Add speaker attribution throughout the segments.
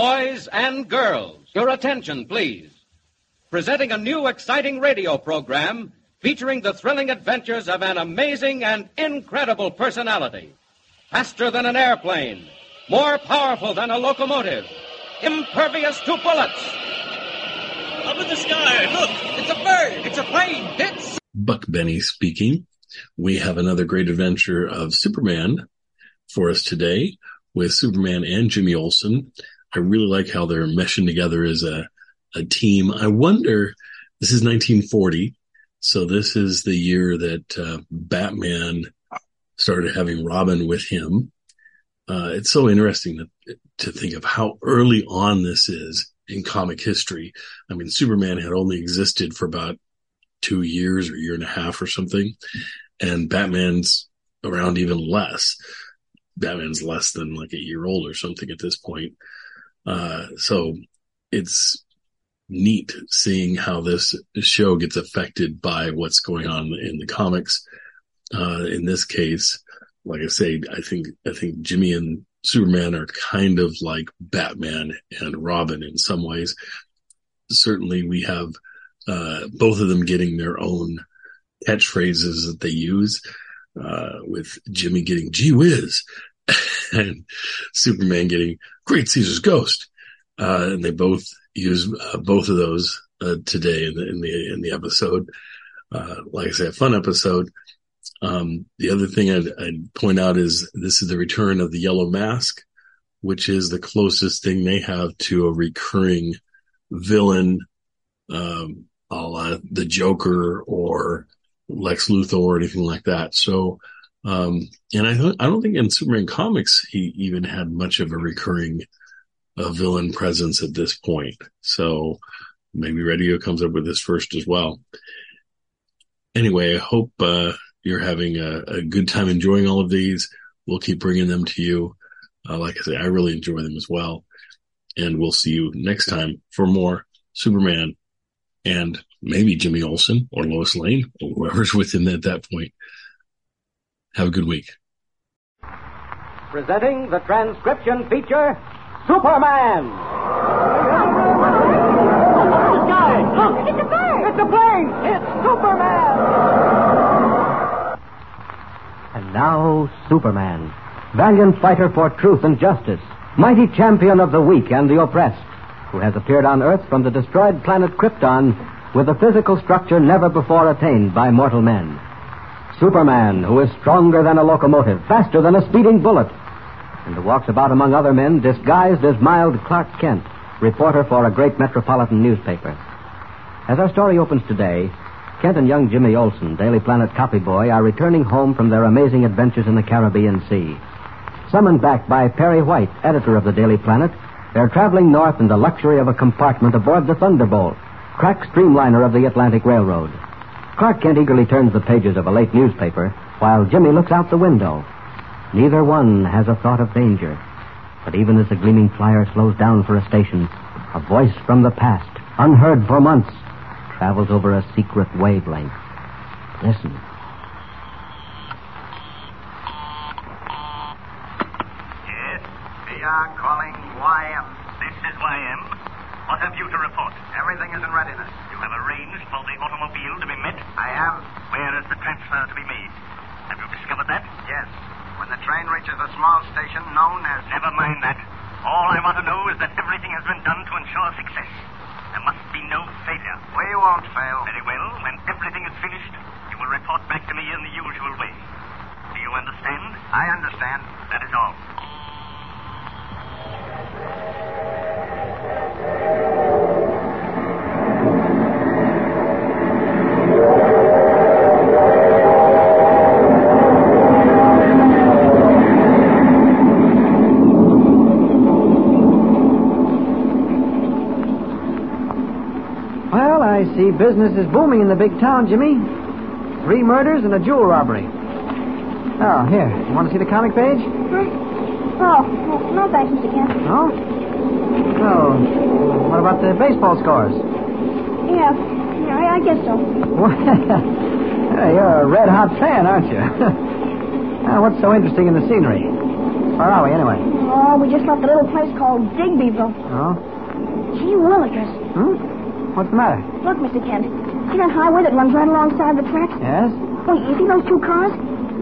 Speaker 1: Boys and girls, your attention, please. Presenting a new exciting radio program featuring the thrilling adventures of an amazing and incredible personality. Faster than an airplane, more powerful than a locomotive, impervious to bullets.
Speaker 2: Up in the sky, look, it's a bird, it's a plane, it's
Speaker 3: Buck Benny speaking. We have another great adventure of Superman for us today with Superman and Jimmy Olsen. I really like how they're meshing together as a, a team. I wonder, this is 1940. So this is the year that uh, Batman started having Robin with him. Uh, it's so interesting to, to think of how early on this is in comic history. I mean, Superman had only existed for about two years or year and a half or something. And Batman's around even less. Batman's less than like a year old or something at this point. Uh, so it's neat seeing how this show gets affected by what's going on in the comics. Uh, in this case, like I say, I think, I think Jimmy and Superman are kind of like Batman and Robin in some ways. Certainly we have uh, both of them getting their own catchphrases that they use, uh, with Jimmy getting gee whiz and Superman getting great Caesar's ghost. Uh, and they both use uh, both of those, uh, today in the, in the, in the episode. Uh, like I say, a fun episode. Um, the other thing I'd, I'd point out is this is the return of the yellow mask, which is the closest thing they have to a recurring villain um, a la the Joker or Lex Luthor or anything like that. So, um, and I, th- I don't think in Superman comics he even had much of a recurring uh, villain presence at this point. So maybe Radio comes up with this first as well. Anyway, I hope uh, you're having a, a good time enjoying all of these. We'll keep bringing them to you. Uh, like I say, I really enjoy them as well. And we'll see you next time for more Superman and maybe Jimmy Olsen or Lois Lane or whoever's with him at that point. Have a good week.
Speaker 1: Presenting the transcription feature, Superman.
Speaker 4: Look, it's a bird. It's a plane. It's Superman.
Speaker 5: And now, Superman, valiant fighter for truth and justice, mighty champion of the weak and the oppressed, who has appeared on Earth from the destroyed planet Krypton with a physical structure never before attained by mortal men. Superman, who is stronger than a locomotive, faster than a speeding bullet, and who walks about among other men disguised as mild Clark Kent, reporter for a great metropolitan newspaper. As our story opens today, Kent and young Jimmy Olsen, Daily Planet copy boy, are returning home from their amazing adventures in the Caribbean Sea. Summoned back by Perry White, editor of the Daily Planet, they're traveling north in the luxury of a compartment aboard the Thunderbolt, crack streamliner of the Atlantic Railroad. Clark Kent eagerly turns the pages of a late newspaper while Jimmy looks out the window. Neither one has a thought of danger. But even as the gleaming flyer slows down for a station, a voice from the past, unheard for months, travels over a secret wavelength. Listen.
Speaker 6: Yes, they are calling YM. This is YM. What have you to report? Everything is in readiness. You have arranged for the automobile to be met? I have. Where is the transfer to be made? Have you discovered that? Yes. When the train reaches a small station known as. Never mind that. All I want to know is that everything has been done to ensure success. There must be no failure. We won't fail. Very well. When everything is finished, you will report back to me in the usual way. Do you understand? I understand. That is all.
Speaker 5: Well, I see business is booming in the big town, Jimmy. Three murders and a jewel robbery. Oh, here. You want to see the comic page?
Speaker 7: Oh, no, no thanks, Mr. Kent.
Speaker 5: No? Oh, what about the baseball scores?
Speaker 7: Yeah, yeah, I, I guess so.
Speaker 5: Well, you're a red hot fan, aren't you? Now, what's so interesting in the scenery? Where are we, anyway?
Speaker 7: Oh, we just left a little place called Digbyville.
Speaker 8: Oh?
Speaker 7: Gee willikers.
Speaker 8: Hmm? What's the matter?
Speaker 7: Look, Mr. Kent. See that highway that runs right alongside the tracks?
Speaker 8: Yes?
Speaker 7: Wait, you see those two cars?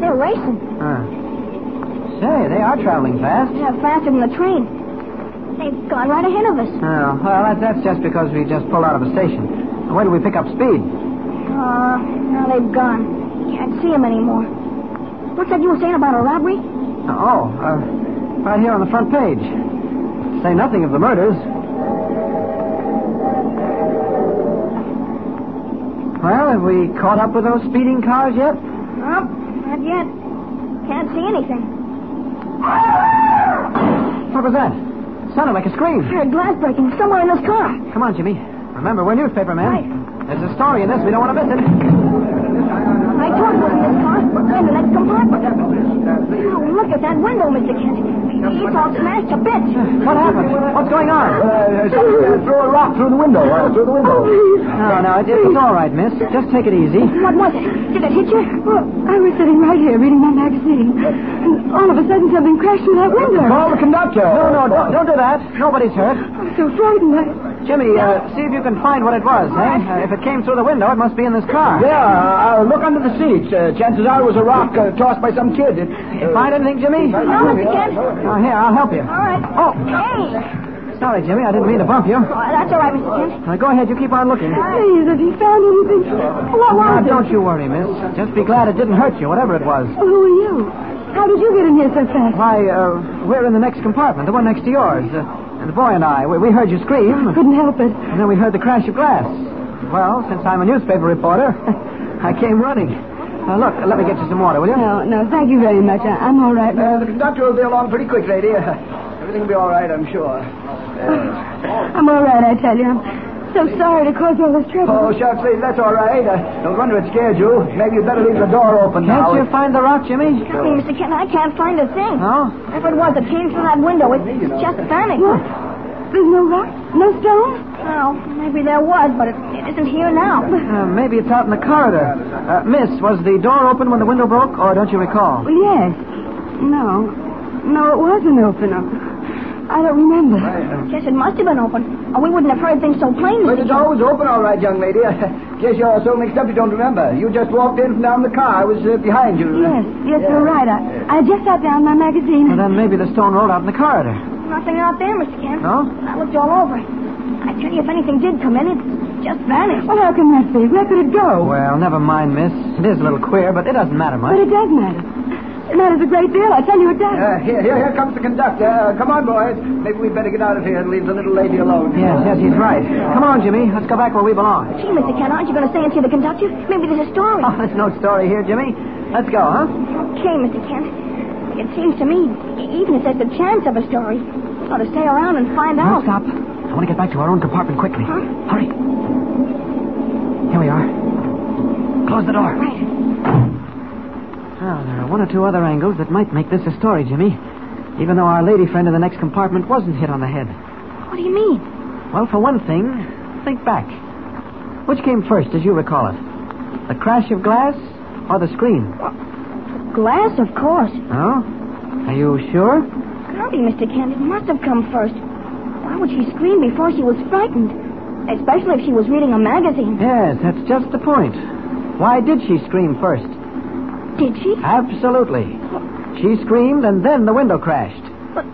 Speaker 7: They're racing.
Speaker 8: Huh. Say, they are traveling fast.
Speaker 7: They're faster than the train. They've gone right ahead of us.
Speaker 8: Oh, well, that, that's just because we just pulled out of a station. Where did we pick up speed?
Speaker 7: Uh, now they've gone. Can't see them anymore. What's that you were saying about a robbery?
Speaker 8: Oh, uh, right here on the front page. Say nothing of the murders. Well, have we caught up with those speeding cars yet?
Speaker 7: Nope, not yet. Can't see anything.
Speaker 8: What was that? Sounded like a
Speaker 7: I
Speaker 8: scream.
Speaker 7: heard glass breaking somewhere in this car.
Speaker 8: Come on, Jimmy. Remember, we're newspaper men. There's a story in this. We don't want to miss it.
Speaker 7: I told you it was in this car. We're in the next compartment. Oh, look at that window, Mr. Kent. It's all smashed to bits.
Speaker 8: What happened? What's going on?
Speaker 9: throw a rock through the window. Uh, through the window.
Speaker 8: No, no, it, it's all right, miss. Just take it easy.
Speaker 7: What was it? Did it hit you?
Speaker 10: Oh,
Speaker 7: Well, I was sitting right here reading my magazine. And all of a sudden something crashed through that window.
Speaker 9: Call the conductor.
Speaker 8: No, no, don't, don't do that. Nobody's hurt.
Speaker 7: I'm so frightened. I...
Speaker 8: Jimmy, uh, see if you can find what it was, eh? Uh, if it came through the window, it must be in this car.
Speaker 9: Yeah, uh, look under the seats. Uh, chances are it was a rock uh, tossed by some kid. Uh,
Speaker 8: You
Speaker 9: It,
Speaker 8: Find anything, Jimmy?
Speaker 7: No, Mr. Kent. All
Speaker 9: Uh,
Speaker 8: Oh, here, I'll help you.
Speaker 7: right.
Speaker 8: Oh.
Speaker 7: Hey.
Speaker 8: Sorry, Jimmy, I didn't mean to bump you.
Speaker 7: Oh, that's all right, Mr. Kent.
Speaker 8: Now, go ahead, you keep on looking.
Speaker 7: Please, have you found anything? What
Speaker 8: Now, don't you worry, miss. Just be glad it didn't hurt you, whatever it was.
Speaker 7: Who are you? How did you get in here so fast?
Speaker 8: Why, uh, we're in the next compartment, the one next to yours. Uh, and the boy and I, we, we heard you scream.
Speaker 7: Couldn't help it.
Speaker 8: And then we heard the crash of glass. Well, since I'm a newspaper reporter, I came running. Now, look, let me get you some water, will you?
Speaker 10: No, no, thank you very much. I, I'm all right.
Speaker 9: Uh, the conductor will be along pretty quick, lady. Uh, everything will be all right, I'm sure. Uh,
Speaker 10: I'm all right, I tell you. I'm so sorry to cause all this trouble.
Speaker 9: Oh, shucks, lady, that's all right. Uh, no wonder it scared you. Maybe you'd better leave the door open now.
Speaker 8: Can't you find the rock, Jimmy?
Speaker 7: Tell me, Mr. Kent, I can't find a thing.
Speaker 8: No?
Speaker 7: If it was, it came through that window. It's just vanished.
Speaker 10: There's no rock, no stone.
Speaker 7: Well, maybe there was, but it, it isn't here now.
Speaker 8: Uh, maybe it's out in the corridor. Uh, miss, was the door open when the window broke, or don't you recall?
Speaker 10: Well, yes. No, no, it wasn't open. I don't remember.
Speaker 8: um,
Speaker 7: Yes, it must have been open, or we wouldn't have heard things so plainly.
Speaker 9: Well, the door was open all right, young lady. In case you're so mixed up you don't remember. You just walked in from down the car. I was uh, behind you.
Speaker 10: Yes, yes, you're right. I, I just got down my magazine.
Speaker 8: Well, then maybe the stone rolled out in the corridor.
Speaker 7: Nothing out there, Mr. Kent.
Speaker 8: No?
Speaker 7: I looked all over. I tell you, if anything did come in, it just
Speaker 8: Oh,
Speaker 7: vanished.
Speaker 10: Well, how can that be? Where could it go?
Speaker 8: Well, never mind, miss. It is a little queer, but it doesn't matter
Speaker 10: But
Speaker 8: much.
Speaker 10: it does matter. It matters a great deal. I tell you, it does.
Speaker 9: Uh, here, here, here comes the conductor. Uh, come on, boys. Maybe we'd better get out of here and leave the little lady alone.
Speaker 8: Yes, yes, he's right. Come on, Jimmy. Let's go back where we belong.
Speaker 7: Gee, Mr. Kent, aren't you going to say and see the conductor? Maybe there's a story.
Speaker 8: Oh, there's no story here, Jimmy. Let's go, huh?
Speaker 7: Okay, Mr. Kent. It seems to me, e- even if there's a chance of a story, we ought to stay around and find
Speaker 8: No,
Speaker 7: out.
Speaker 8: stop. I want to get back to our own compartment quickly.
Speaker 7: Huh?
Speaker 8: Hurry. Here we are. Close the door.
Speaker 7: Right.
Speaker 8: Well, Oh, there are one or two other angles that might make this a story, Jimmy. Even though our lady friend in the next compartment wasn't hit on the head.
Speaker 7: What do you mean?
Speaker 8: Well, for one thing, think back. Which came first, as you recall it? The crash of glass or the scream?
Speaker 7: Glass, of course.
Speaker 8: Oh? Are you sure?
Speaker 7: Can't be, Mr. Kent. It must have come first. Why would she scream before she was frightened? Especially if she was reading a magazine.
Speaker 8: Yes, that's just the point. Why did she scream first?
Speaker 7: Did she?
Speaker 8: Absolutely. She screamed and then the window crashed.
Speaker 7: But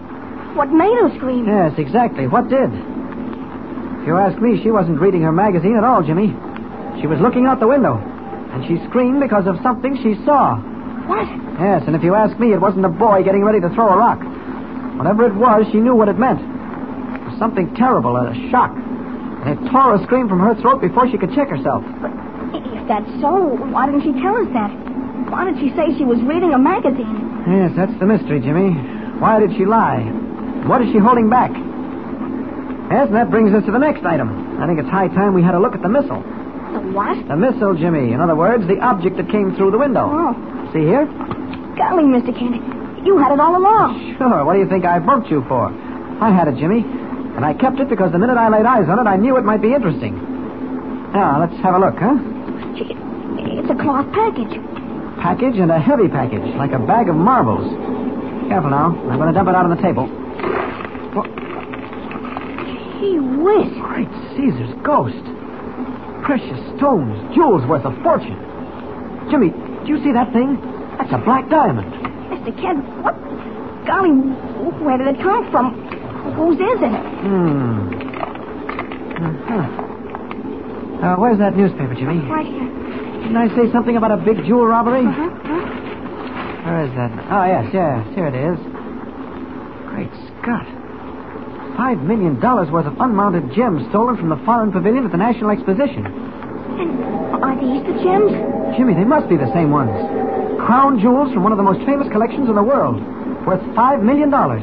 Speaker 7: what made her scream?
Speaker 8: Yes, exactly. What did? If you ask me, she wasn't reading her magazine at all, Jimmy. She was looking out the window. And she screamed because of something she saw.
Speaker 7: What?
Speaker 8: Yes, and if you ask me, it wasn't a boy getting ready to throw a rock. Whatever it was, she knew what it meant. It was something terrible, a shock. And it tore a scream from her throat before she could check herself.
Speaker 7: If that's so, why didn't she tell us that? Why did she say she was reading a magazine?
Speaker 8: Yes, that's the mystery, Jimmy. Why did she lie? What is she holding back? Yes, and that brings us to the next item. I think it's high time we had a look at the missile.
Speaker 7: The what?
Speaker 8: The missile, Jimmy. In other words, the object that came through the window.
Speaker 7: Oh,
Speaker 8: See here?
Speaker 7: golly, Mr. Kent. You had it all along.
Speaker 8: Sure. What do you think I bumped you for? I had it, Jimmy. And I kept it because the minute I laid eyes on it, I knew it might be interesting. Now, let's have a look, huh?
Speaker 7: Gee, It's a cloth package.
Speaker 8: Package and a heavy package, like a bag of marbles. Careful now. I'm going to dump it out on the table.
Speaker 10: Gee whiz.
Speaker 8: Great Caesar's ghost. Precious stones, jewels worth a fortune. Jimmy, do you see that thing? That's a black diamond.
Speaker 7: Mr. Kent, what? Golly, where did it come from? Whose is it?
Speaker 8: Hmm. Uh-huh. Uh, where's that newspaper, Jimmy?
Speaker 7: Right here.
Speaker 8: Didn't I say something about a big jewel robbery?
Speaker 7: Uh-huh. huh?
Speaker 8: Where is that? Oh, yes, yes. Here it is. Great Scott. Five million dollars worth of unmounted gems stolen from the foreign pavilion at the National Exposition.
Speaker 7: And are these the gems?
Speaker 8: Jimmy, they must be the same ones. Crown jewels from one of the most famous collections in the world, worth five million dollars.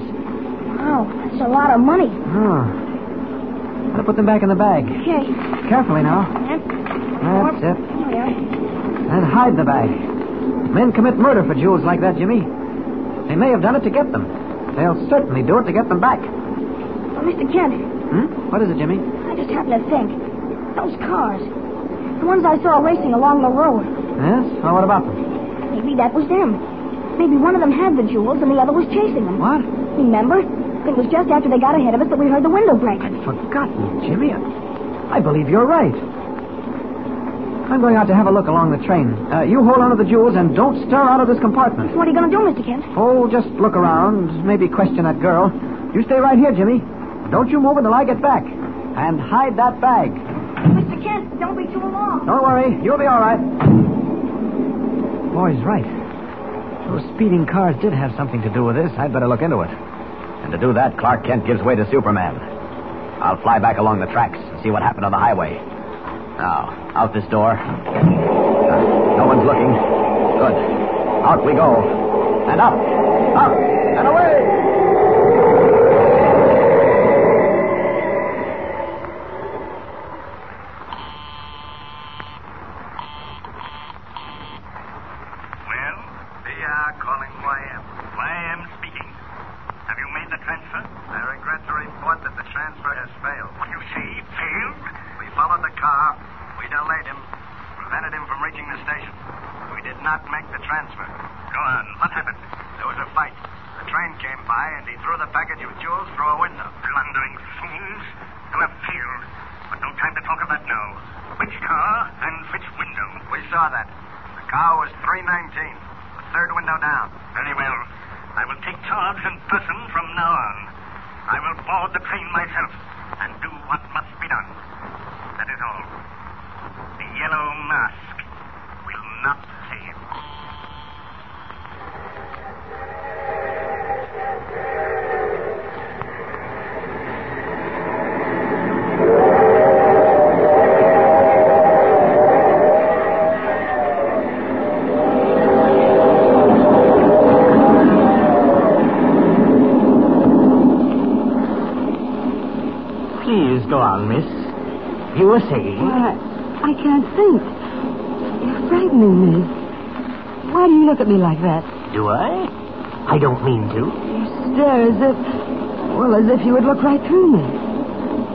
Speaker 7: Wow, that's a lot of money.
Speaker 8: Huh. Better put them back in the bag.
Speaker 7: Okay.
Speaker 8: Carefully now.
Speaker 7: Kent.
Speaker 8: That's it.
Speaker 7: Here we are.
Speaker 8: And hide the bag. Men commit murder for jewels like that, Jimmy. They may have done it to get them. They'll certainly do it to get them back.
Speaker 7: Well, Mr. Kent,
Speaker 8: Hmm? What is it, Jimmy?
Speaker 7: I just happened to think. Those cars. The ones I saw racing along the road.
Speaker 8: Yes? Well, what about them?
Speaker 7: Maybe that was them. Maybe one of them had the jewels and the other was chasing them.
Speaker 8: What?
Speaker 7: Remember? It was just after they got ahead of us that we heard the window break.
Speaker 8: I'd forgotten, Jimmy. I I believe you're right. I'm going out to have a look along the train. Uh, you hold on to the jewels and don't stir out of this compartment.
Speaker 7: What are you going to do, Mr. Kent?
Speaker 8: Oh, just look around. Maybe question that girl. You stay right here, Jimmy. Don't you move until I get back. And hide that bag.
Speaker 7: Mr. Kent, don't be too long.
Speaker 8: Don't worry. You'll be all right. Boy's right. Those speeding cars did have something to do with this. I'd better look into it.
Speaker 11: And to do that, Clark Kent gives way to Superman. I'll fly back along the tracks and see what happened on the highway. Now, out this door. Uh, no one's looking. Good. Out we go. And up, up, and away!
Speaker 12: Well, they are calling YM. YM speaking. Have you made the transfer? I regret to report that the transfer has failed. What you say? Failed? We followed the car. We delayed him. Prevented him from reaching the station. We did not make the transfer. Go on. What happened? There was a fight. The train came by and he threw the package of jewels through a window. Blundering fools. You have failed. But no time to talk of that now. Which car and which window? We saw that. The car was 319, the third window down. Very well. I will take charge in person from now on. I will board the train myself and do what must be done. That is all. The yellow mask will not save.
Speaker 11: Please go on, miss. You were saying.
Speaker 10: Why, Uh, I can't think. You're frightening me. Why do you look at me like that?
Speaker 11: Do I? I don't mean to.
Speaker 10: You stare as if, well, as if you would look right through me.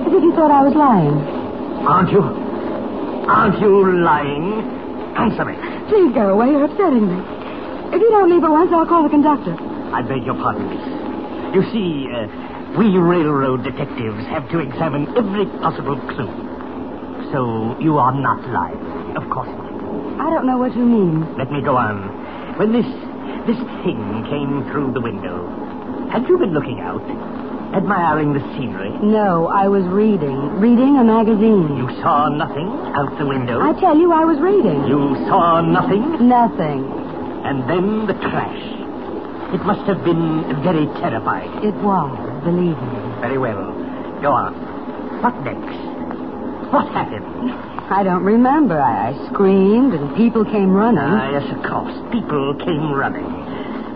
Speaker 10: As if you thought I was lying.
Speaker 11: Aren't you? Aren't you lying? Answer me.
Speaker 10: Please go away. You're upsetting me. If you don't leave at once, I'll call the conductor.
Speaker 11: I beg your pardon, miss. You see, uh, we railroad detectives have to examine every possible clue. So you are not lying. Of course not.
Speaker 10: I don't know what you mean.
Speaker 11: Let me go on. When this this thing came through the window, had you been looking out, admiring the scenery?
Speaker 10: No, I was reading. Reading a magazine.
Speaker 11: You saw nothing out the window.
Speaker 10: I tell you, I was reading.
Speaker 11: You saw nothing,
Speaker 10: Nothing.
Speaker 11: and then the crash. It must have been very terrifying.
Speaker 10: It was, believe me.
Speaker 11: Very well. Go on. What next? What happened?
Speaker 10: I don't remember. I, I screamed and people came running.
Speaker 11: Ah, yes, of course. People came running.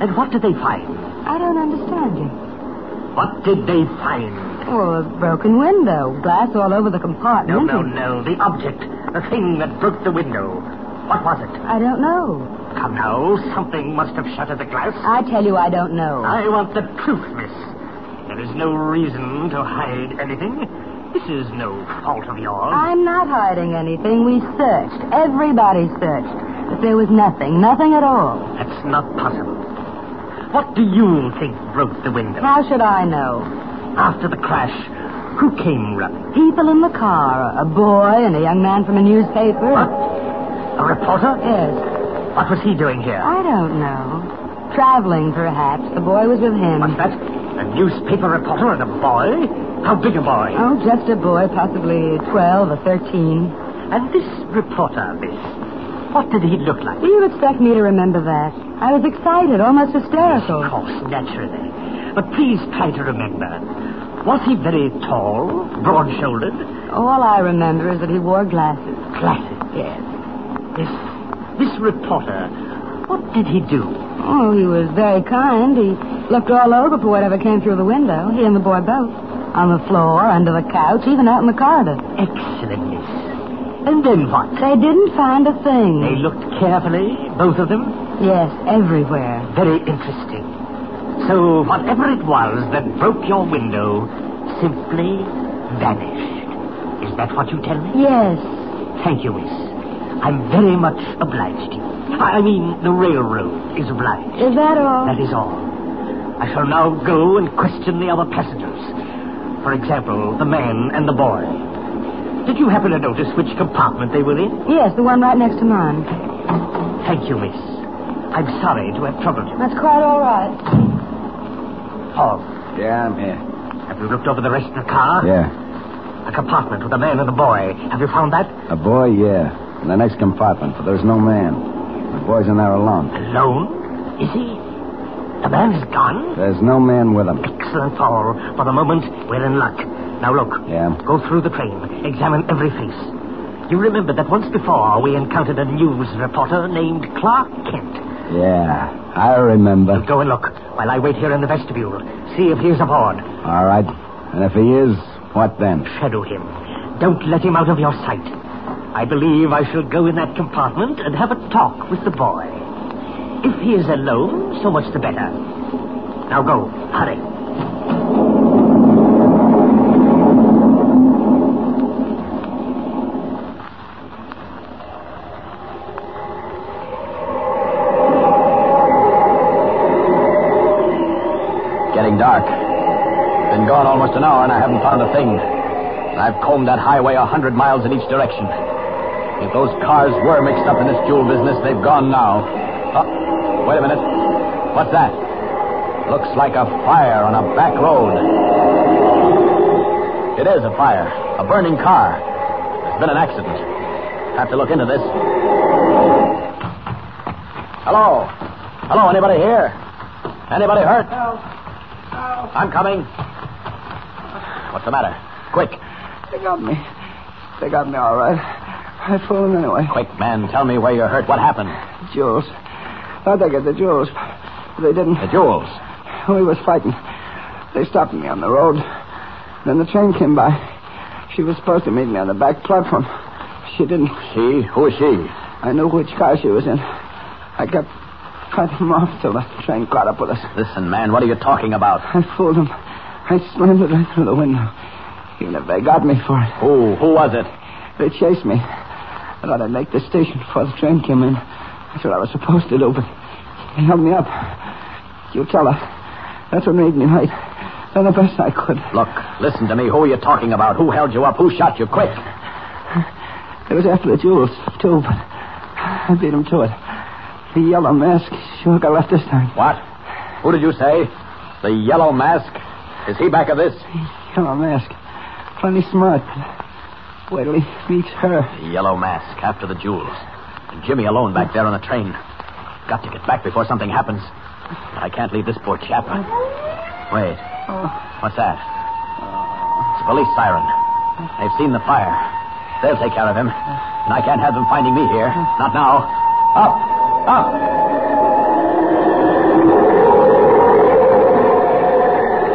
Speaker 11: And what did they find?
Speaker 10: I don't understand you.
Speaker 11: What did they find?
Speaker 10: Well, oh, a broken window, glass all over the compartment.
Speaker 11: No, no,
Speaker 10: and-
Speaker 11: no. The object. The thing that broke the window. What was it?
Speaker 10: I don't know.
Speaker 11: Come now. Something must have shattered the glass.
Speaker 10: I tell you, I don't know.
Speaker 11: I want the truth, miss. There is no reason to hide anything. This is no fault of yours.
Speaker 10: I'm not hiding anything. We searched. Everybody searched. But there was nothing. Nothing at all.
Speaker 11: That's not possible. What do you think broke the window?
Speaker 10: How should I know?
Speaker 11: After the crash, who came running?
Speaker 10: People in the car, a boy and a young man from a newspaper.
Speaker 11: A reporter?
Speaker 10: Yes.
Speaker 11: What was he doing here?
Speaker 10: I don't know. Traveling, perhaps. The boy was with him.
Speaker 11: What's that? A newspaper reporter and a boy? How big a boy?
Speaker 10: Oh, just a boy, possibly 12 or 13.
Speaker 11: And Uh, this reporter, this, what did he look like?
Speaker 10: You expect me to remember that. I was excited, almost hysterical.
Speaker 11: Of course, naturally. But please try to remember. Was he very tall, broad shouldered?
Speaker 10: All I remember is that he wore glasses.
Speaker 11: Glasses?
Speaker 10: Yes.
Speaker 11: This, this reporter, what did he do?
Speaker 10: Oh, he was very kind. He looked all over for whatever came through the window. He and the boy both. On the floor, under the couch, even out in the corridor.
Speaker 11: Excellent, miss. And then what?
Speaker 10: They didn't find a thing.
Speaker 11: They looked carefully, both of them?
Speaker 10: Yes, everywhere.
Speaker 11: Very interesting. So, whatever it was that broke your window simply vanished. Is that what you tell me?
Speaker 10: Yes.
Speaker 11: Thank you, miss. I'm very much obliged to you. I mean, the railroad is obliged.
Speaker 10: Is that all?
Speaker 11: That is all. I shall now go and question the other passengers. For example, the man and the boy. Did you happen to notice which compartment they were in?
Speaker 10: Yes, the one right next to mine.
Speaker 11: Thank you, miss. I'm sorry to have troubled you.
Speaker 10: That's quite all right.
Speaker 11: Hall,
Speaker 9: Yeah, I'm here.
Speaker 11: have you looked over the rest of the car?
Speaker 9: Yeah.
Speaker 11: A compartment with a man and a boy. Have you found that?
Speaker 9: A boy, yeah. In the next compartment, but there's no man. The boy's in there alone.
Speaker 11: Alone? Is he? The man is gone?
Speaker 9: There's no man with him.
Speaker 11: Excellent, Hall. For the moment, we're in luck. Now look.
Speaker 9: Yeah.
Speaker 11: Go through the train. Examine every face. You remember that once before we encountered a news reporter named Clark Kent.
Speaker 9: Yeah, I remember.
Speaker 11: Go and look while I wait here in the vestibule. See if he is aboard.
Speaker 9: All right. And if he is, what then?
Speaker 11: Shadow him. Don't let him out of your sight. I believe I shall go in that compartment and have a talk with the boy. If he is alone, so much the better. Now go. Hurry.
Speaker 13: Getting dark. Been gone almost an hour and I haven't found a thing. And I've combed that highway a hundred miles in each direction. If those cars were mixed up in this jewel business, they've gone now. Oh, wait a minute. What's that? Looks like a fire on a back road. It is a fire. A burning car. There's been an accident. Have to look into this. Hello. Hello, anybody here? Anybody hurt? I'm coming. What's the matter? Quick,
Speaker 9: They got me. They got me all right. I fooled them anyway.
Speaker 13: quick, man. Tell me where you're hurt. What happened?
Speaker 9: Jewels. Thought they got the jewels. but They didn't.
Speaker 13: The jewels.
Speaker 9: We was fighting. They stopped me on the road. Then the train came by. She was supposed to meet me on the back platform. She didn't.
Speaker 13: She? Who is she?
Speaker 9: I knew which car she was in. I kept fighting them off till the train caught up with us.
Speaker 13: Listen, man, what are you talking about?
Speaker 9: I fooled them. I slammed right through the window. Even if they got me for it.
Speaker 13: Who? Who was it?
Speaker 9: They chased me. I thought I'd make the station before the train came in. That's what I was supposed to do, but they held me up. You tell her. That's what made me late. Done the best I could.
Speaker 13: Look, listen to me. Who are you talking about? Who held you up? Who shot you? Quick.
Speaker 9: It was after the jewels, too, but I beat him to it. The yellow mask sure got left this time.
Speaker 13: What? Who did you say? The yellow mask? Is he back of this?
Speaker 9: Yellow mask. Plenty smart, but wait till he meets her.
Speaker 13: The yellow mask after the jewels. And Jimmy alone back there on the train. Got to get back before something happens. I can't leave this poor chap. Wait. What's that? It's a police siren. They've seen the fire. They'll take care of him. And I can't have them finding me here. Not now. Up! Up!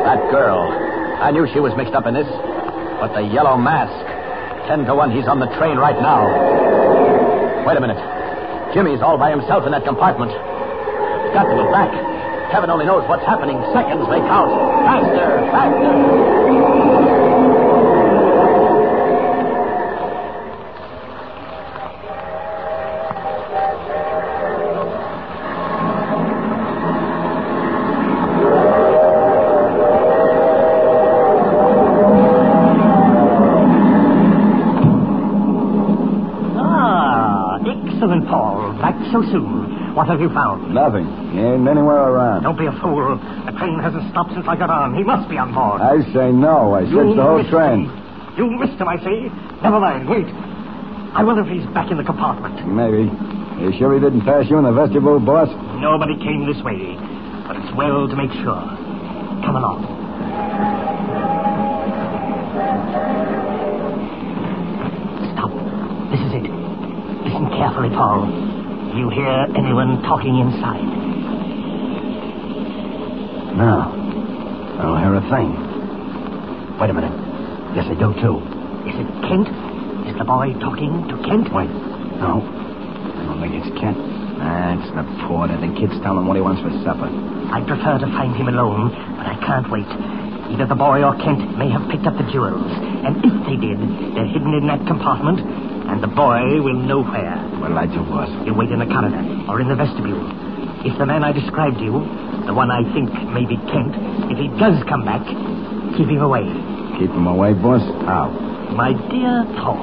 Speaker 13: That girl. I knew she was mixed up in this. But the yellow mask. Ten to one, he's on the train right now. Wait a minute. Jimmy's all by himself in that compartment. He's got to get back. Heaven only knows what's happening. Seconds may count. Faster, faster.
Speaker 11: Ah, so soon. What have you found?
Speaker 14: Nothing. He ain't anywhere around.
Speaker 11: Don't be a fool. The train hasn't stopped since I got on. He must be on board.
Speaker 14: I say no. I
Speaker 11: You
Speaker 14: searched the whole
Speaker 11: missed
Speaker 14: train.
Speaker 11: him. You missed him, I say. Never mind. Wait. I wonder if he's back in the compartment.
Speaker 14: Maybe. You sure he didn't pass you in the vestibule, boss?
Speaker 11: Nobody came this way, but it's well to make sure. Come along. Stop. This is it. Listen carefully, Paul. You hear anyone talking inside?
Speaker 13: No. I don't hear a thing. Wait a minute. Yes, I do too.
Speaker 11: Is it Kent? Is the boy talking to Kent? Wait.
Speaker 13: No. I don't think it's Kent. That's the porter. The kid's telling him what he wants for supper.
Speaker 11: I prefer to find him alone, but I can't wait. Either the boy or Kent may have picked up the jewels, and if they did, they're hidden in that compartment, and the boy will know where.
Speaker 13: What'll I do, boss?
Speaker 11: You wait in the corridor or in the vestibule. If the man I described to you, the one I think may be Kent, if he does come back, keep him away.
Speaker 14: Keep him away, boss? Ah, How?
Speaker 11: Oh, My dear Paul,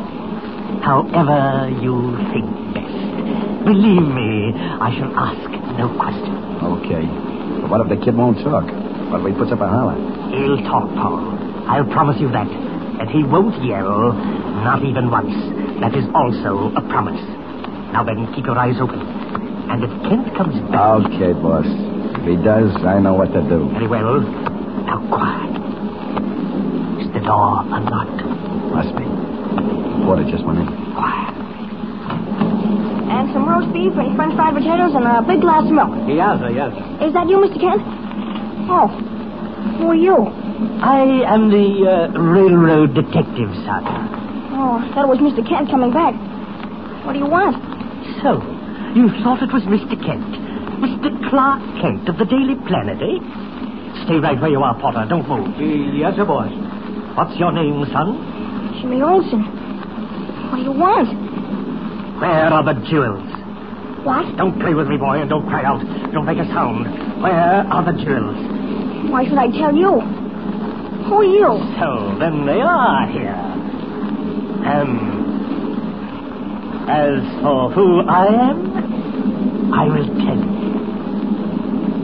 Speaker 11: however you think best, believe me, I shall ask no questions.
Speaker 14: Okay. But what if the kid won't talk? What if he puts up a holler?
Speaker 11: He'll talk, Paul. I'll promise you that. And he won't yell, not even once. That is also a promise. Now then, keep your eyes open. And if Kent comes back,
Speaker 14: Okay, boss. If he does, I know what to do.
Speaker 11: very well. Now, quiet. Is the door unlocked?
Speaker 14: Must be. Porter just went in.
Speaker 7: And some roast beef and french fried potatoes and a big glass of milk.
Speaker 5: Yes, yes.
Speaker 7: Is that you, Mr. Kent? Oh. Who are you?
Speaker 11: I am the uh, railroad detective, sir.
Speaker 7: Oh, I thought it was Mr. Kent coming back. What do you want?
Speaker 11: So, you thought it was Mr. Kent. Mr. Clark Kent of the Daily Planet, eh? Stay right where you are, Potter. Don't move. Yes, sir, boss. What's your name, son?
Speaker 7: Jimmy Olsen. What do you want?
Speaker 11: Where are the jewels?
Speaker 7: What?
Speaker 11: Don't play with me, boy, and don't cry out. Don't make a sound. Where are the jewels?
Speaker 7: Why should I tell you? Who are you?
Speaker 11: So, then they are here. Um. As for who I am, I will tell you.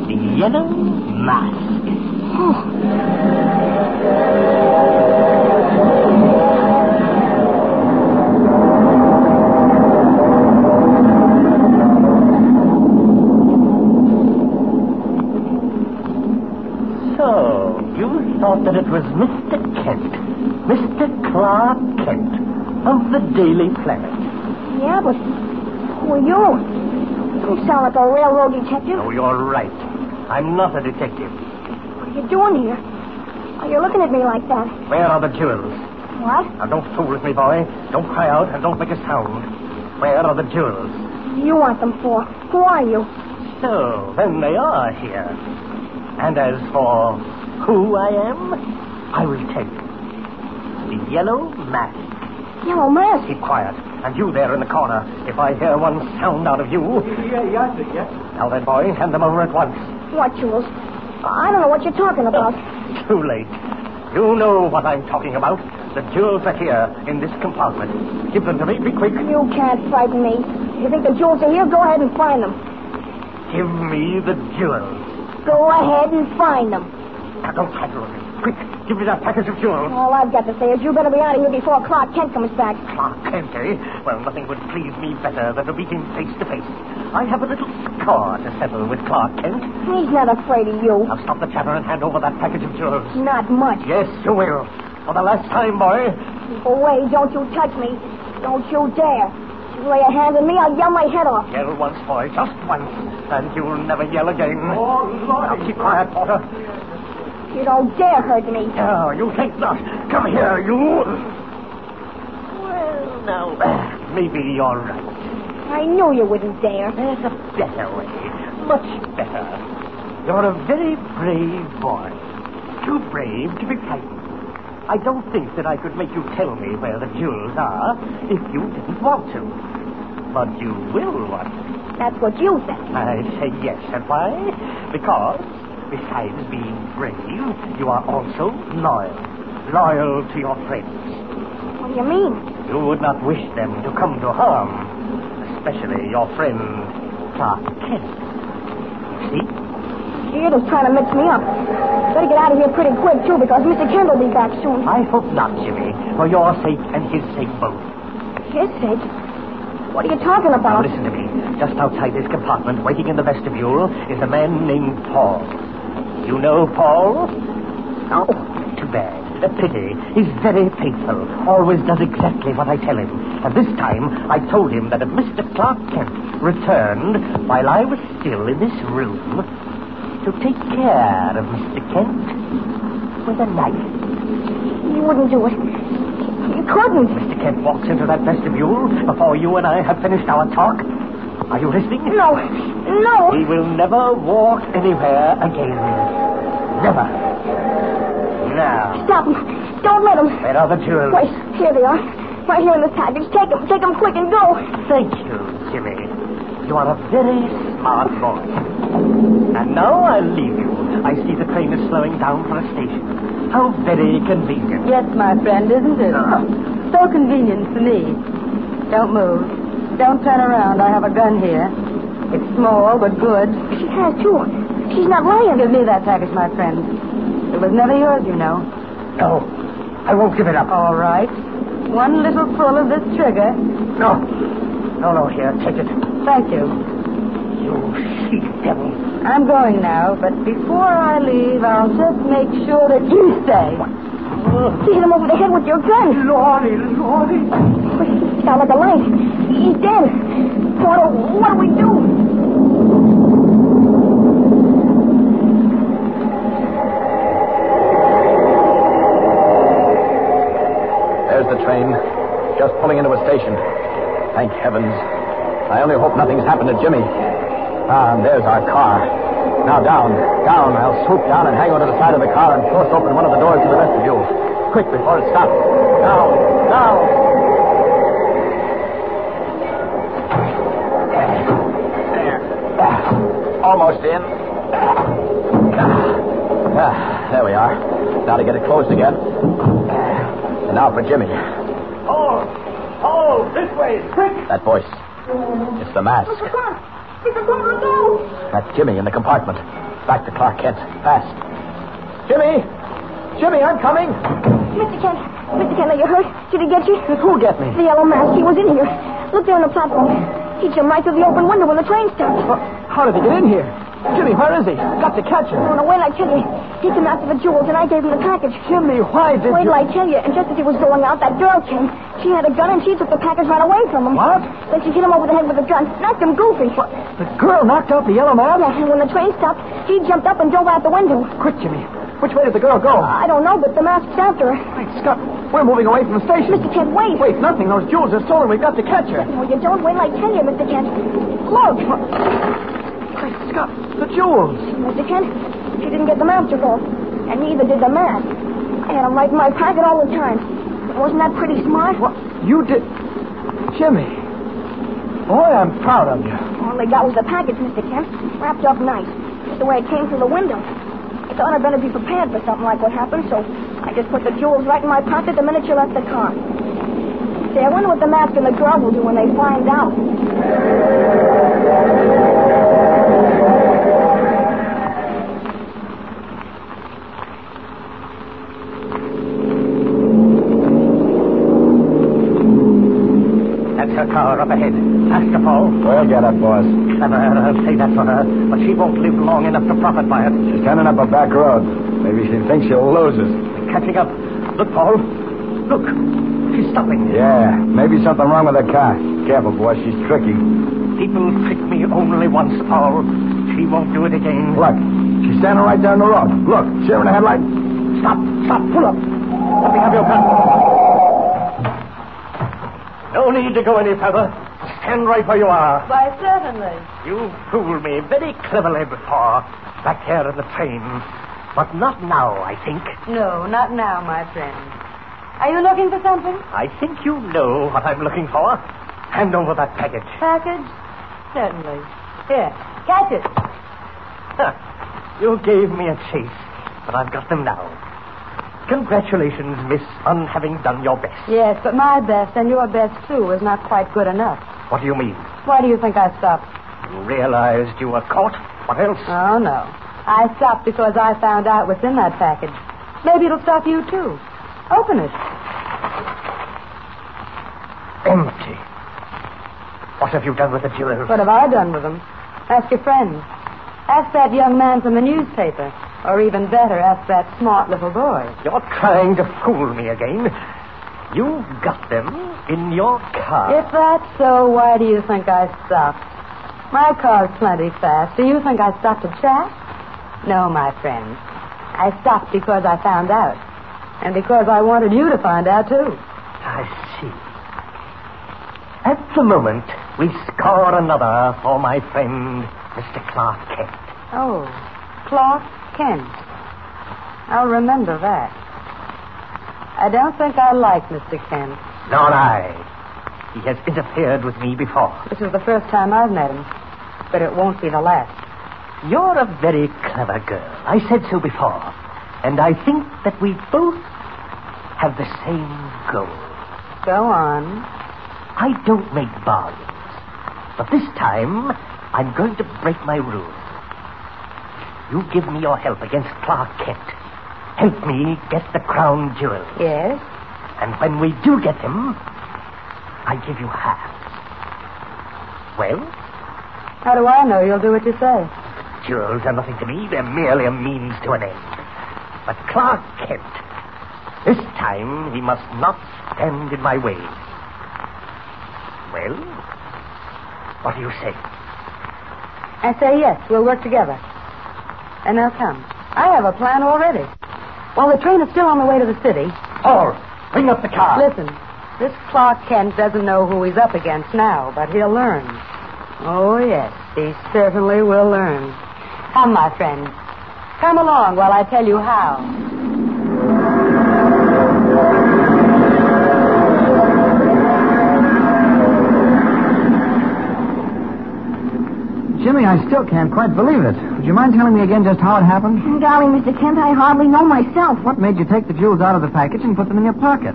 Speaker 11: The Yellow Mask. So, you thought that it was Mr. Kent, Mr. Clark Kent, of the Daily Planet.
Speaker 7: Yeah, but who are you? You don't sound like a railroad detective.
Speaker 11: Oh, you're right. I'm not a detective.
Speaker 7: What are you doing here? Why are you looking at me like that?
Speaker 11: Where are the jewels?
Speaker 7: What?
Speaker 11: Now, don't fool with me, boy. Don't cry out and don't make a sound. Where are the jewels?
Speaker 7: What do you want them for? Who are you?
Speaker 11: So, then they are here. And as for who I am, I will tell you. The Yellow Mask.
Speaker 7: Yellow Mask?
Speaker 11: Keep quiet. And you there in the corner. If I hear one sound out of you.
Speaker 4: yes, yes.
Speaker 11: Now then, boy, hand them over at once.
Speaker 7: What jewels? I don't know what you're talking about.
Speaker 11: Too late. You know what I'm talking about. The jewels are here in this compartment. Give them to me. Be quick.
Speaker 7: You can't frighten me. If you think the jewels are here, go ahead and find them.
Speaker 11: Give me the jewels.
Speaker 7: Go ahead and find them.
Speaker 11: Now Ah, don't trifle with me. Quick, give me that package of jewels.
Speaker 7: All I've got to say is you better be out of here before Clark Kent comes back.
Speaker 11: Clark Kent, eh? Well, nothing would please me better than to meet him face to face. I have a little score to settle with Clark Kent.
Speaker 7: He's not afraid of you.
Speaker 11: Now stop the chatter and hand over that package of jewels.
Speaker 7: Not much.
Speaker 11: Yes, you will. For the last time, boy.
Speaker 7: Keep away. Don't you touch me. Don't you dare. If you lay a hand on me, I'll yell my head off.
Speaker 11: Yell once, boy, just once, and you'll never yell again. Oh, Lord. Now keep quiet, Porter.
Speaker 7: You don't dare hurt me.
Speaker 11: No, Oh, you think not. Come here, you. Well, now, uh, maybe you're right.
Speaker 7: I knew you wouldn't dare.
Speaker 11: There's a better way. Much better. You're a very brave boy. Too brave to be frightened. I don't think that I could make you tell me where the jewels are if you didn't want to. But you will want to.
Speaker 7: That's what you said.
Speaker 11: I say yes, and why? Because, besides being brave, you are also loyal. Loyal to your friends.
Speaker 7: What do you mean?
Speaker 11: You would not wish them to come to harm, especially your friend, Clark Kent. See?
Speaker 7: You're just trying to mix me up. Better get out of here pretty quick, too, because Mr. Kent will be back soon.
Speaker 11: I hope not, Jimmy. For your sake and his sake both.
Speaker 7: His sake? What are you talking
Speaker 11: Now
Speaker 7: about?
Speaker 11: listen to me. Just outside this compartment, waiting in the vestibule, is a man named Paul. You know Paul? Oh, too bad. A pity. He's very faithful. Always does exactly what I tell him. And this time, I told him that if Mr. Clark Kent returned while I was still in this room, to take care of Mr. Kent with a knife.
Speaker 7: You wouldn't do it.
Speaker 11: You couldn't. Mr. Kent walks into that vestibule before you and I have finished our talk. Are you listening? No. No. He will never walk anywhere again. Never. Now.
Speaker 7: Stop him. Don't let him.
Speaker 11: Where are the jewels?
Speaker 7: Wait, here they are. Right here in this package. Take them. Take them quick and go.
Speaker 11: Thank you, Jimmy. You are a very smart boy. And now I'll leave you. I see the train is slowing down for a station. How very convenient.
Speaker 10: Yes, my friend, isn't it? So convenient for me. Don't move. Don't turn around. I have a gun here. It's small, but good. She has, too. She's not lying. Give me that package, my friend. It was never yours, you know.
Speaker 11: No. Oh, I won't give it up.
Speaker 10: All right. One little pull of this trigger.
Speaker 11: No. Oh. No, no, here. Take it.
Speaker 10: Thank you.
Speaker 11: You she devil.
Speaker 10: I'm going now, but before I leave, I'll just make sure that you stay.
Speaker 7: He's him over the head with your gun.
Speaker 11: Lordy, Lordy.
Speaker 7: He's down at the lake. He's dead. Porter, what do we do?
Speaker 13: There's the train, just pulling into a station. Thank heavens. I only hope nothing's happened to Jimmy. Ah, and there's our car. Now down, down. I'll swoop down and hang onto the side of the car and force open one of the doors to the vestibule. Quick, before it stops. Down, down. There. Ah, Almost in. Ah, ah, there we are. Now to get it closed again. And now for Jimmy.
Speaker 2: Oh, oh, this way, quick.
Speaker 13: That voice. It's the mask.
Speaker 2: Mr. Clark, Mr. Clark, no.
Speaker 13: That's Jimmy in the compartment. Back to Clark Kent. Fast. Jimmy! Jimmy, I'm coming!
Speaker 7: Mr. Kent. Mr. Kent, are you hurt? Did he get you?
Speaker 13: who get me?
Speaker 7: The yellow mask. He was in here. Look there on the platform. He jumped right through the open window when the train stopped.
Speaker 9: How did he get in here? Jimmy, where is he? Got to catch him.
Speaker 7: Run away, I tell you. He came after the jewels, and I gave him the package.
Speaker 9: Jimmy, why did
Speaker 7: Wait
Speaker 9: you-
Speaker 7: till I tell you. And just as he was going out, that girl came. She had a gun, and she took the package right away from him. What? Then she hit him over the head with a gun. Knocked him goofy. What?
Speaker 9: The girl knocked out the yellow man?
Speaker 7: Yeah, and when the train stopped, he jumped up and drove out the window.
Speaker 9: Quick, Jimmy. Which way did the girl go?
Speaker 7: I don't know, but the mask's after her.
Speaker 9: Wait, Scott, we're moving away from the station.
Speaker 7: Mr. Kent, wait.
Speaker 9: Wait, nothing. Those jewels are stolen. We've got to catch her.
Speaker 7: No, you don't. Wait till I tell you, Mr. Kent. Look.
Speaker 9: Great Scott, the jewels.
Speaker 7: Mr. Kent, she didn't get the master gold, and neither did the mask. I had him right in my pocket all the time. Wasn't that pretty smart? What?
Speaker 9: You did. Jimmy. Boy, I'm proud of you.
Speaker 7: All they got was the package, Mr. Kent, wrapped up nice, just the way it came through the window. I thought I'd better be prepared for something like what happened, so I just put the jewels right in my pocket the minute you left the car. See, I wonder what the mask and the girl will do when they find out.
Speaker 11: That's her car up ahead. Faster, Paul.
Speaker 13: Well, get up, boss.
Speaker 11: Clever. I'll say that for her. But she won't live long enough to profit by it.
Speaker 13: She's turning up a back road. Maybe she thinks she'll lose us.
Speaker 11: Catching up. Look, Paul. Look. She's stopping.
Speaker 13: Yeah, maybe something wrong with the car. Careful, boss. She's tricky.
Speaker 11: People trick me only once, Paul. She won't do it again.
Speaker 13: Look, she's standing right down the road. Look, shearing the headlight.
Speaker 11: Stop. Stop. Pull up. Let me have your gun. No need to go any further. Stand right where you are.
Speaker 15: Why, certainly.
Speaker 11: You fooled me very cleverly before, back here in the train. But not now, I think.
Speaker 10: No, not now, my friend. Are you looking for something?
Speaker 11: I think you know what I'm looking for. Hand over that package.
Speaker 15: Package? Certainly. Here, catch it.
Speaker 11: Huh. You gave me a chase, but I've got them now. Congratulations, miss, on having done your best.
Speaker 10: Yes, but my best and your best, too, is not quite good enough.
Speaker 11: What do you mean?
Speaker 10: Why do you think I stopped?
Speaker 11: realized you were caught? What else?
Speaker 10: Oh, no. I stopped because I found out what's in that package. Maybe it'll stop you, too. Open it.
Speaker 11: Empty. What have you done with the jewels?
Speaker 10: What have I done with them? Ask your friends. Ask that young man from the newspaper. Or even better, ask that smart little boy.
Speaker 11: You're trying to fool me again. You got them in your car.
Speaker 10: If that's so, why do you think I stopped? My car's plenty fast. Do you think I stopped to chat? No, my friend. I stopped because I found out. And because I wanted you to find out, too.
Speaker 11: I see. At the moment, we score another for my friend, Mr. Clark Kent.
Speaker 10: Oh, Clark Kent. I'll remember that. I don't think I like Mr. Kent.
Speaker 11: Nor I. He has interfered with me before.
Speaker 10: This is the first time I've met him, but it won't be the last.
Speaker 11: You're a very clever girl. I said so before. And I think that we both have the same goal.
Speaker 10: Go on.
Speaker 11: I don't make bargains. But this time, I'm going to break my rule. You give me your help against Clark Kent. Help me get the crown jewels.
Speaker 10: Yes?
Speaker 11: And when we do get them, I give you half. Well,
Speaker 10: How do I know you'll do what you say?
Speaker 11: jewels are nothing to me. They're merely a means to an end. But Clark Kent, this time he must not stand in my way. Well, what do you say?
Speaker 10: I say yes, we'll work together. And now come. I have a plan already. While the train is still on the way to the city.
Speaker 11: Paul, bring up the car.
Speaker 10: Listen, this Clark Kent doesn't know who he's up against now, but he'll learn. Oh, yes, he certainly will learn. Come, my friend. Come along while I tell you how.
Speaker 8: Jimmy, I still can't quite believe it. Would you mind telling me again just how it happened?
Speaker 7: Golly, Mr. Mm, Kent, I hardly know myself.
Speaker 8: What made you take the jewels out of the package and put them in your pocket?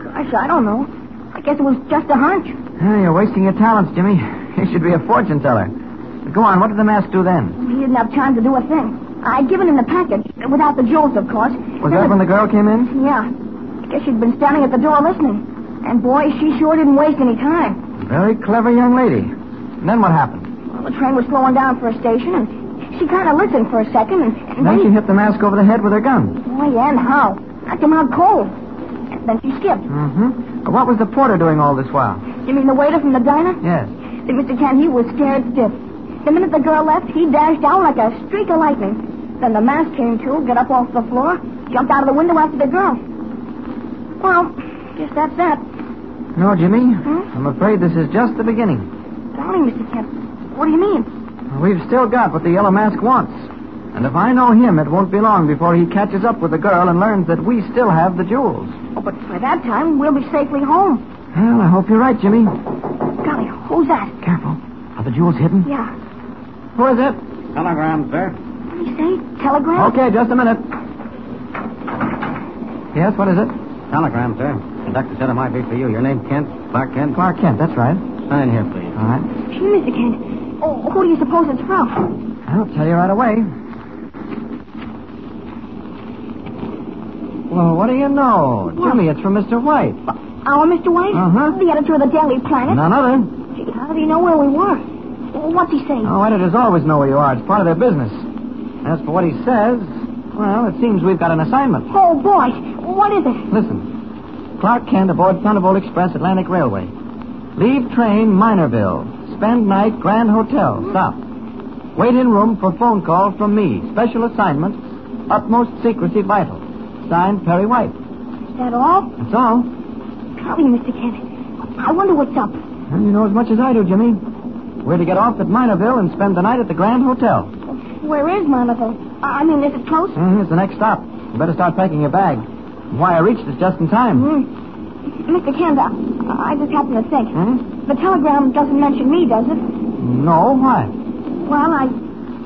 Speaker 7: Gosh, I don't know. I guess it was just a hunch.
Speaker 8: Ah, you're wasting your talents, Jimmy. You should be a fortune teller. Go on, what did the mask do then?
Speaker 7: He didn't have time to do a thing. I'd given him the package, without the jewels, of course.
Speaker 8: Was that when the girl came in?
Speaker 7: Yeah. I guess she'd been standing at the door listening. And boy, she sure didn't waste any time.
Speaker 8: Very clever young lady. And then what happened?
Speaker 7: Well, the train was slowing down for a station, and she kind of listened for a second, and, and
Speaker 8: Then she hit the mask over the head with her gun.
Speaker 7: Boy, and how? Knocked him out cold. And then she skipped.
Speaker 8: Mm-hmm. What was the porter doing all this while?
Speaker 7: You mean the waiter from the diner?
Speaker 8: Yes.
Speaker 7: Then Mr. Kent, he was scared stiff. The minute the girl left, he dashed out like a streak of lightning. Then the mask came to, got up off the floor, jumped out of the window after the girl. Well, guess that's that.
Speaker 8: No, Jimmy.
Speaker 7: Hmm?
Speaker 8: I'm afraid this is just the beginning.
Speaker 7: Golly, Mr. Kent, what do you mean?
Speaker 8: We've still got what the yellow mask wants. And if I know him, it won't be long before he catches up with the girl and learns that we still have the jewels.
Speaker 7: Oh, but by that time, we'll be safely home.
Speaker 8: Well, I hope you're right, Jimmy.
Speaker 7: Golly, who's that?
Speaker 8: Careful. Are the jewels hidden?
Speaker 7: Yeah.
Speaker 8: Who is it? Telegram, sir.
Speaker 7: What do you say? Telegram?
Speaker 8: Okay, just a minute. Yes, what is it?
Speaker 5: Telegram, sir. Conductor said it might be for you. Your name Kent? Clark Kent?
Speaker 8: Clark Kent, that's right.
Speaker 5: Sign here, please.
Speaker 8: All right.
Speaker 7: Gee, Mr. Kent. Oh, who do you suppose it's from?
Speaker 8: I'll tell you right away. Well, what do you know?
Speaker 7: What?
Speaker 8: Jimmy, it's from Mr. White.
Speaker 7: Our Mr. White?
Speaker 8: Uh-huh.
Speaker 7: The editor of the Daily Planet?
Speaker 8: None other.
Speaker 7: Gee, how did he know where we were? What's he saying?
Speaker 8: Oh, editors always know where you are. It's part of their business. As for what he says, well, it seems we've got an assignment.
Speaker 7: Oh, boy. What is it?
Speaker 8: Listen. Clark Kent aboard Thunderbolt Express Atlantic Railway. Leave train Minerville. Spend night Grand Hotel. Stop. Wait in room for phone call from me. Special assignment. Utmost secrecy vital. Signed Perry White.
Speaker 7: Is that all?
Speaker 8: That's all.
Speaker 7: Golly, Mr. Kent. I wonder what's up.
Speaker 8: Well, you know as much as I do, Jimmy. We're to get off at Minerville and spend the night at the Grand Hotel.
Speaker 7: Where is Monaco? I I mean, is it close?
Speaker 8: Mhm, it's the next stop. You better start packing your bag. Why, I reached it just in time.
Speaker 7: Mr. Kent, I, I just happen to think.
Speaker 8: Hmm?
Speaker 7: The telegram doesn't mention me, does it?
Speaker 8: No, why?
Speaker 7: Well, I,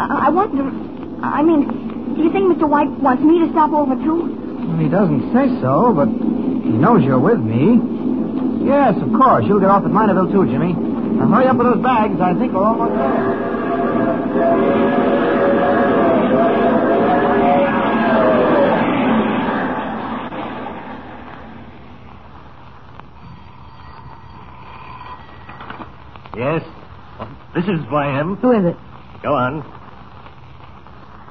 Speaker 7: I, I wanted to. I mean, do you think Mr. White wants me to stop over too?
Speaker 8: Well, he doesn't say so, but he knows you're with me. Yes, of course. You'll get off at Minerville, too, Jimmy. Now hurry up with those bags. I think we're almost there.
Speaker 11: Yes. This is Blam.
Speaker 10: Who is it?
Speaker 11: Go on.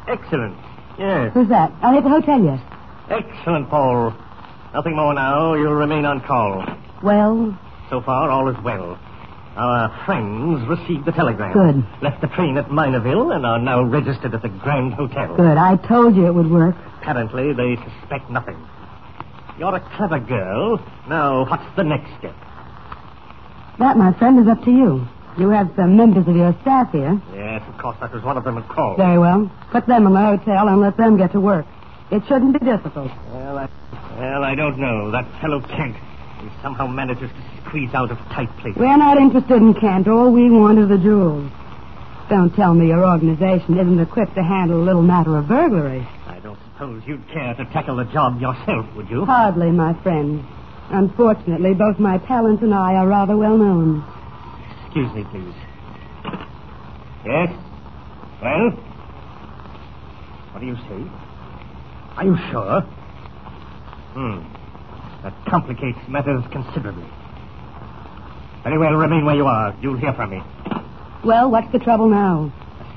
Speaker 11: Excellent. Yes.
Speaker 10: Who's that? Are they at the hotel yet?
Speaker 11: Excellent, Paul. Nothing more now. You'll remain on call.
Speaker 10: Well,
Speaker 11: So far, all is well. Our friends received the telegram.
Speaker 10: Good.
Speaker 11: Left the train at Minerville and are now registered at the Grand Hotel.
Speaker 10: good. I told you it would work.
Speaker 11: Apparently, they suspect nothing. You're a clever girl. Now, what's the next step?
Speaker 10: That, my friend, is up to you. You have some members of your staff here.
Speaker 11: Yes, of course, that was one of them at call.
Speaker 10: Very well. Put them in the hotel and let them get to work. It shouldn't be difficult.
Speaker 11: Well, I, well, I don't know. That fellow Kent. He somehow manages to squeeze out of tight places.
Speaker 10: We're not interested in Kent. All we want is the jewels. Don't tell me your organization isn't equipped to handle a little matter of burglary.
Speaker 11: I don't suppose you'd care to tackle the job yourself, would you?
Speaker 10: Hardly, my friend. Unfortunately, both my talents and I are rather well known.
Speaker 11: Excuse me, please. Yes? Well? What do you say? Are you sure? Hmm. That complicates matters considerably. Very well, remain where you are. You'll hear from me.
Speaker 10: Well, what's the trouble now?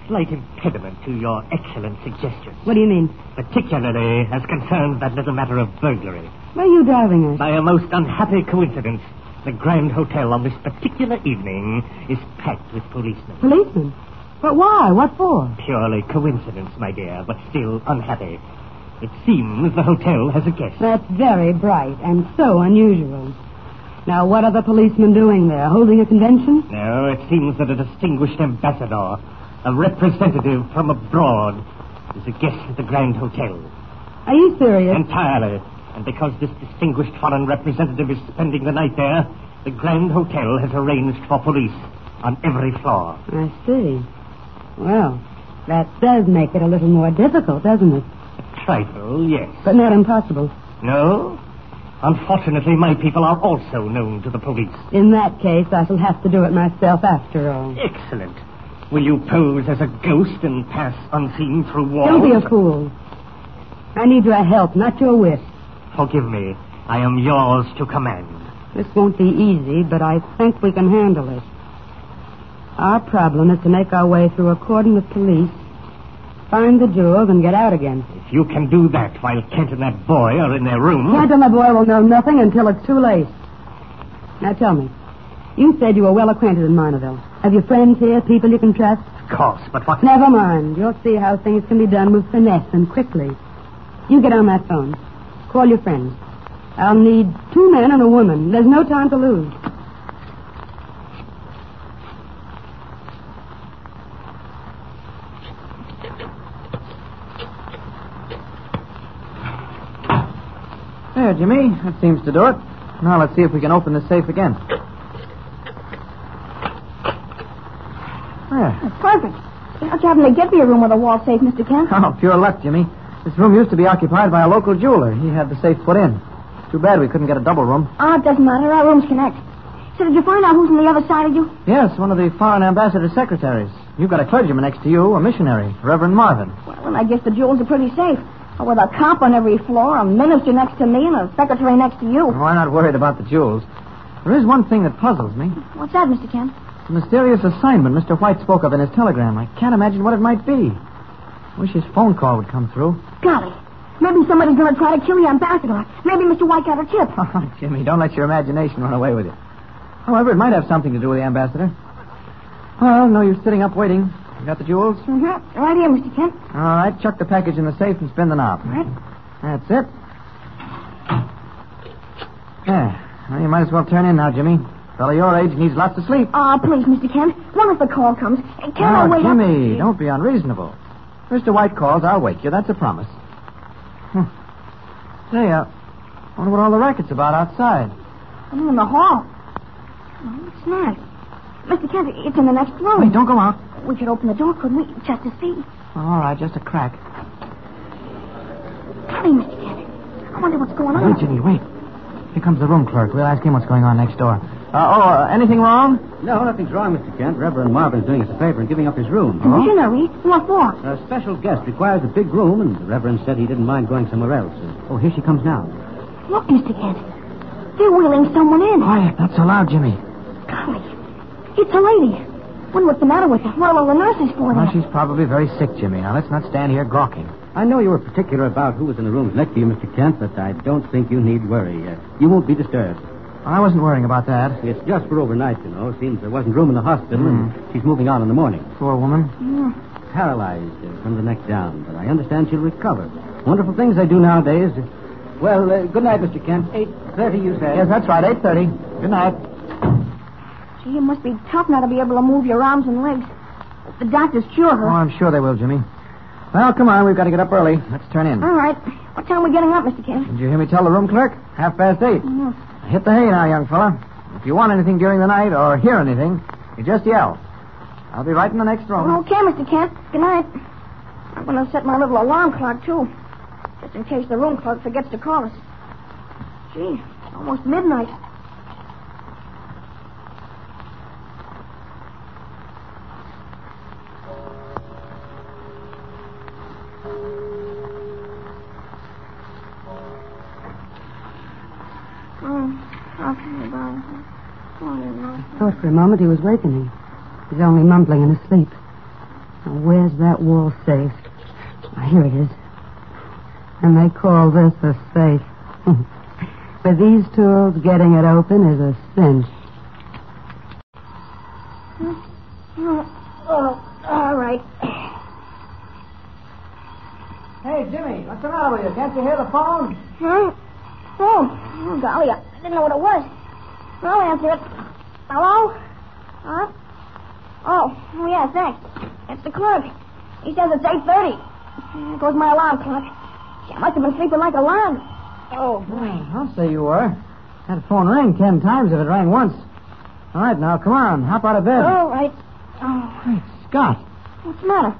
Speaker 11: Slight impediment to your excellent suggestions,
Speaker 10: What do you mean?
Speaker 11: particularly as concerns that little matter of burglary.
Speaker 10: Where are you driving us?
Speaker 11: By a most unhappy coincidence, the Grand Hotel on this particular evening is packed with policemen.
Speaker 10: Policeman. But why? What for?
Speaker 11: Purely coincidence, my dear, but still unhappy. It seems the hotel has a guest.
Speaker 10: That's very bright and so unusual. Now, what are the policemen doing there? Holding a convention?
Speaker 11: No, it seems that a distinguished ambassador, a representative from abroad, is a guest at the Grand Hotel.
Speaker 10: Are you serious?
Speaker 11: Entirely. And because this distinguished foreign representative is spending the night there, the Grand Hotel has arranged for police on every floor.
Speaker 10: I see. Well, that does make it a little more difficult, doesn't it?
Speaker 11: Trifle, yes.
Speaker 10: But not impossible.
Speaker 11: No? Unfortunately, my people are also known to the police.
Speaker 10: In that case, I shall have to do it myself after all.
Speaker 11: Excellent. Will you pose as a ghost and pass unseen through walls?
Speaker 10: Don't be a fool. I need your help, not your wit.
Speaker 11: Forgive me. I am yours to command.
Speaker 10: This won't be easy, but I think we can handle it. Our problem is to make our way through a cordon of police, find the jewels, and get out again.
Speaker 11: If you can do that while Kent and that boy are in their room.
Speaker 10: Kent and the boy will know nothing until it's too late. Now tell me, you said you were well acquainted in Mineville. Have you friends here, people you can trust?
Speaker 11: Of course, but what?
Speaker 10: Never mind. You'll see how things can be done with finesse and quickly. You get on that phone. Call your friends. I'll need two men and a woman. There's no time to lose.
Speaker 8: There, Jimmy. That seems to do it. Now let's see if we can open the safe again. There.
Speaker 7: Perfect. How'd you happen to get me a room with a wall safe, Mr. Kent?
Speaker 8: Oh, pure luck, Jimmy. This room used to be occupied by a local jeweler. He had the safe put in. Too bad we couldn't get a double room.
Speaker 7: Ah, it doesn't matter. Our rooms connect. So did you find out who's on the other side of you?
Speaker 8: Yes, one of the foreign ambassador's secretaries. You've got a clergyman next to you, a missionary, Reverend Marvin.
Speaker 7: Well, and I guess the jewels are pretty safe. Oh, With a cop on every floor, a minister next to me, and a secretary next to you.
Speaker 8: Why not worried about the jewels? There is one thing that puzzles me.
Speaker 7: What's that, Mr. Kent?
Speaker 8: The mysterious assignment Mr. White spoke of in his telegram. I can't imagine what it might be. Wish his phone call would come through.
Speaker 7: Golly. Maybe somebody's going to try to kill the ambassador. Maybe Mr. White got a tip.
Speaker 8: Jimmy, don't let your imagination run away with you. However, it might have something to do with the ambassador. Well, no use sitting up waiting. You got the jewels?
Speaker 7: Mm-hmm. Right here, Mr. Kent.
Speaker 8: All right, Uh, chuck the package in the safe and spin the knob.
Speaker 7: Right.
Speaker 8: That's it. There. Well, you might as well turn in now, Jimmy. Fellow your age needs lots of sleep.
Speaker 7: Ah, please, Mr. Kent. Long as the call comes. Hey, Can't I
Speaker 8: now,
Speaker 7: wait up?
Speaker 8: Jimmy, don't be unreasonable. Mr. White calls, I'll wake you. That's a promise. Hmm. Say, uh, wonder what all the racket's about outside.
Speaker 7: I'm in the hall. Oh, what's that? Mr. Kent, it's in the next room.
Speaker 8: Wait, don't go out.
Speaker 7: We could open the door, couldn't we? Just to see.
Speaker 8: All right, just a crack.
Speaker 7: Golly, Mr. Kent. I wonder what's going
Speaker 8: Wait,
Speaker 7: on.
Speaker 8: Jimmy, wait. Here comes the room clerk. We'll ask him what's going on next door. Uh, oh, uh, anything wrong?
Speaker 5: No, nothing's wrong, Mr. Kent. Reverend Marvin's doing us a favor and giving up his room.
Speaker 8: Mm-hmm.
Speaker 7: Missionary? What for?
Speaker 5: A special guest requires a big room, and the Reverend said he didn't mind going somewhere else. Oh, here she comes now.
Speaker 7: Look, Mr. Kent. They're wheeling someone in.
Speaker 8: Quiet, not so loud, Jimmy.
Speaker 7: Golly. It's a lady. Wonder what's the matter with her. What are all the nurses for
Speaker 8: Well,
Speaker 7: there?
Speaker 8: she's probably very sick, Jimmy. Now, let's not stand here gawking.
Speaker 5: I know you were particular about who was in the rooms next to you, Mr. Kent, but I don't think you need worry. Uh, you won't be disturbed.
Speaker 8: I wasn't worrying about that.
Speaker 5: It's just for overnight, you know. Seems there wasn't room in the hospital, and she's moving out in the morning.
Speaker 8: Mm. Poor woman.
Speaker 7: Yeah.
Speaker 5: Paralyzed uh, from the neck down, but I understand she'll recover. Wonderful things they do nowadays. Well, uh, good night, Mr. Kent. 8.30, you said?
Speaker 8: Yes, that's right, 8.30. Good night.
Speaker 7: Gee, you must be tough not to be able to move your arms and legs. If The doctors cure her.
Speaker 8: Oh, I'm sure they will, Jimmy. Well, come on. We've got to get up early. Let's turn in.
Speaker 7: All right. What time are we getting up, Oh, Mr. Kent?
Speaker 8: Did you hear me tell the room clerk? Half past eight.
Speaker 7: Yeah.
Speaker 8: Hit the hay now, young fella. If you want anything during the night or hear anything, you just yell. I'll be right in the next room.
Speaker 7: Okay, Mr. Kent. Good night. I'm going to set my little alarm clock, too, just in case the room clerk forgets to call us. Gee, it's almost midnight. Oh,
Speaker 10: Thought for a moment he was wakening. He's only mumbling in his sleep. Now, where's that wall safe? Ah, here it is. And they call this a safe. With these tools, getting it open is a cinch.
Speaker 7: Oh, oh, all right.
Speaker 8: Hey, Jimmy, what's the matter with you? Can't you hear the phone?
Speaker 7: Huh? Oh, oh golly, I didn't know what it was. I'll answer it. Hello? Huh? Oh, oh yeah, thanks. It's the clerk. He says it's 8.30. There goes my alarm clock. Gee, I must have been sleeping like a log. Oh, boy.
Speaker 8: I'll say you were. That phone rang ten times if it rang once. All right, now, come on. Hop out of bed.
Speaker 7: All right. Oh,
Speaker 8: Great Scott.
Speaker 7: what's the matter?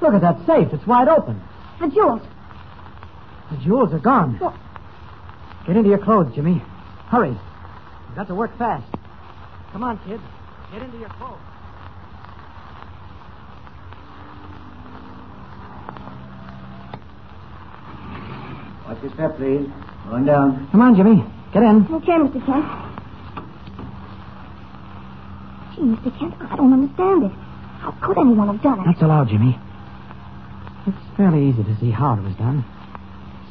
Speaker 8: Look at that safe. It's wide open.
Speaker 7: The jewels.
Speaker 8: The jewels are gone.
Speaker 7: Well-
Speaker 8: Get into your clothes, Jimmy. Hurry. We've got to work fast. Come on, kid. Get into your clothes.
Speaker 16: Watch your step, please. Going down.
Speaker 8: Come on, Jimmy. Get in.
Speaker 7: Okay, Mr. Kent. Gee, Mr. Kent, I don't understand it. How could anyone have done it?
Speaker 8: That's allowed, Jimmy. It's fairly easy to see how it was done.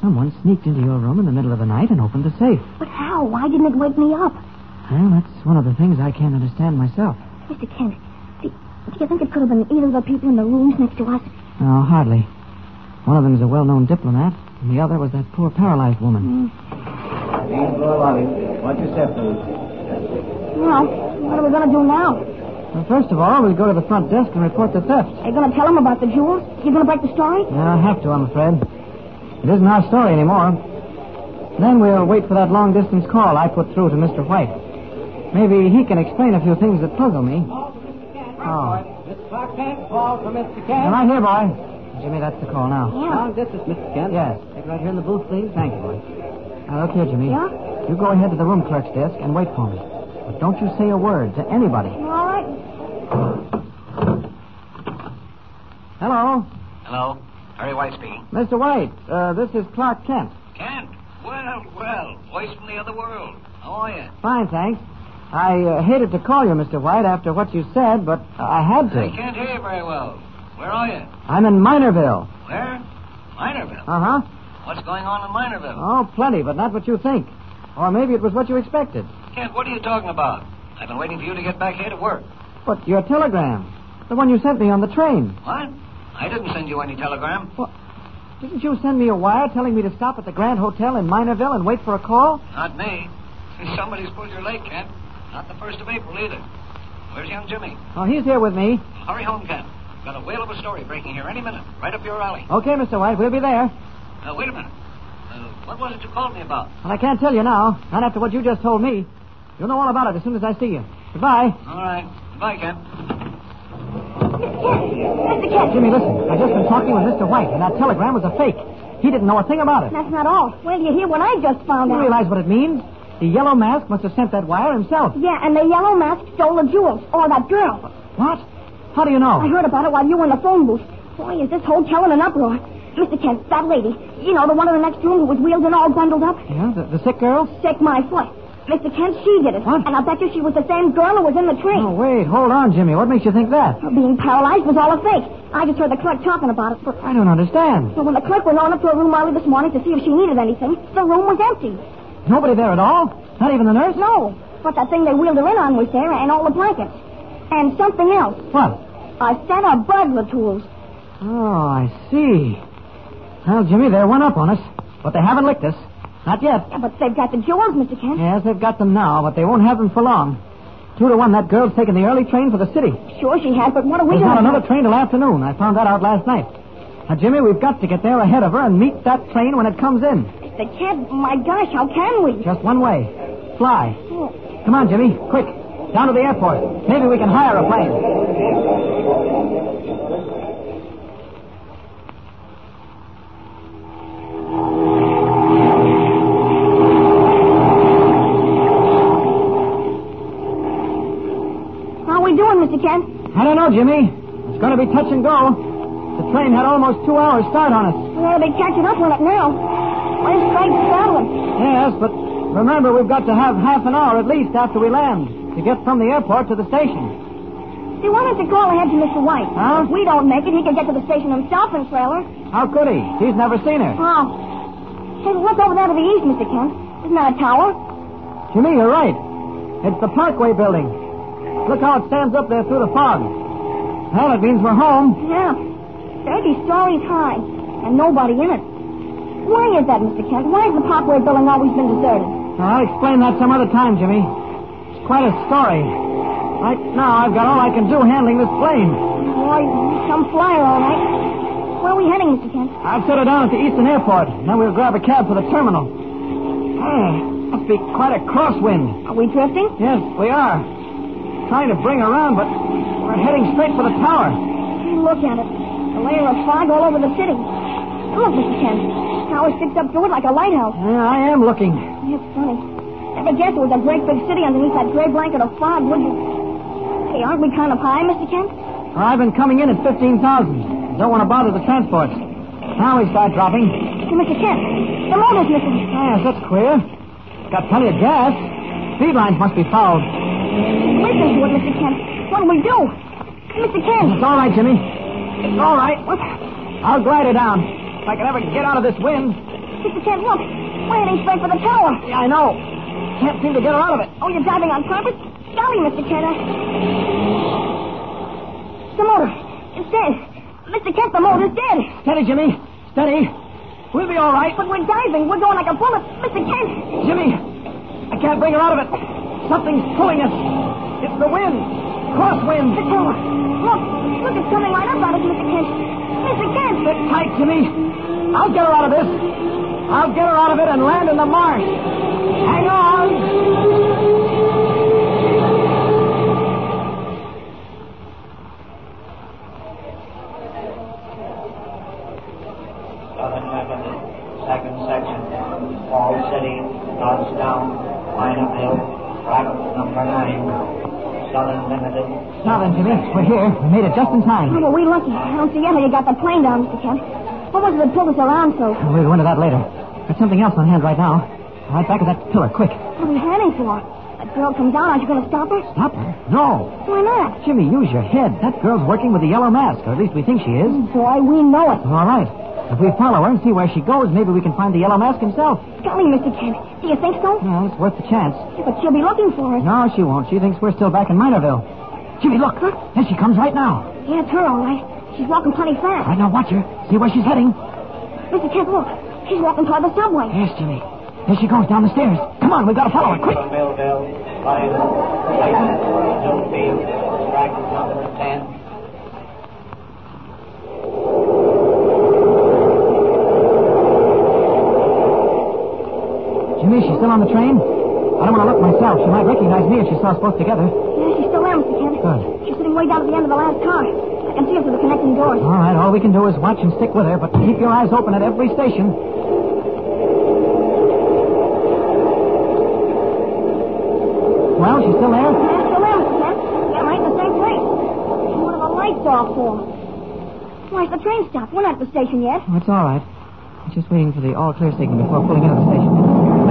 Speaker 8: Someone sneaked into your room in the middle of the night and opened the safe.
Speaker 7: But how? Why didn't it wake me up?
Speaker 8: Well, that's one of the things I can't understand myself.
Speaker 7: Mr. Kent, do, do you think it could have been either of the people in the rooms next to us?
Speaker 8: No, hardly. One of them is a well-known diplomat, and the other was that poor paralyzed woman.
Speaker 17: Hmm.
Speaker 16: Main floor lobby. Watch your step, please.
Speaker 7: Well, what are we going to do now?
Speaker 8: Well, first of all, we'll go to the front desk and report the theft.
Speaker 7: Are you going to tell them about the jewels? You going to break the story?
Speaker 8: Yeah, I have to, I'm afraid. It isn't our story anymore. Then we'll wait for that long-distance call I put through to Mr. White. Maybe he can explain a few things that puzzle me. Oh.
Speaker 12: Mr. Clark Kent, call for Mr. Kent.
Speaker 8: Am I here, boy? Jimmy, that's the call now.
Speaker 7: Yeah.
Speaker 12: This is Mr.
Speaker 8: Kent? Yes. Take it right here in the booth, please. Thank you, boy. Now, look here, Uh, Jimmy.
Speaker 7: Yeah?
Speaker 8: You go ahead to the room clerk's desk and wait for me. But don't you say a word to anybody.
Speaker 7: All right.
Speaker 8: Hello?
Speaker 14: Hello? Harry White speaking.
Speaker 8: Mr. White, uh, this is Clark Kent.
Speaker 14: Kent? Well, well. Voice from the other world. How are you?
Speaker 8: Fine, thanks. I uh, hated to call you, Mr. White, after what you said, but I had
Speaker 14: I
Speaker 8: to.
Speaker 14: can't hear you very well. Where are you?
Speaker 8: I'm in Minerville.
Speaker 14: Where? Minerville.
Speaker 16: Ah.
Speaker 8: Uh huh.
Speaker 14: What's going on in Minerville?
Speaker 8: Oh, plenty, but not what you think. Or maybe it was what you expected.
Speaker 14: Kent, what are you talking about? I've been waiting for you to get back here to work.
Speaker 8: But your telegram, the one you sent me on the train,
Speaker 14: What? I didn't send you any telegram.
Speaker 8: didn't you send me a wire telling me to stop at the Grand Hotel in Minerville and wait for a call?
Speaker 14: Not me. Somebody's pulled your leg, Kent. Not the first of April either. Where's young Jimmy?
Speaker 8: Oh, he's here with me.
Speaker 14: Hurry home, Kent. Got a whale of a story breaking here any minute, right up your alley.
Speaker 8: Okay, Mr. White, we'll be there.
Speaker 14: Uh, wait a minute. Uh, what was it you called me about?
Speaker 8: Well, I can't tell you now, not after what you just told me. You'll know all about it as soon as I see you. Goodbye.
Speaker 14: All right. Goodbye, Kent.
Speaker 7: Mr. Kent.
Speaker 8: Jimmy, listen. I've just been talking with Mr. White, and that telegram was a fake. He didn't know a thing about it.
Speaker 7: That's not all. Wait till you hear what I just found
Speaker 8: You
Speaker 7: out.
Speaker 8: realize what it means? The yellow mask must have sent that wire himself.
Speaker 7: Yeah, and the yellow mask stole the jewels. Or that girl.
Speaker 8: What? How do you know?
Speaker 7: I heard about it while you were in the phone booth. Why is this hotel in an uproar? Mr. Kent, that lady. You know, the one in the next room who was wheeled and all bundled up.
Speaker 8: Yeah, the, the sick girl?
Speaker 7: Sick my foot. Mr. Kent, she did it. What? And I bet you she was the same girl who was in the train.
Speaker 8: Oh, wait, hold on, Jimmy. What makes you think that?
Speaker 7: Her being paralyzed was all a fake. I just heard the clerk talking about it. But
Speaker 8: I don't understand.
Speaker 7: So when the clerk went on up to her room early this morning to see if she needed anything, the room was empty.
Speaker 8: Nobody there at all? Not even the nurse?
Speaker 7: No. But that thing they wheeled her in on was there, and all the blankets. And something else.
Speaker 8: What?
Speaker 7: A set of burglar tools.
Speaker 8: Oh, I see. Well, Jimmy, they're one up on us, but they haven't licked us. Not yet.
Speaker 7: Yeah, but they've got the jewels, Mr. Kent.
Speaker 8: Yes, they've got them now, but they won't have them for long. Two to one, that girl's taking the early train for the city.
Speaker 7: Sure she has, but what are we
Speaker 8: There's not
Speaker 7: going
Speaker 8: another train till afternoon. I found that out last night. Now, Jimmy, we've got to get there ahead of her and meet that train when it comes in.
Speaker 7: Mr. Kent, my gosh, how can we? Oh.
Speaker 8: Just one way. Fly. Come on, Jimmy. Quick. Down to the airport. Maybe we can hire a plane.
Speaker 7: How are we doing, Mr. Kent?
Speaker 8: I don't know, Jimmy. It's going to be touch and go. The train had almost two hours start on us.
Speaker 7: We ought to be catching up on it now. Where's Frank traveling?
Speaker 8: Yes, but remember, we've got to have half an hour at least after we land to get from the airport to the station.
Speaker 7: See, why don't you call ahead to Mr. White?
Speaker 8: Huh?
Speaker 7: If we don't make it, he can get to the station himself in trailer.
Speaker 8: How could he? He's never seen her.
Speaker 7: Oh. Hey, look over there to the east, Mr. Kent. Isn't that a tower?
Speaker 8: Jimmy, you're right. It's the Parkway building. Look how it stands up there through the fog. Well, it means we're home.
Speaker 7: Yeah. Thirty stories high. And nobody in it. Why is that, Mr. Kent? Why has the Parkway building always been deserted?
Speaker 8: Now, I'll explain that some other time, Jimmy. It's quite a story. Right now, I've got all I can do handling this plane.
Speaker 7: Boy, some flyer, all right. Where are we heading, Mr. Kent?
Speaker 8: I'll set her down at the Eastern Airport, and then we'll grab a cab for the terminal. Ah, must be quite a crosswind.
Speaker 7: Are we drifting?
Speaker 8: Yes, we are. Trying to bring around, but we're heading straight for the tower.
Speaker 7: Look at it. A layer of fog all over the city. Look, Mr. Kent. Tower sticks up to it like a lighthouse.
Speaker 8: Yeah, I am looking.
Speaker 7: It's funny. Never guess it was a great big city underneath that gray blanket of fog, would you? Hey, aren't we kind of high, Mr. Kent?
Speaker 8: I've been coming in at 15,000. Don't want to bother the transports. Now we start dropping.
Speaker 7: Hey, Mr. Kent, the motor's missing.
Speaker 8: Yes, that's queer. Got plenty of gas. Speed lines must be fouled.
Speaker 7: Listen to it, Mr. Kent. What do we do? Hey, Mr. Kent.
Speaker 8: It's all right, Jimmy. It's all right. I'll glide her down. If I can ever get out of this wind.
Speaker 7: Mr. Kent, look. We're heading straight for the tower.
Speaker 8: Yeah, I know. Can't seem to get her out of it.
Speaker 7: Oh, you're diving on purpose? Golly, Mr. Kent. I... The motor. It's dead. Mr. Kent, the motor's dead.
Speaker 8: Steady, Jimmy. Steady. We'll be all right.
Speaker 7: But we're diving. We're going like a bullet. Mr. Kent.
Speaker 8: Jimmy, I can't bring her out of it. Something's pulling us. It's the wind. Crosswind.
Speaker 7: The tower. Look. Look, it's coming right up at us, Mr. Kent. Mr. Kent.
Speaker 8: Sit tight, Jimmy. I'll get her out of this. I'll get her out of it and land in the marsh. Hang on.
Speaker 14: Southern Avenue, second section, Fall City, Pottstown, Minor Hill, route number nine, Southern Limited.
Speaker 8: Now then, Jimmy, we're here. We made it just in
Speaker 7: Oh,
Speaker 8: time.
Speaker 7: well, we lucky. I don't see how you got the plane down, Mr. Kent. What was it that pulled us around so? What
Speaker 8: We'll go into that later. There's something else on hand right now. Right back at that pillar, quick.
Speaker 7: are we heading for? That girl comes out. Aren't you going to stop her?
Speaker 8: Stop her. No.
Speaker 7: Why not?
Speaker 8: Jimmy, use your head. That girl's working with the yellow mask, or at least we think she is.
Speaker 7: Boy, we know it.
Speaker 8: All right. If we follow her and see where she goes, maybe we can find the yellow mask himself.
Speaker 7: Golly, Mr. Kent. Do you think so?
Speaker 8: Well, it's worth the chance.
Speaker 7: But she'll be looking for us.
Speaker 8: No, she won't. She thinks we're still back in Minorville. Jimmy, look. There she comes right now.
Speaker 7: Yeah, it's her, all right. She's walking plenty fast.
Speaker 8: Right now, watch her. See where she's heading.
Speaker 7: Mr. Kent, look. She's walking toward the subway.
Speaker 8: Yes, Jimmy. There she goes down the stairs. Come on, we've got to follow her. Quick.
Speaker 14: From Millville, Lyon, Layton, Zofield, track number 10.
Speaker 8: Jimmy, she's still on the train? I don't want to look myself. She might recognize me if she saw us both together.
Speaker 7: Yeah, she's still there, Mr. Kent.
Speaker 8: Good.
Speaker 7: She's sitting way down at the end of the last car. I can see her through the connecting doors.
Speaker 8: All right, all we can do is watch and stick with her, but keep your eyes open at every station. Well, she's still there?
Speaker 7: Yeah, still there, Mr. Kent. Yeah, right in the same place. And One of the lights off for me. Why, it's the train stop. We're not at the station yet.
Speaker 8: Oh, it's all right. I'm just waiting for the all clear signal before pulling out of the station.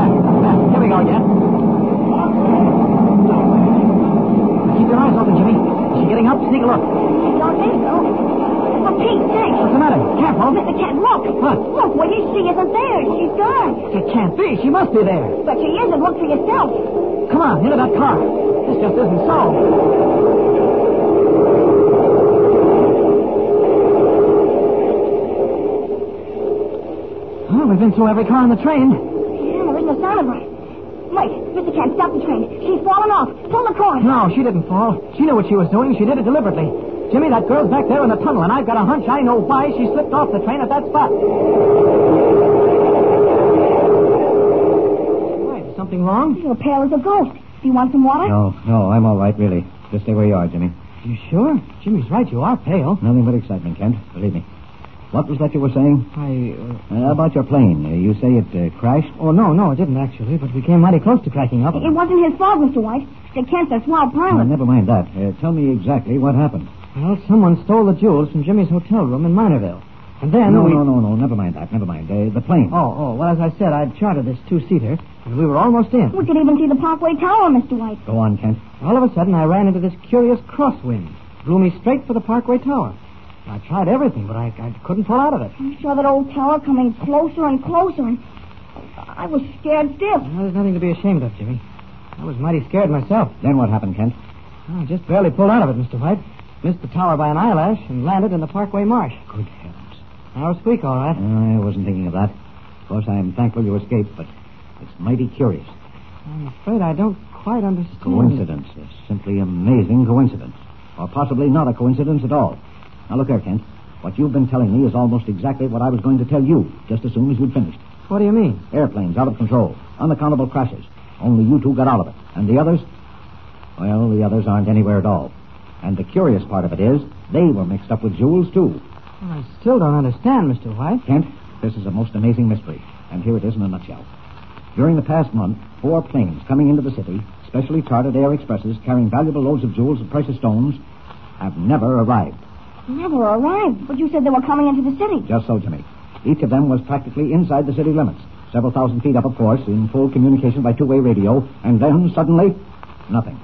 Speaker 8: Here we go again. Keep your eyes open, Jimmy. Is she getting up? Sneak a look.
Speaker 7: I don't think so. For Pete's sake.
Speaker 8: What's the matter? Careful.
Speaker 7: Mr. Kent, look.
Speaker 8: What?
Speaker 7: Look, what you see isn't there. She's gone.
Speaker 8: It can't be. She must be there.
Speaker 7: But she isn't. Look for yourself.
Speaker 8: Come on, into that car. This just isn't so. Well, we've been through every car on the train.
Speaker 7: Yeah, there isn't a sign of her. Wait, Mr. Kent, stop the train. She's fallen off. Pull the cord.
Speaker 8: No, she didn't fall. She knew what she was doing. She did it deliberately. Jimmy, that girl's back there in the tunnel, and I've got a hunch I know why she slipped off the train at that spot. Why, is something wrong?
Speaker 7: You're pale as a ghost. Do you want some water?
Speaker 14: No, no, I'm all right, really. Just stay where you are, Jimmy.
Speaker 8: You sure? Jimmy's right. You are pale.
Speaker 14: Nothing but excitement, Kent. Believe me. What was that you were saying?
Speaker 8: I.
Speaker 14: Uh, about your plane. Uh, you say it uh, crashed?
Speaker 8: Oh, no, no, it didn't actually, but we came mighty close to cracking up.
Speaker 7: It wasn't his fault, Mr. White. Mr. Kent's a small
Speaker 14: Now,
Speaker 7: pilot.
Speaker 14: never mind that. Uh, tell me exactly what happened.
Speaker 8: Well, someone stole the jewels from Jimmy's hotel room in Minerville. And then
Speaker 14: no,
Speaker 8: we...
Speaker 14: no, no, no. Never mind that. Never mind. Uh, the plane.
Speaker 8: Oh, oh, well, as I said, I'd chartered this two-seater, and we were almost in.
Speaker 7: We could even see the Parkway Tower, Mr. White.
Speaker 14: Go on, Kent.
Speaker 8: All of a sudden, I ran into this curious crosswind. Blew me straight for the Parkway Tower. I tried everything, but I, I couldn't pull out of it.
Speaker 7: I saw that old tower coming closer and closer, and I was scared stiff.
Speaker 8: Well, there's nothing to be ashamed of, Jimmy. I was mighty scared myself.
Speaker 14: Then what happened, Kent?
Speaker 8: I just barely pulled out of it, Mr. White. Missed the tower by an eyelash and landed in the Parkway Marsh.
Speaker 14: Good heavens.
Speaker 8: Hour squeak, all right.
Speaker 14: I wasn't thinking of that. Of course, I'm thankful you escaped, but it's mighty curious.
Speaker 8: I'm afraid I don't quite understand.
Speaker 14: Coincidence. A simply amazing coincidence. Or possibly not a coincidence at all. Now, look here, Kent. What you've been telling me is almost exactly what I was going to tell you just as soon as you'd finished.
Speaker 8: What do you mean?
Speaker 14: Airplanes out of control, unaccountable crashes. Only you two got out of it. And the others? Well, the others aren't anywhere at all. And the curious part of it is, they were mixed up with Jules, too.
Speaker 8: Well, Oh, I still don't understand, Mr. White.
Speaker 14: Kent, this is a most amazing mystery, and here it is in a nutshell. During the past month, four planes coming into the city, specially chartered air expresses carrying valuable loads of jewels and precious stones, have never arrived.
Speaker 7: Never arrived. But you said they were coming into the city.
Speaker 14: Just so, Jimmy. Each of them was practically inside the city limits, several thousand feet up, of course, in full communication by two-way radio, and then suddenly, nothing.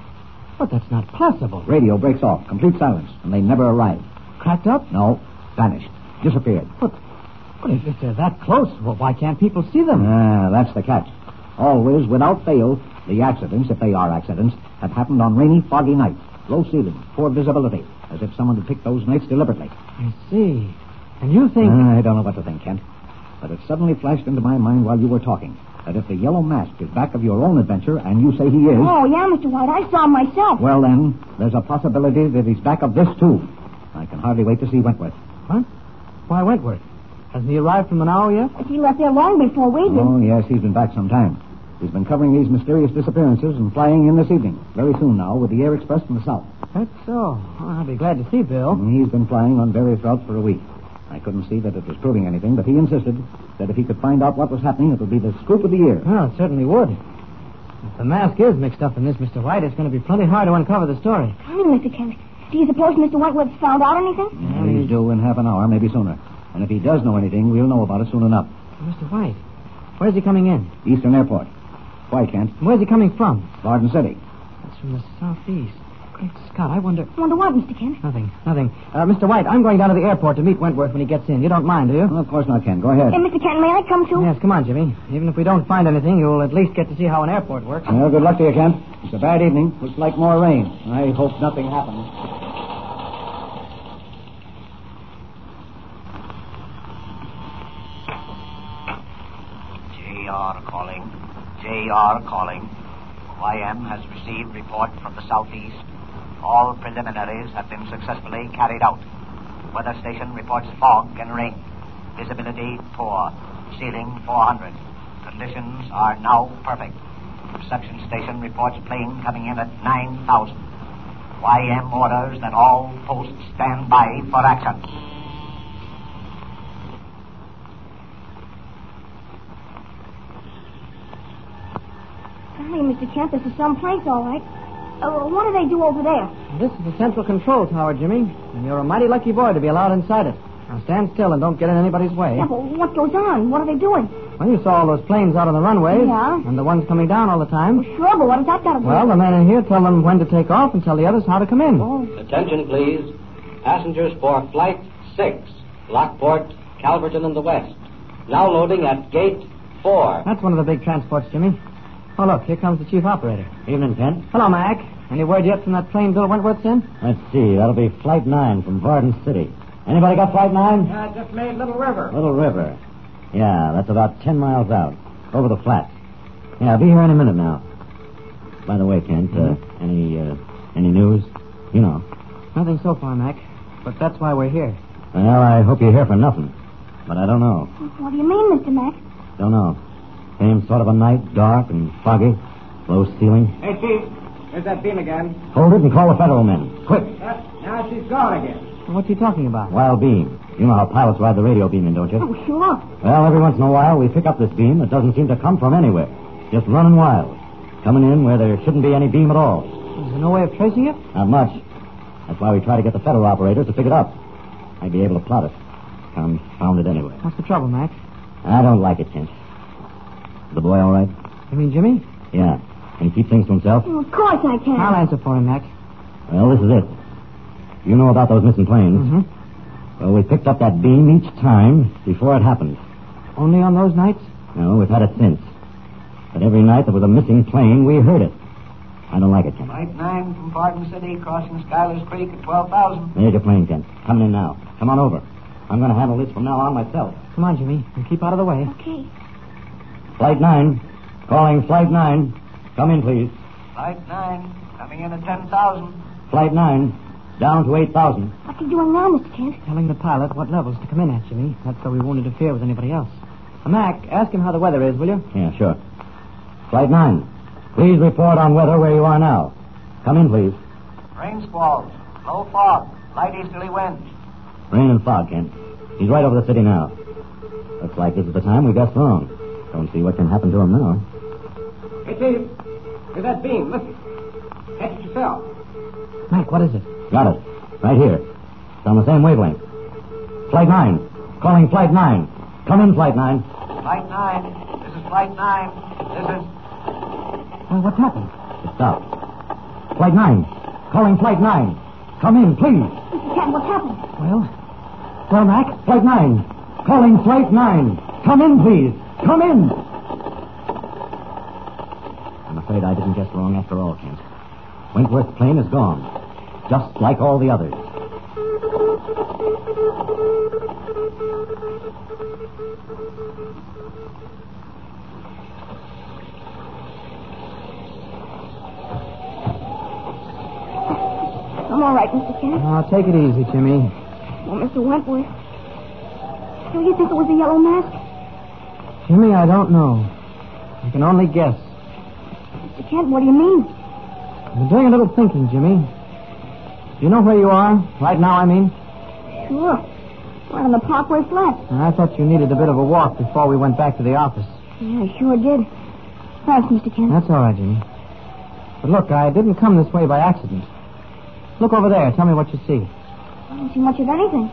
Speaker 8: But that's not possible.
Speaker 14: Radio breaks off, complete silence, and they never arrive.
Speaker 8: Cracked up?
Speaker 14: No, vanished, disappeared.
Speaker 8: But if, if they're that close, well, why can't people see them?
Speaker 14: Ah, that's the catch. Always, without fail, the accidents, if they are accidents, have happened on rainy, foggy nights, low ceiling, poor visibility, as if someone had picked those nights deliberately. Ah,
Speaker 8: I see. And you think.
Speaker 14: I don't know what to think, Kent. But it suddenly flashed into my mind while you were talking that if the yellow mask is back of your own adventure, and you say he is,
Speaker 7: Oh, yeah, Mr. White. I saw him myself.
Speaker 14: well then, there's a possibility that he's back of this too. I can hardly wait to see Wentworth.
Speaker 8: What? Why Wentworth? Hasn't he arrived from an hour yet?
Speaker 7: He left there long before we did.
Speaker 14: Oh yes, he's been back some time. He's been covering these mysterious disappearances and flying in this evening, very soon now, with the Air Express from the south.
Speaker 8: That's so. Well, I'll be glad to see Bill.
Speaker 14: And He's been flying on various routes for a week. I couldn't see that it was proving anything, but he insisted that if he could find out what was happening, it would be the scoop of the year.
Speaker 8: Well, it certainly would. If the mask is mixed up in this, Mr. White, it's going to be plenty hard to uncover the story.
Speaker 7: Tell me, Mr. Kent. Do you suppose Mr. Wentworth found out anything?
Speaker 8: Hmm.
Speaker 14: He's due in half an hour, maybe sooner. And if he does know anything, we'll know about it soon enough.
Speaker 8: Mr. White, where's he coming in?
Speaker 14: Eastern Airport. Why, Kent?
Speaker 8: Where's he coming from?
Speaker 14: Garden City.
Speaker 8: It's from the southeast. Great Scott, I wonder.
Speaker 7: Wonder what, Mr. Kent?
Speaker 8: Nothing, nothing. Uh, Mr. White, I'm going down to the airport to meet Wentworth when he gets in. You don't mind, do you?
Speaker 14: Well, of course not, Kent. Go ahead.
Speaker 7: Hey, Mr. Kent, may I come too?
Speaker 8: Yes, come on, Jimmy. Even if we don't find anything, you'll at least get to see how an airport works.
Speaker 14: Well, good luck to you, Kent. It's a bad evening. Looks like more rain. I hope nothing happens.
Speaker 6: JR calling. JR calling. YM has received report from the southeast. All preliminaries have been successfully carried out. Weather station reports fog and rain. Visibility poor. Ceiling 400. Conditions are now perfect. Reception station reports plane coming in at 9,000. YM orders that all posts stand by for action.
Speaker 7: Thank Hey, Mr. Kent, this is someplace, all right. Uh, what do they do over there?
Speaker 8: This is the central control tower, Jimmy, and you're a mighty lucky boy to be allowed inside it. Now stand still and don't get in anybody's way.
Speaker 7: Yeah, but what goes on? What are they doing?
Speaker 8: Well, you saw all those planes out on the runways.
Speaker 7: Yeah.
Speaker 8: And the ones coming down all the time.
Speaker 7: Sure, but what has that got to do?
Speaker 8: Well, the men in here tell them when to take off and tell the others how to come in.
Speaker 7: Oh.
Speaker 5: Attention, please. Passengers for Flight 6, Lockport, Calverton, and the West. Now loading at Gate 4.
Speaker 8: That's one of the big transports, Jimmy. Oh, look, here comes the chief operator.
Speaker 17: Evening, Kent.
Speaker 8: Hello, Mac. Any word yet from that plane Bill Wentworth sent?
Speaker 17: Let's see. That'll be Flight 9 from Varden City. Anybody got Flight 9?
Speaker 8: I
Speaker 14: Uh,
Speaker 8: just made Little River.
Speaker 17: Little River. Yeah, that's about 10 miles out, over the flat. Yeah, I'll be here any minute now. By the way, Kent,
Speaker 8: Mm-hmm.
Speaker 17: uh, any uh, any news? You know.
Speaker 8: Nothing so far, Mac. But that's why we're here.
Speaker 17: Well, I hope you're here for nothing. But I don't know.
Speaker 7: What do you mean, Mr. Mack?
Speaker 17: Don't know. Same sort of a night, dark and foggy, low ceiling.
Speaker 14: Hey, Chief. There's that beam again. Uh,
Speaker 17: Hold it and call the federal men. Quick.
Speaker 14: now she's gone again.
Speaker 8: What's he talking about?
Speaker 17: Wild beam. You know how pilots ride the radio beam in, don't you?
Speaker 7: Oh, sure.
Speaker 17: Well, every once in a while we pick up this beam that doesn't seem to come from anywhere. Just running wild. Coming in where there shouldn't be any beam at all.
Speaker 8: Is there no way of tracing it?
Speaker 17: Not much. That's why we try to get the federal operators to pick it up. I'd be able to plot it. Confound it anyway.
Speaker 8: What's the trouble, Mac?
Speaker 17: I don't like it, Kent. Is the boy all right?
Speaker 8: You mean Jimmy?
Speaker 17: Yeah. Can he keep things to himself?
Speaker 7: Oh, of course I can.
Speaker 8: I'll answer for him, Mac.
Speaker 17: Well, this is it. You know about those missing planes. Well, we picked up that beam each time before it happened.
Speaker 8: Only on those nights?
Speaker 17: No, we've had it since. But every night there was a missing plane, we heard it. I don't like it, Kent.
Speaker 14: Flight 9 from Varden City, crossing Schuyler's Creek at 12,000.
Speaker 17: There's your plane, Kent. Coming in now. Come on over. I'm going to handle this from now on myself.
Speaker 8: Come on, Jimmy. You keep out of the way.
Speaker 7: Okay.
Speaker 17: Flight 9. Calling Flight 9. Come in, please.
Speaker 14: Flight 9, coming in at 10,000.
Speaker 17: Flight 9. Down to 8,000.
Speaker 7: What's he doing now, Mr. Kent?
Speaker 8: Telling the pilot what levels to come in at, Jimmy. That's so we won't interfere with anybody else. Uh, Mac, ask him how the weather is, will you?
Speaker 17: Yeah, sure. Flight 9. Please report on weather where you are now. Come in, please.
Speaker 14: Rain squalls, low fog, light easterly wind.
Speaker 17: Rain and fog, Kent. He's right over the city now. Looks like this is the time we guessed wrong. Don't see what can happen to him now.
Speaker 14: Hey, Chief. There's that beam. Listen. Catch it yourself.
Speaker 8: Mac, what is it?
Speaker 17: Got it. Right here. It's on the same wavelength. Flight 9. Calling Flight 9. Come in, Flight 9.
Speaker 14: Flight 9. This is Flight 9. This is...
Speaker 8: Well, what's happened?
Speaker 17: It stopped. Flight 9. Calling Flight 9. Come in, please.
Speaker 7: Mr. Kent, what's happened?
Speaker 8: Well, well, Mac.
Speaker 17: Flight 9. Calling Flight 9. Come in, please. Come in. I'm afraid I didn't guess wrong after all, Kent. Wentworth's plane is gone. Just like all the others.
Speaker 7: I'm all right, Mr. Kent.
Speaker 8: Now, take it easy, Jimmy.
Speaker 7: Well, Mr. Wentworth. Do you think it was the yellow mask?
Speaker 8: Jimmy, I don't know. I can only guess.
Speaker 7: Mr. Kent, what do you mean?
Speaker 8: I've been doing a little thinking, Jimmy. Do you know where you are? Right now, I mean.
Speaker 7: Sure. Right on the Parkway Flats.
Speaker 8: And I thought you needed a bit of a walk before we went back to the office.
Speaker 7: Yeah, I sure did. Thanks, Mr. Kent.
Speaker 8: That's all right, Jimmy. But look, I didn't come this way by accident. Look over there. Tell me what you see.
Speaker 7: I don't see much of anything.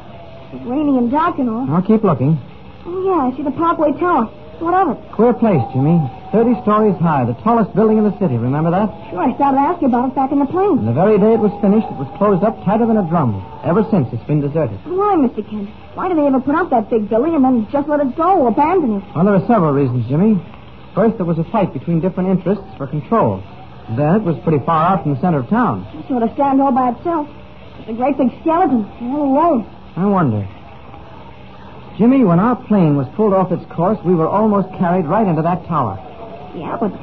Speaker 7: It's rainy and dark and all.
Speaker 8: Now keep looking.
Speaker 7: Oh, yeah, I see the Parkway Tower. What of it?
Speaker 8: Queer place, Jimmy. Thirty stories high, the tallest building in the city. Remember that?
Speaker 7: Sure, I started asking about it back in the
Speaker 8: And
Speaker 7: plane.
Speaker 8: the very day it was finished, it was closed up tighter than a drum. Ever since, it's been deserted.
Speaker 7: Why, Mr. Kent? Why do they ever put up that big building and then just let it go, abandon it?
Speaker 8: Well, there are several reasons, Jimmy. First, there was a fight between different interests for control. Then it was pretty far out from the center of town.
Speaker 7: It sort of stands all by itself. It's a great big skeleton, all alone.
Speaker 8: I wonder. Jimmy, when our plane was pulled off its course, we were almost carried right into that tower.
Speaker 7: Yeah, but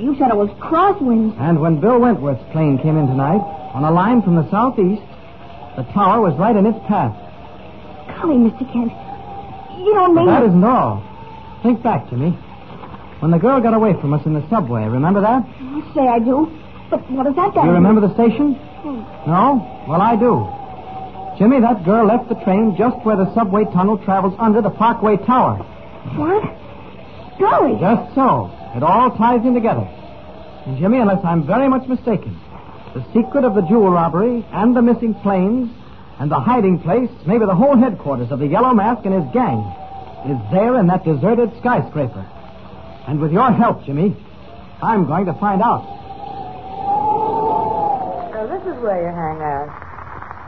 Speaker 7: you said it was crosswinds.
Speaker 8: And when Bill Wentworth's plane came in tonight, on a line from the southeast, the tower was right in its path.
Speaker 7: Golly, Mr. Kent. You don't
Speaker 8: But
Speaker 7: mean
Speaker 8: that isn't all. Think back, Jimmy. When the girl got away from us in the subway, remember that?
Speaker 7: I say I do. But what does that guy
Speaker 8: You remember the station?
Speaker 7: Hmm.
Speaker 8: No? Well, I do. Jimmy, that girl left the train just where the subway tunnel travels under the Parkway Tower.
Speaker 7: What? Golly.
Speaker 8: Just so. It all ties in together. And Jimmy, unless I'm very much mistaken, the secret of the jewel robbery and the missing planes and the hiding place, maybe the whole headquarters of the Yellow Mask and his gang, is there in that deserted skyscraper. And with your help, Jimmy, I'm going to find out.
Speaker 10: Now, this is where you hang out.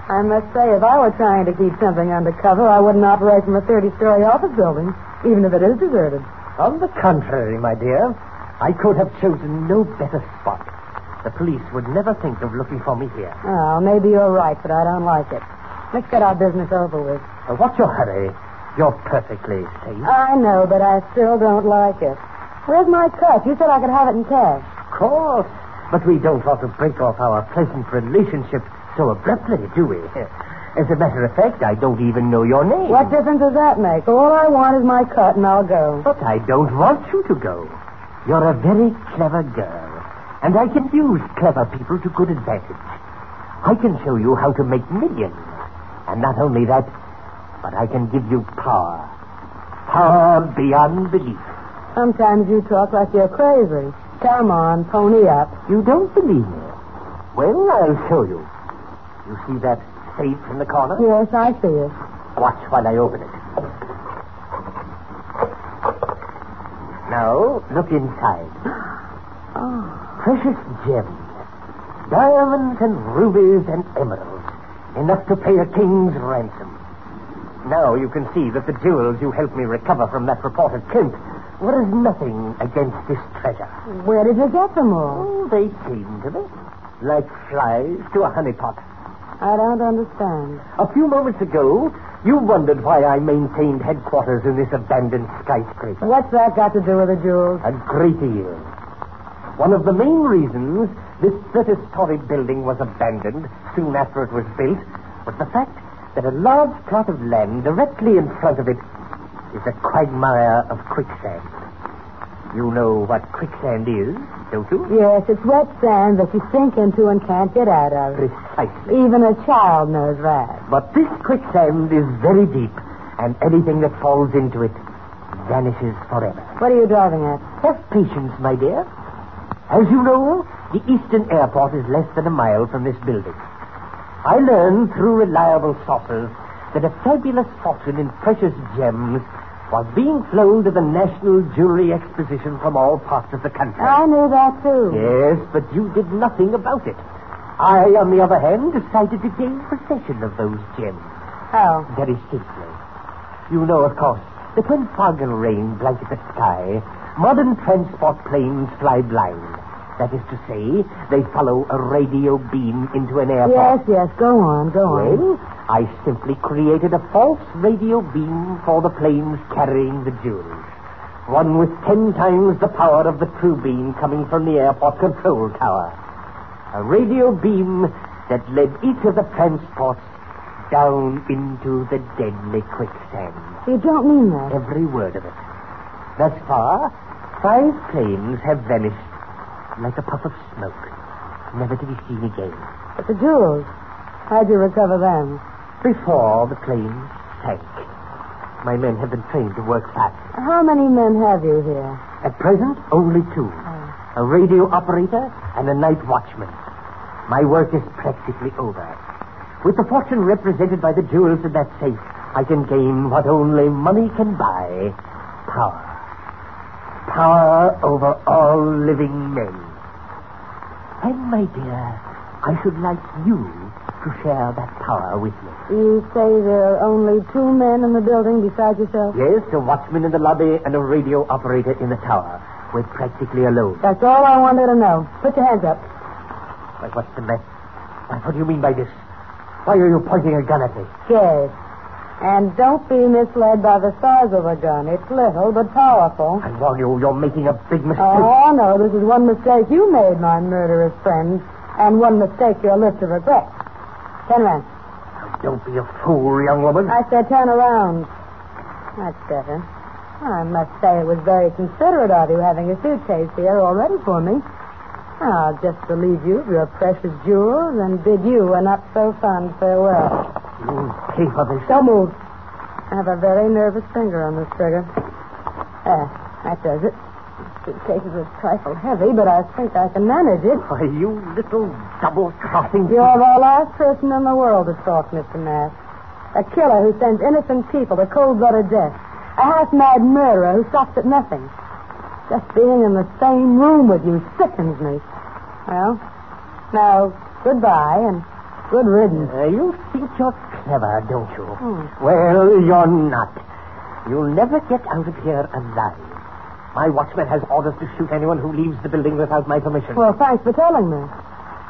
Speaker 10: I must say, if I were trying to keep something undercover, I wouldn't operate from a 30 story office building, even if it is deserted.
Speaker 11: On the contrary, my dear, I could have chosen no better spot. The police would never think of looking for me here.
Speaker 10: Well, maybe you're right, but I don't like it. Let's get our business over with.
Speaker 11: Uh, what's your hurry? You're perfectly safe.
Speaker 10: I know, but I still don't like it. Where's my cut? You said I could have it in cash.
Speaker 11: Of course. But we don't want to break off our pleasant relationship so abruptly, do we? As a matter of fact, I don't even know your name.
Speaker 10: What difference does that make? All I want is my cut, and I'll go.
Speaker 11: But I don't want you to go. You're a very clever girl, and I can use clever people to good advantage. I can show you how to make millions. And not only that, but I can give you power. Power beyond belief.
Speaker 10: Sometimes you talk like you're crazy. Come on, pony up.
Speaker 11: You don't believe me? Well, I'll show you. You see that safe in the corner?
Speaker 10: Yes, I see it.
Speaker 11: Watch while I open it. Now, look inside. Precious gems. Diamonds and rubies and emeralds. Enough to pay a king's ransom. Now you can see that the jewels you helped me recover from that reported Kent were as nothing against this treasure.
Speaker 10: Where did you get them all?
Speaker 11: Oh, they came to me like flies to a honeypot.
Speaker 10: I don't understand.
Speaker 11: A few moments ago, you wondered why I maintained headquarters in this abandoned skyscraper.
Speaker 10: What's that got to do with the jewels?
Speaker 11: A great deal. One of the main reasons this 30-story building was abandoned soon after it was built was the fact that a large plot of land directly in front of it is a quagmire of quicksand. You know what quicksand is, don't you?
Speaker 10: Yes, it's wet sand that you sink into and can't get out of.
Speaker 11: Precisely.
Speaker 10: Even a child knows that.
Speaker 11: But this quicksand is very deep, and anything that falls into it vanishes forever.
Speaker 10: What are you driving at?
Speaker 11: Have patience, my dear. As you know, the Eastern Airport is less than a mile from this building. I learned through reliable sources that a fabulous fortune in precious gems was being flown to the National Jewelry Exposition from all parts of the country.
Speaker 10: I knew that too.
Speaker 11: Yes, but you did nothing about it. I, on the other hand, decided to gain possession of those gems.
Speaker 10: How?
Speaker 11: Very simply. You know, of course, that when fog and rain blanket the sky, modern transport planes fly blind. That is to say, they follow a radio beam into an
Speaker 10: Yes,
Speaker 11: airport.
Speaker 10: yes, go on, go on.
Speaker 11: Well, I simply created a false radio beam for the planes carrying the jewels. One with ten times the power of the true beam coming from the airport control tower. A radio beam that led each of the transports down into the deadly quicksand.
Speaker 10: You don't mean that.
Speaker 11: Every word of it. Thus far, five planes have vanished like a puff of smoke, never to be seen again.
Speaker 10: But the jewels. How'd you recover them?
Speaker 11: Before the plane sank, my men have been trained to work fast.
Speaker 10: How many men have you here?
Speaker 11: At present, only two a radio operator and a night watchman. My work is practically over. With the fortune represented by the jewels in that safe, I can gain what only money can buy power. Power over all living men. And, my dear, I should like you to share that power with me.
Speaker 10: You say there are only two men in the building besides yourself?
Speaker 11: Yes, a watchman in the lobby and a radio operator in the tower. We're practically alone.
Speaker 10: That's all I wanted to know. Put your hands up.
Speaker 11: Why, what's the matter? Why, what do you mean by this? Why are you pointing a gun at me?
Speaker 10: Yes. And don't be misled by the size of a gun. It's little but powerful.
Speaker 11: I warn you, you're making a big mistake.
Speaker 10: Oh, no, this is one mistake you made, my murderous friend, and one mistake you'll live to regret. Turn around.
Speaker 11: Don't be a fool, young woman.
Speaker 10: I said turn around. That's better. I must say it was very considerate of you having a suitcase here all ready for me. I'll just relieve you of your precious jewels and bid you a not so fond farewell.
Speaker 11: You
Speaker 8: Mm,
Speaker 11: pay for this.
Speaker 10: Don't move. I have a very nervous finger on this trigger. There, that does it. Suitcases are a trifle heavy, but I think I can manage it.
Speaker 8: Why, you little double-crossing...
Speaker 10: You're the last person in the world to talk, Mr. Mass. A killer who sends innocent people to cold-blooded death. A half-mad murderer who stops at nothing. Just being in the same room with you sickens me. Well, now, goodbye and good riddance.
Speaker 8: Uh, you think you're
Speaker 11: Uh,
Speaker 8: clever, don't you?
Speaker 10: Hmm.
Speaker 8: Well, you're not. You'll never get out of here alive. My watchman has orders to shoot anyone who leaves the building without my permission.
Speaker 10: Well, thanks for telling me.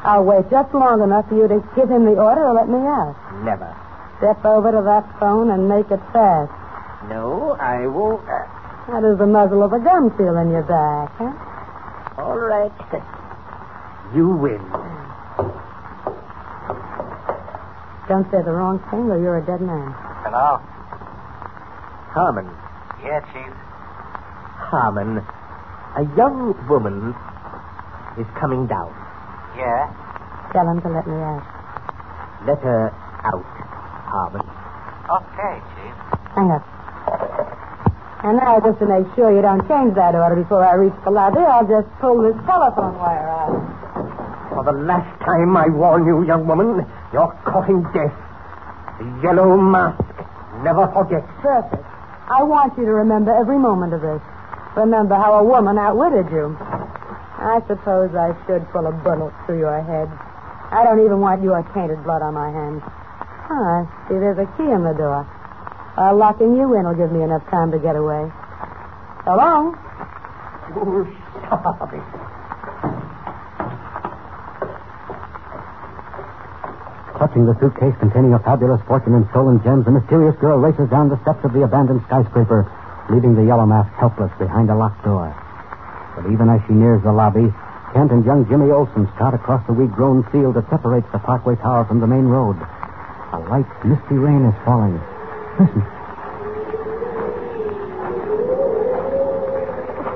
Speaker 10: I'll wait just long enough for you to give him the order or let me out.
Speaker 8: never.
Speaker 10: Step over to that phone and make it fast.
Speaker 8: No, I will. Uh,
Speaker 10: How does the muzzle of a gun feel in your back, huh?
Speaker 8: all right. You win.
Speaker 10: Don't say the wrong thing or you're a dead man.
Speaker 8: Hello? Harmon.
Speaker 11: Yeah, Chief.
Speaker 8: Harmon. A young woman is coming down.
Speaker 11: Yeah?
Speaker 10: Tell him to let me out.
Speaker 8: Let her out, Harmon.
Speaker 11: Okay, Chief.
Speaker 10: Hang up. And now, just to make sure you don't change that order before I reach the library, I'll just pull this telephone wire out.
Speaker 8: For the last time, I warn you, young woman, you're courting death. The yellow mask never forgets.
Speaker 10: Perfect. I want you to remember every moment of this. Remember how a woman outwitted you. I suppose I should pull a bullet through your head. I don't even want your tainted blood on my hands. Ah, I see, there's a key in the door. Uh, locking you in will give me enough time to get away. So long.
Speaker 8: You stop it.
Speaker 5: Clutching the suitcase containing a fabulous fortune in stolen gems, the mysterious girl races down the steps of the abandoned skyscraper, leaving the yellow mask helpless behind a locked door. But even as she nears the lobby, Kent and young Jimmy Olsen start across the weed-grown field that separates the Parkway Tower from the main road. A light, misty rain is falling. Listen.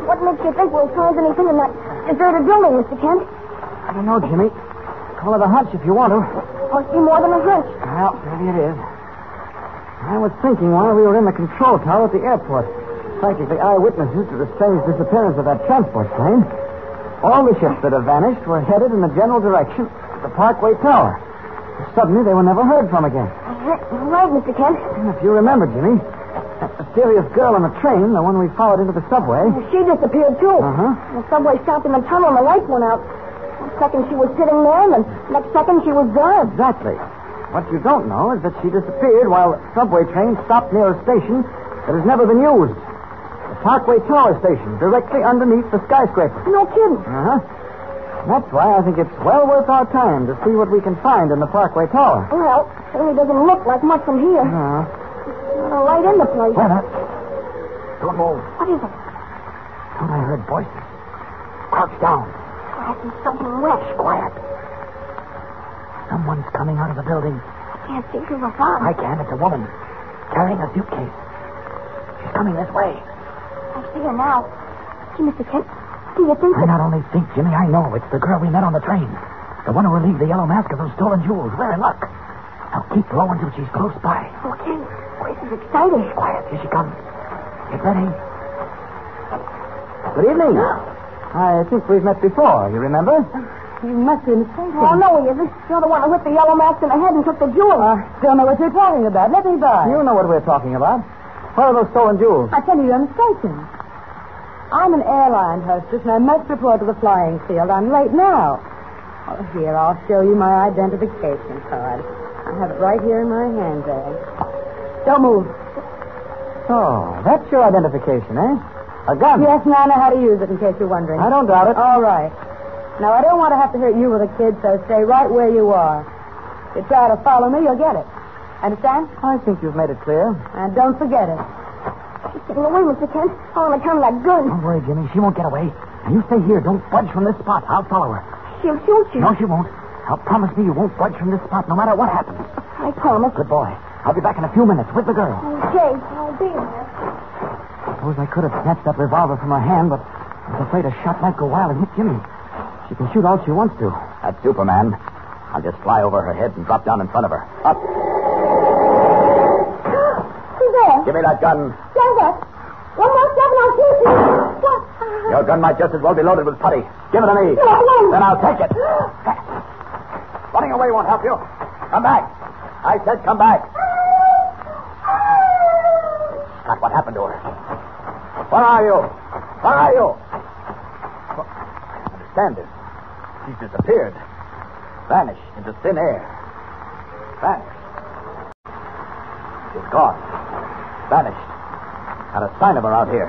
Speaker 7: What makes you think we'll find anything in that deserted building, Mr. Kent?
Speaker 8: I don't know, Jimmy. Call it a hunch if you want to.
Speaker 7: Must be Oh, more than a hunch.
Speaker 8: Well, maybe it is. I was thinking while we were in the control tower at the airport, practically eyewitnesses to the strange disappearance of that transport plane. All the ships that had vanished were headed in the general direction of the Parkway Tower. Suddenly, they were never heard from again.
Speaker 7: Right, Uh-huh. right, Mr. Kent.
Speaker 8: And if you remember, Jimmy, that mysterious girl on the train, the one we followed into the subway.
Speaker 7: She disappeared, too.
Speaker 8: Uh-huh.
Speaker 7: The subway stopped in the tunnel and the light went out. One second she was sitting there, and the next second she was gone.
Speaker 8: Exactly. What you don't know is that she disappeared while the subway train stopped near a station that has never been used. The Parkway Tower Station, directly underneath the skyscraper.
Speaker 7: No kidding.
Speaker 8: Uh huh. That's why I think it's well worth our time to see what we can find in the Parkway Tower. Uh-huh.
Speaker 7: Well, certainly doesn't look like much from here.
Speaker 8: No.
Speaker 7: Not a light in the place.
Speaker 8: Well, Don't move.
Speaker 7: What is it?
Speaker 8: Don't I heard voices? Crouch down.
Speaker 7: Grass and something wet.
Speaker 8: Quiet. Someone's coming out of the building.
Speaker 7: Can't see through the fog.
Speaker 8: I can. It's a woman carrying a suitcase. She's coming this way.
Speaker 7: I see her now. Gee, Mr. Kent, do you think
Speaker 8: I
Speaker 7: that...
Speaker 8: not only think, Jimmy, I know. It's the girl we met on the train. The one who relieved the yellow mask of those stolen jewels. We're in luck. Now keep low until she's close by.
Speaker 7: Okay, this is exciting.
Speaker 8: Quiet. Here she comes. Get ready. Good evening. I think we've met before. You remember?
Speaker 10: You must be mistaken.
Speaker 7: Oh, no, he isn't. You're the one who hit the yellow mask in the head and took the jewel.
Speaker 10: Don't know what you're talking about. Let me by.
Speaker 8: You know what we're talking about. Where are those stolen jewels?
Speaker 10: I tell you, you're mistaken. I'm an airline hostess, and I must report to the flying field. I'm late now. Oh, here, I'll show you my identification card. I have it right here in my handbag. Don't move.
Speaker 8: Oh, that's your identification, eh? A gun.
Speaker 10: Yes, and I know how to use it in case you're wondering.
Speaker 8: I don't doubt it.
Speaker 10: All right. Now, I don't want to have to hurt you with a kid, so stay right where you are. If you try to follow me, you'll get it. Understand?
Speaker 8: I think you've made it clear.
Speaker 10: And don't forget it.
Speaker 7: She's getting away, Mr. Kent. All on account of Oh, that gun.
Speaker 8: Don't worry, Jimmy. She won't get away. Now you stay here. Don't budge from this spot. I'll follow her.
Speaker 7: She'll shoot you.
Speaker 8: No, she won't. Now promise me you won't budge from this spot no matter what happens.
Speaker 7: I promise.
Speaker 8: Good boy. I'll be back in a few minutes with the girl.
Speaker 7: Okay, I'll be there.
Speaker 8: Suppose I could have snatched that revolver from her hand, but I was afraid a shot might go wild and hit Jimmy. She can shoot all she wants to.
Speaker 13: That's Superman. I'll just fly over her head and drop down in front of her. Up.
Speaker 7: She's there.
Speaker 13: Give me that gun.
Speaker 7: Stand up. One more step and I'll shoot you. What?
Speaker 13: Your gun might just as well be loaded with putty. Give it to me.
Speaker 18: No, no.
Speaker 13: Then I'll take it. Running away won't help you. Come back. I said come back. God, what happened to her? Where are you? Where are you? Well, I understand this. She's disappeared. Vanished into thin air. Vanished. She's gone. Vanished. Not a sign of her out here.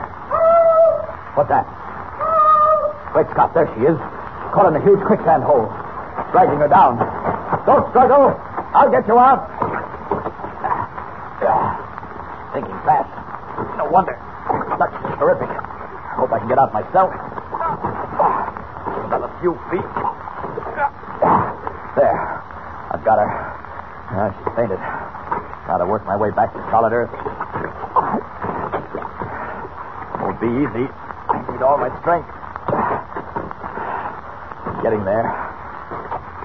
Speaker 13: What's that? Wait, Scott, there she is. Caught in a huge quicksand hole. Dragging her down. Don't struggle. I'll get you out. Thinking fast. No wonder. Such terrific. Hope I can get out myself. About a few feet. There. I've got her. Ah, she's fainted. Now to work my way back to solid earth. Won't Oh, be easy. I need all my strength. Getting there.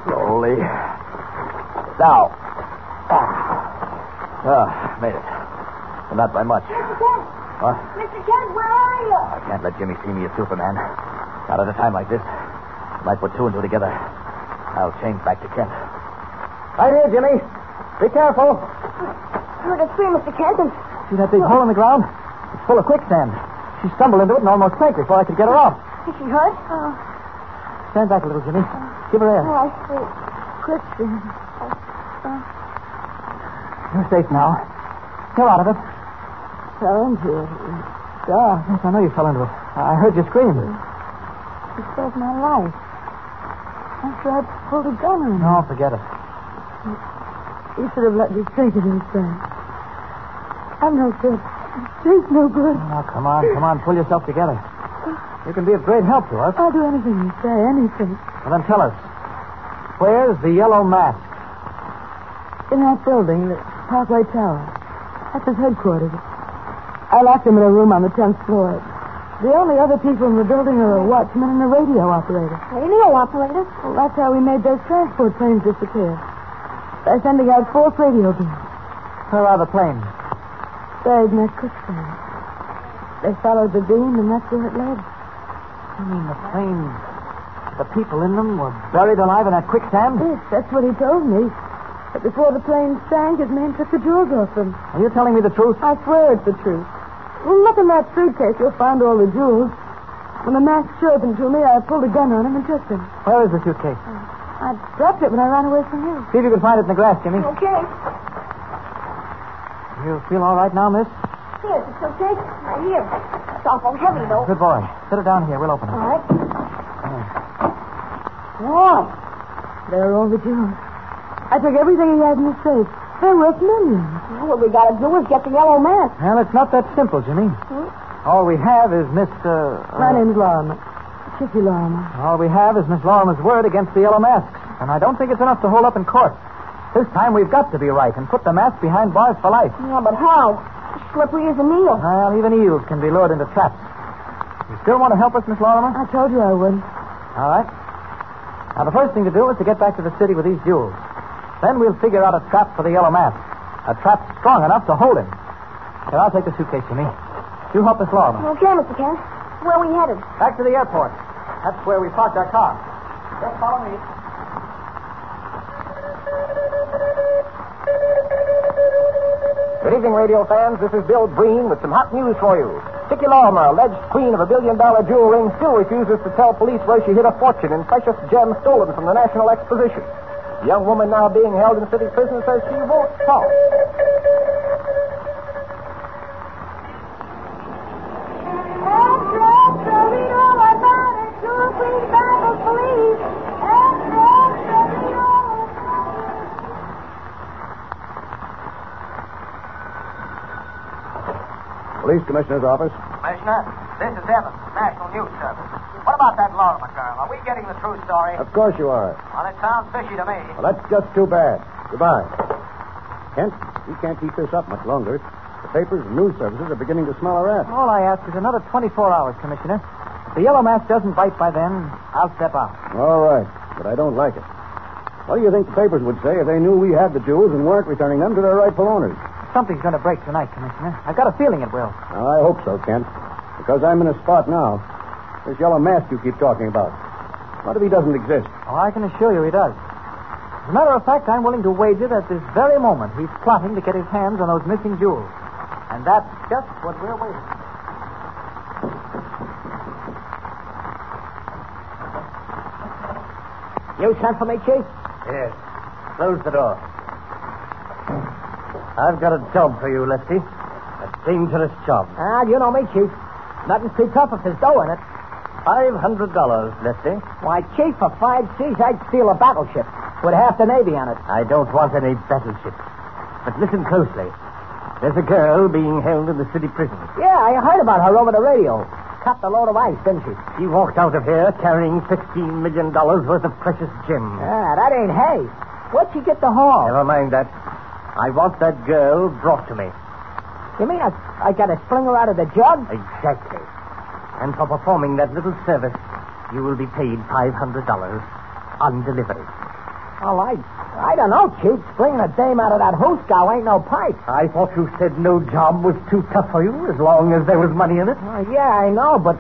Speaker 13: Slowly. Now. Ah, made it. But not by much. What?
Speaker 18: Mr. Kent, where are you?
Speaker 13: I can't let Jimmy see me as Superman. Not at a time like this. Might put two and two together. I'll change back to Kent. Right here, Jimmy. Be careful.
Speaker 7: Heard a scream, Mr. Kent, and
Speaker 8: See that big hole in the ground? It's full of quicksand. She stumbled into it and almost sank before I could get her off. Uh,
Speaker 7: is she hurt? Oh,
Speaker 8: Stand back a little, Jimmy. Give her air.
Speaker 10: Oh,
Speaker 7: I see. Kristen.
Speaker 10: Uh,
Speaker 8: You're safe now. You're out of it. Fell into it. Yeah. Yes, I know you fell into it. I heard you scream.
Speaker 10: She saved my life. After I pulled a gun on
Speaker 8: No, forget it.
Speaker 10: You should have let me take it inside. I'm no good. Drink no good.
Speaker 8: Now, come on, come on. Pull yourself together. You can be of great help to us.
Speaker 10: I'll do anything you say, anything.
Speaker 8: Well, then tell us. Where's the yellow mask?
Speaker 10: In that building, the Parkway Tower. That's his headquarters. I locked him in a room on the 10th floor. The only other people in the building are a watchman and a radio operator.
Speaker 7: Radio operator?
Speaker 10: Well, that's how we made those transport planes disappear. By sending out false radio beams.
Speaker 8: Where are the planes?
Speaker 10: Buried in that quicksand. They followed the beam, and that's where it led.
Speaker 8: You mean the planes? The people in them were buried alive in that quicksand?
Speaker 10: Yes, that's what he told me. But before the plane sank, his man took the jewels off them.
Speaker 8: Are you telling me the truth?
Speaker 10: I swear it's the truth. Well, look in that suitcase. You'll find all the jewels. When the mask showed them to me, I pulled a gun on him and took them.
Speaker 8: Where is the suitcase?
Speaker 10: I dropped it when I ran away from you.
Speaker 8: See if you can find it in the grass, Jimmy.
Speaker 7: Hmm. Okay.
Speaker 8: You feel all right now, miss?
Speaker 7: Yes, it's okay. I hear. It's awful heavy, though.
Speaker 8: Good boy. Sit her down here. We'll open it.
Speaker 7: All right.
Speaker 10: What? There are all the jewels. I took everything he had in his safe. They're worth millions.
Speaker 7: Now what we gotta do is get the yellow mask.
Speaker 8: Well, it's not that simple, Jimmy.
Speaker 7: Hmm?
Speaker 8: All we have is Miss. Uh,
Speaker 10: My
Speaker 8: uh,
Speaker 10: name's Lorna. Chicky Lorna.
Speaker 8: All we have is Miss Lorimer's word against the yellow masks, and I don't think it's enough to hold up in court. This time we've got to be right and put the mask behind bars for life.
Speaker 7: Yeah, but how? Slippery as an eel.
Speaker 8: Well, even eels can be lured into traps. You still want to help us, Miss Lorimer?
Speaker 10: I told you I would.
Speaker 8: All right. Now, the first thing to do is to get back to the city with these jewels. Then we'll figure out a trap for the yellow mask. A trap strong enough to hold him. Here, I'll take the suitcase, Jimmy. You help Miss Lorimer.
Speaker 7: Okay, Mr. Kent. Where are we headed?
Speaker 8: Back to the airport. That's where we parked our car. Just follow me.
Speaker 19: Good evening, radio fans. This is Bill Breen with some hot news for you. Dickie Lorimer, alleged queen of a billion dollar jewel ring, still refuses to tell police where she hid a fortune in precious gems stolen from the National Exposition. The young woman now being held in city prison says she won't talk.
Speaker 20: Police Commissioner's office.
Speaker 21: Commissioner, this is Evans, National News Service. What about that Lorimer girl? Are we getting the true story?
Speaker 20: Of course you are.
Speaker 21: Well, it sounds fishy to me.
Speaker 20: Well, that's just too bad. Goodbye. Kent, we can't keep this up much longer. The papers and news services are beginning to smell a rat.
Speaker 8: All I ask is another 24 hours, Commissioner. If the yellow mask doesn't bite by then, I'll step out.
Speaker 20: All right, but I don't like it. What do you think the papers would say if they knew we had the jewels and weren't returning them to their rightful owners?
Speaker 8: Something's going to break tonight, Commissioner. I've got a feeling it will.
Speaker 20: Well, I hope so, Kent, because I'm in a spot now. This yellow mask you keep talking about. What if he doesn't exist?
Speaker 8: Oh, I can assure you he does. As a matter of fact, I'm willing to wager that this very moment he's plotting to get his hands on those missing jewels. And that's just what we're waiting for.
Speaker 11: You sent for me, Chief? Yes. Close the door. I've got a job for you, Lefty. A dangerous job.
Speaker 21: Ah, you know me, Chief. Nothing's too tough if there's dough in it.
Speaker 11: Five hundred dollars, Lefty.
Speaker 21: Why, Chief, for five C's, I'd steal a battleship with half the Navy on it.
Speaker 11: I don't want any battleship. But listen closely. There's a girl being held in the city prison.
Speaker 21: Yeah, I heard about her over the radio. Cut the load of ice, didn't she?
Speaker 11: She walked out of here carrying $15 million worth of precious gems.
Speaker 21: Ah, that ain't hay. What'd she get to haul?
Speaker 11: Never mind that. I want that girl brought to me.
Speaker 21: You mean I, I gotta sling her out of the jug?
Speaker 11: Exactly. And for performing that little service, you will be paid $500 on delivery.
Speaker 21: Well, I, I don't know, Chief. Slinging a dame out of that hoosgow ain't no pipe.
Speaker 11: I thought you said no job was too tough for you as long as there was money in it.
Speaker 21: Well, yeah, I know, but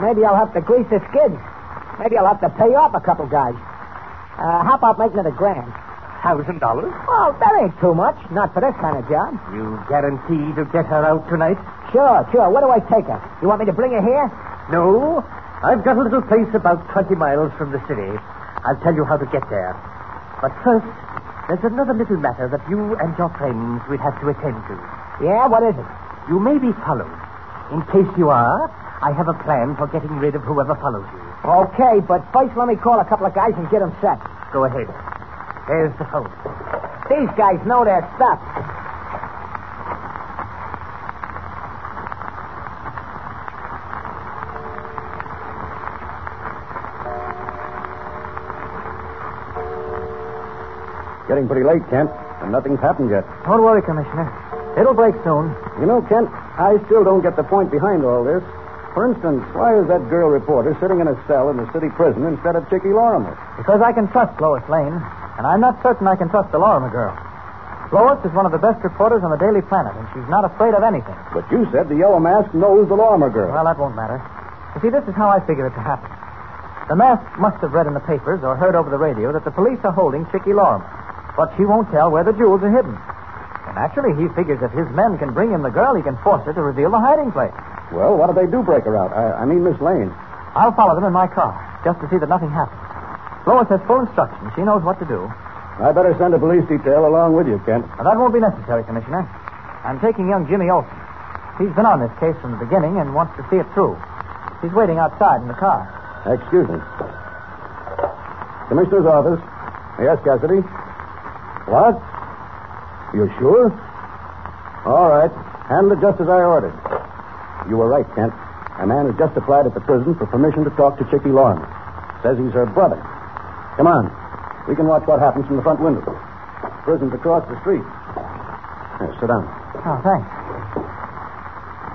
Speaker 21: maybe I'll have to grease the skids. Maybe I'll have to pay off a couple guys. Uh, how about making it a grand?
Speaker 11: Thousand dollars?
Speaker 21: Well, that ain't too much. Not for this kind of job.
Speaker 11: You guarantee to get her out tonight?
Speaker 21: Sure, sure. Where do I take her? You want me to bring her here?
Speaker 11: No. I've got a little place about 20 miles from the city. I'll tell you how to get there. But first, there's another little matter that you and your friends will have to attend to.
Speaker 21: Yeah, what is it?
Speaker 11: You may be followed. In case you are, I have a plan for getting rid of whoever follows you.
Speaker 21: Okay, but first let me call a couple of guys and get them set.
Speaker 11: Go ahead. There's the phone.
Speaker 21: These guys know their stuff.
Speaker 20: Getting pretty late, Kent, and nothing's happened yet.
Speaker 8: Don't worry, Commissioner. It'll break soon.
Speaker 20: You know, Kent, I still don't get the point behind all this. For instance, why is that girl reporter sitting in a cell in the city prison instead of Chicky Lorimer?
Speaker 8: Because I can trust Lois Lane, and I'm not certain I can trust the Lorimer girl. Lois is one of the best reporters on the Daily Planet, and she's not afraid of anything.
Speaker 20: But you said the Yellow Mask knows the Lorimer girl.
Speaker 8: Well, that won't matter. You see, this is how I figure it to happen. The mask must have read in the papers or heard over the radio that the police are holding Chicky Lorimer, but she won't tell where the jewels are hidden. And actually, he figures if his men can bring him the girl, he can force her to reveal the hiding place.
Speaker 20: Well, what if they do break her out? I, I mean, Miss Lane.
Speaker 8: I'll follow them in my car, just to see that nothing happens. Lois has full instructions. She knows what to do.
Speaker 20: I better send a police detail along with you, Kent.
Speaker 8: Now, that won't be necessary, Commissioner. I'm taking young Jimmy Olsen. He's been on this case from the beginning and wants to see it through. He's waiting outside in the car.
Speaker 20: Excuse me. Commissioner's office. Yes, Cassidy. What? You sure? All right. Handle it just as I ordered. You were right, Kent. A man has just applied at the prison for permission to talk to Chicky Lawrence. Says he's her brother. Come on. We can watch what happens from the front window. Prison's across the street. Here, sit down.
Speaker 8: Oh, thanks.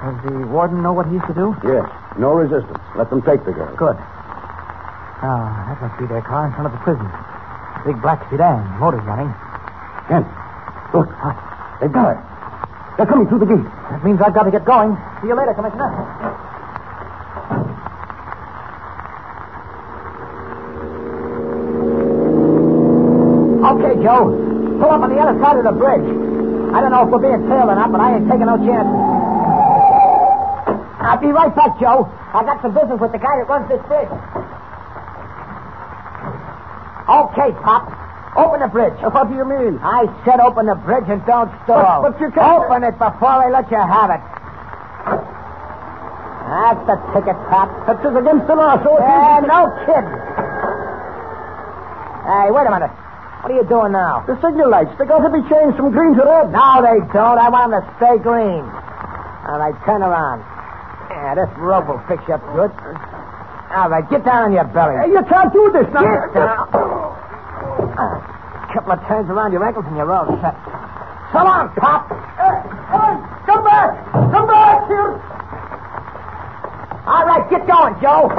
Speaker 8: Does the warden know what he's to do?
Speaker 20: Yes. No resistance. Let them take the girl.
Speaker 8: Good. Ah, that must be their car in front of the prison. Big black sedan. Motor's running.
Speaker 20: Kent, look. Ah, They've got her. They're coming through the gate.
Speaker 8: That means I've got to get going. See you later, Commissioner.
Speaker 21: Okay, Joe. Pull up on the other side of the bridge. I don't know if we're being tailed or not, but I ain't taking no chances. I'll be right back, Joe. I got some business with the guy that runs this bridge. Okay, Pop. Open the bridge.
Speaker 11: What do you mean?
Speaker 21: I said open the bridge and don't stall.
Speaker 11: But- but you can't-
Speaker 21: Open it before I let you have it. That's the ticket, Pop.
Speaker 11: That's just against the law, so
Speaker 21: Yeah, no kidding. Hey, wait a minute. What are you doing now?
Speaker 11: The signal lights, they got to be changed from green to red.
Speaker 21: No, they don't. I want them to stay green. All right, turn around. Yeah, this rope will fix you up good. All right, get down on your belly.
Speaker 11: Hey, you can't do this now.
Speaker 21: Get down. couple of turns around your ankles and you're all set. So long, Pop.
Speaker 22: Come back! Come back here!
Speaker 21: All right, get going, Joe.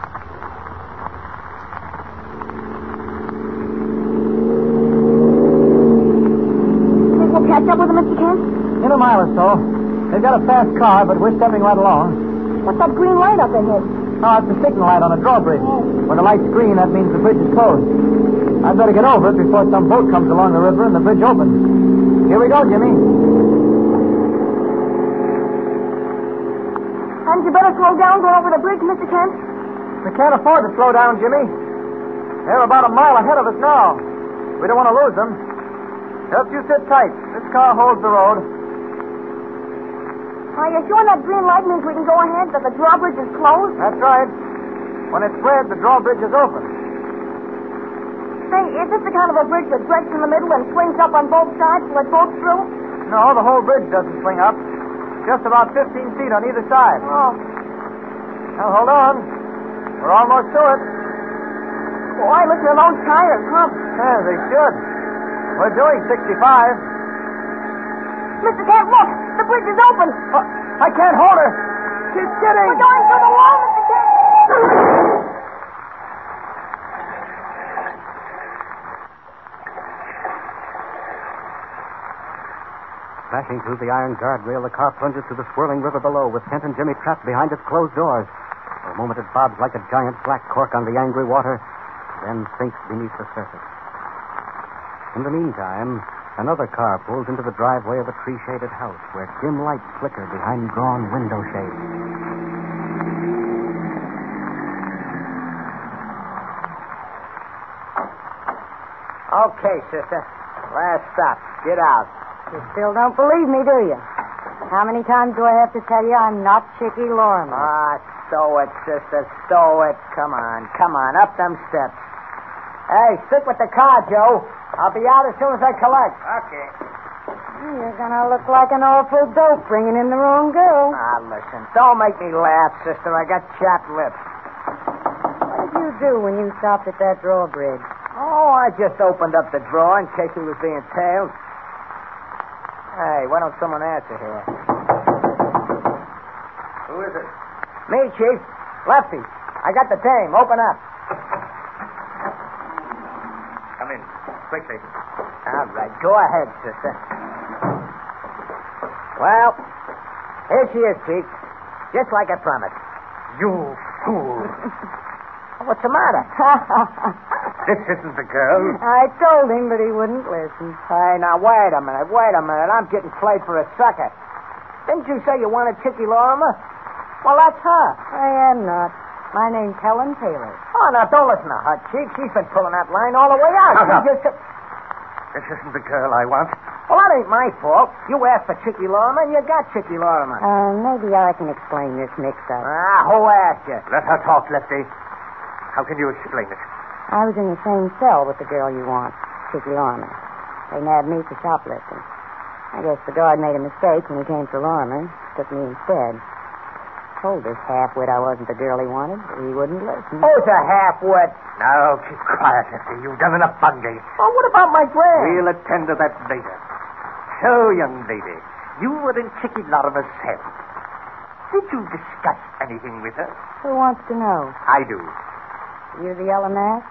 Speaker 23: Think we'll catch up with them
Speaker 7: Mr. Kent?
Speaker 8: In a mile or so. They've got a fast car, but we're stepping right along.
Speaker 7: What's that green light up ahead?
Speaker 8: Oh, it's a signal light on a drawbridge. When the light's green, that means the bridge is closed. I'd better get over it before some boat comes along the river and the bridge opens. Here we go, Jimmy.
Speaker 7: Hadn't you better slow down going over the bridge, Mr. Kent?
Speaker 8: We can't afford to slow down, Jimmy. They're about a mile ahead of us now. We don't want to lose them. Just you sit tight. This car holds the road.
Speaker 7: Are you sure that green light means we can go ahead, that the drawbridge is closed?
Speaker 8: That's right. When it's red, the drawbridge is open.
Speaker 7: Say, is this the kind of a bridge that breaks in the middle and swings up on both sides to let boats through?
Speaker 8: No, the whole bridge doesn't swing up. Just about 15 feet on either side.
Speaker 7: Oh.
Speaker 8: Now, hold on. We're almost to it.
Speaker 7: Boy, look at those tires, huh?
Speaker 8: Yeah, they should. We're doing 65.
Speaker 7: Mr. Kent, look! The bridge is open!
Speaker 8: Oh, I can't hold her! She's kidding!
Speaker 7: We're going through the wall, Mr. Kent!
Speaker 11: Smashing through the iron guardrail, the car plunges to the swirling river below, with Kent and Jimmy trapped behind its closed doors. For a moment, it bobs like a giant black cork on the angry water, then sinks beneath the surface. In the meantime, another car pulls into the driveway of a tree shaded house where dim lights flicker behind drawn window shades.
Speaker 21: Okay, sister. Last stop. Get out.
Speaker 24: You still don't believe me, do you? How many times do I have to tell you I'm not Chicky Lorman?
Speaker 21: Ah, stow it, sister. Stow it. Come on. Come on. Up them steps. Hey, stick with the car, Joe. I'll be out as soon as I collect. Okay.
Speaker 24: Well, You're gonna look like an awful dope bringing in the wrong girl.
Speaker 21: Ah, listen. Don't make me laugh, sister. I got chapped lips.
Speaker 24: What did you do when you stopped at that drawbridge?
Speaker 21: Oh, I just opened up the drawer in case he was being tailed. Hey, why don't someone answer here?
Speaker 11: Who is it?
Speaker 21: Me, Chief. Lefty. I got the dame. Open up.
Speaker 11: Come in, quickly.
Speaker 21: All right, go ahead, sister. Well, here she is, Chief. Just like I promised.
Speaker 11: You fool.
Speaker 21: What's the matter?
Speaker 11: this isn't the girl.
Speaker 24: I told him, but he wouldn't listen.
Speaker 21: Hey, now wait a minute, wait a minute. I'm getting played for a sucker. Didn't you say you wanted Chicky Lorimer? Well, that's her.
Speaker 24: I am not. My name's Helen Taylor.
Speaker 21: Oh, now don't listen to her, Chief. She's been pulling that line all the way out.
Speaker 11: Shut
Speaker 21: She
Speaker 11: up.
Speaker 21: just-
Speaker 11: This isn't the girl I want.
Speaker 21: Well, that ain't my fault. You asked for Chicky Lorimer, and you got Chicky Lorimer.
Speaker 24: Uh, maybe I can explain this mix-up.
Speaker 21: ah, who asked you?
Speaker 11: Let her talk, Lefty. How can you explain it?
Speaker 24: I was in the same cell with the girl you want, Chicky Lormer. They nabbed me for shoplifting. I guess the guard made a mistake when he came for Lormer. Took me instead. Told this half-wit I wasn't the girl he wanted, but he wouldn't listen.
Speaker 21: Who's Oh, a half-wit?
Speaker 11: Now, keep quiet, Lefty. You've done enough bunging.
Speaker 21: Well, what about my grand?
Speaker 11: We'll attend to that later. So, young lady, you were in Chicky Lorimer's cell. Did you discuss anything with her?
Speaker 24: Who wants to know?
Speaker 11: I do.
Speaker 24: You the yellow mask?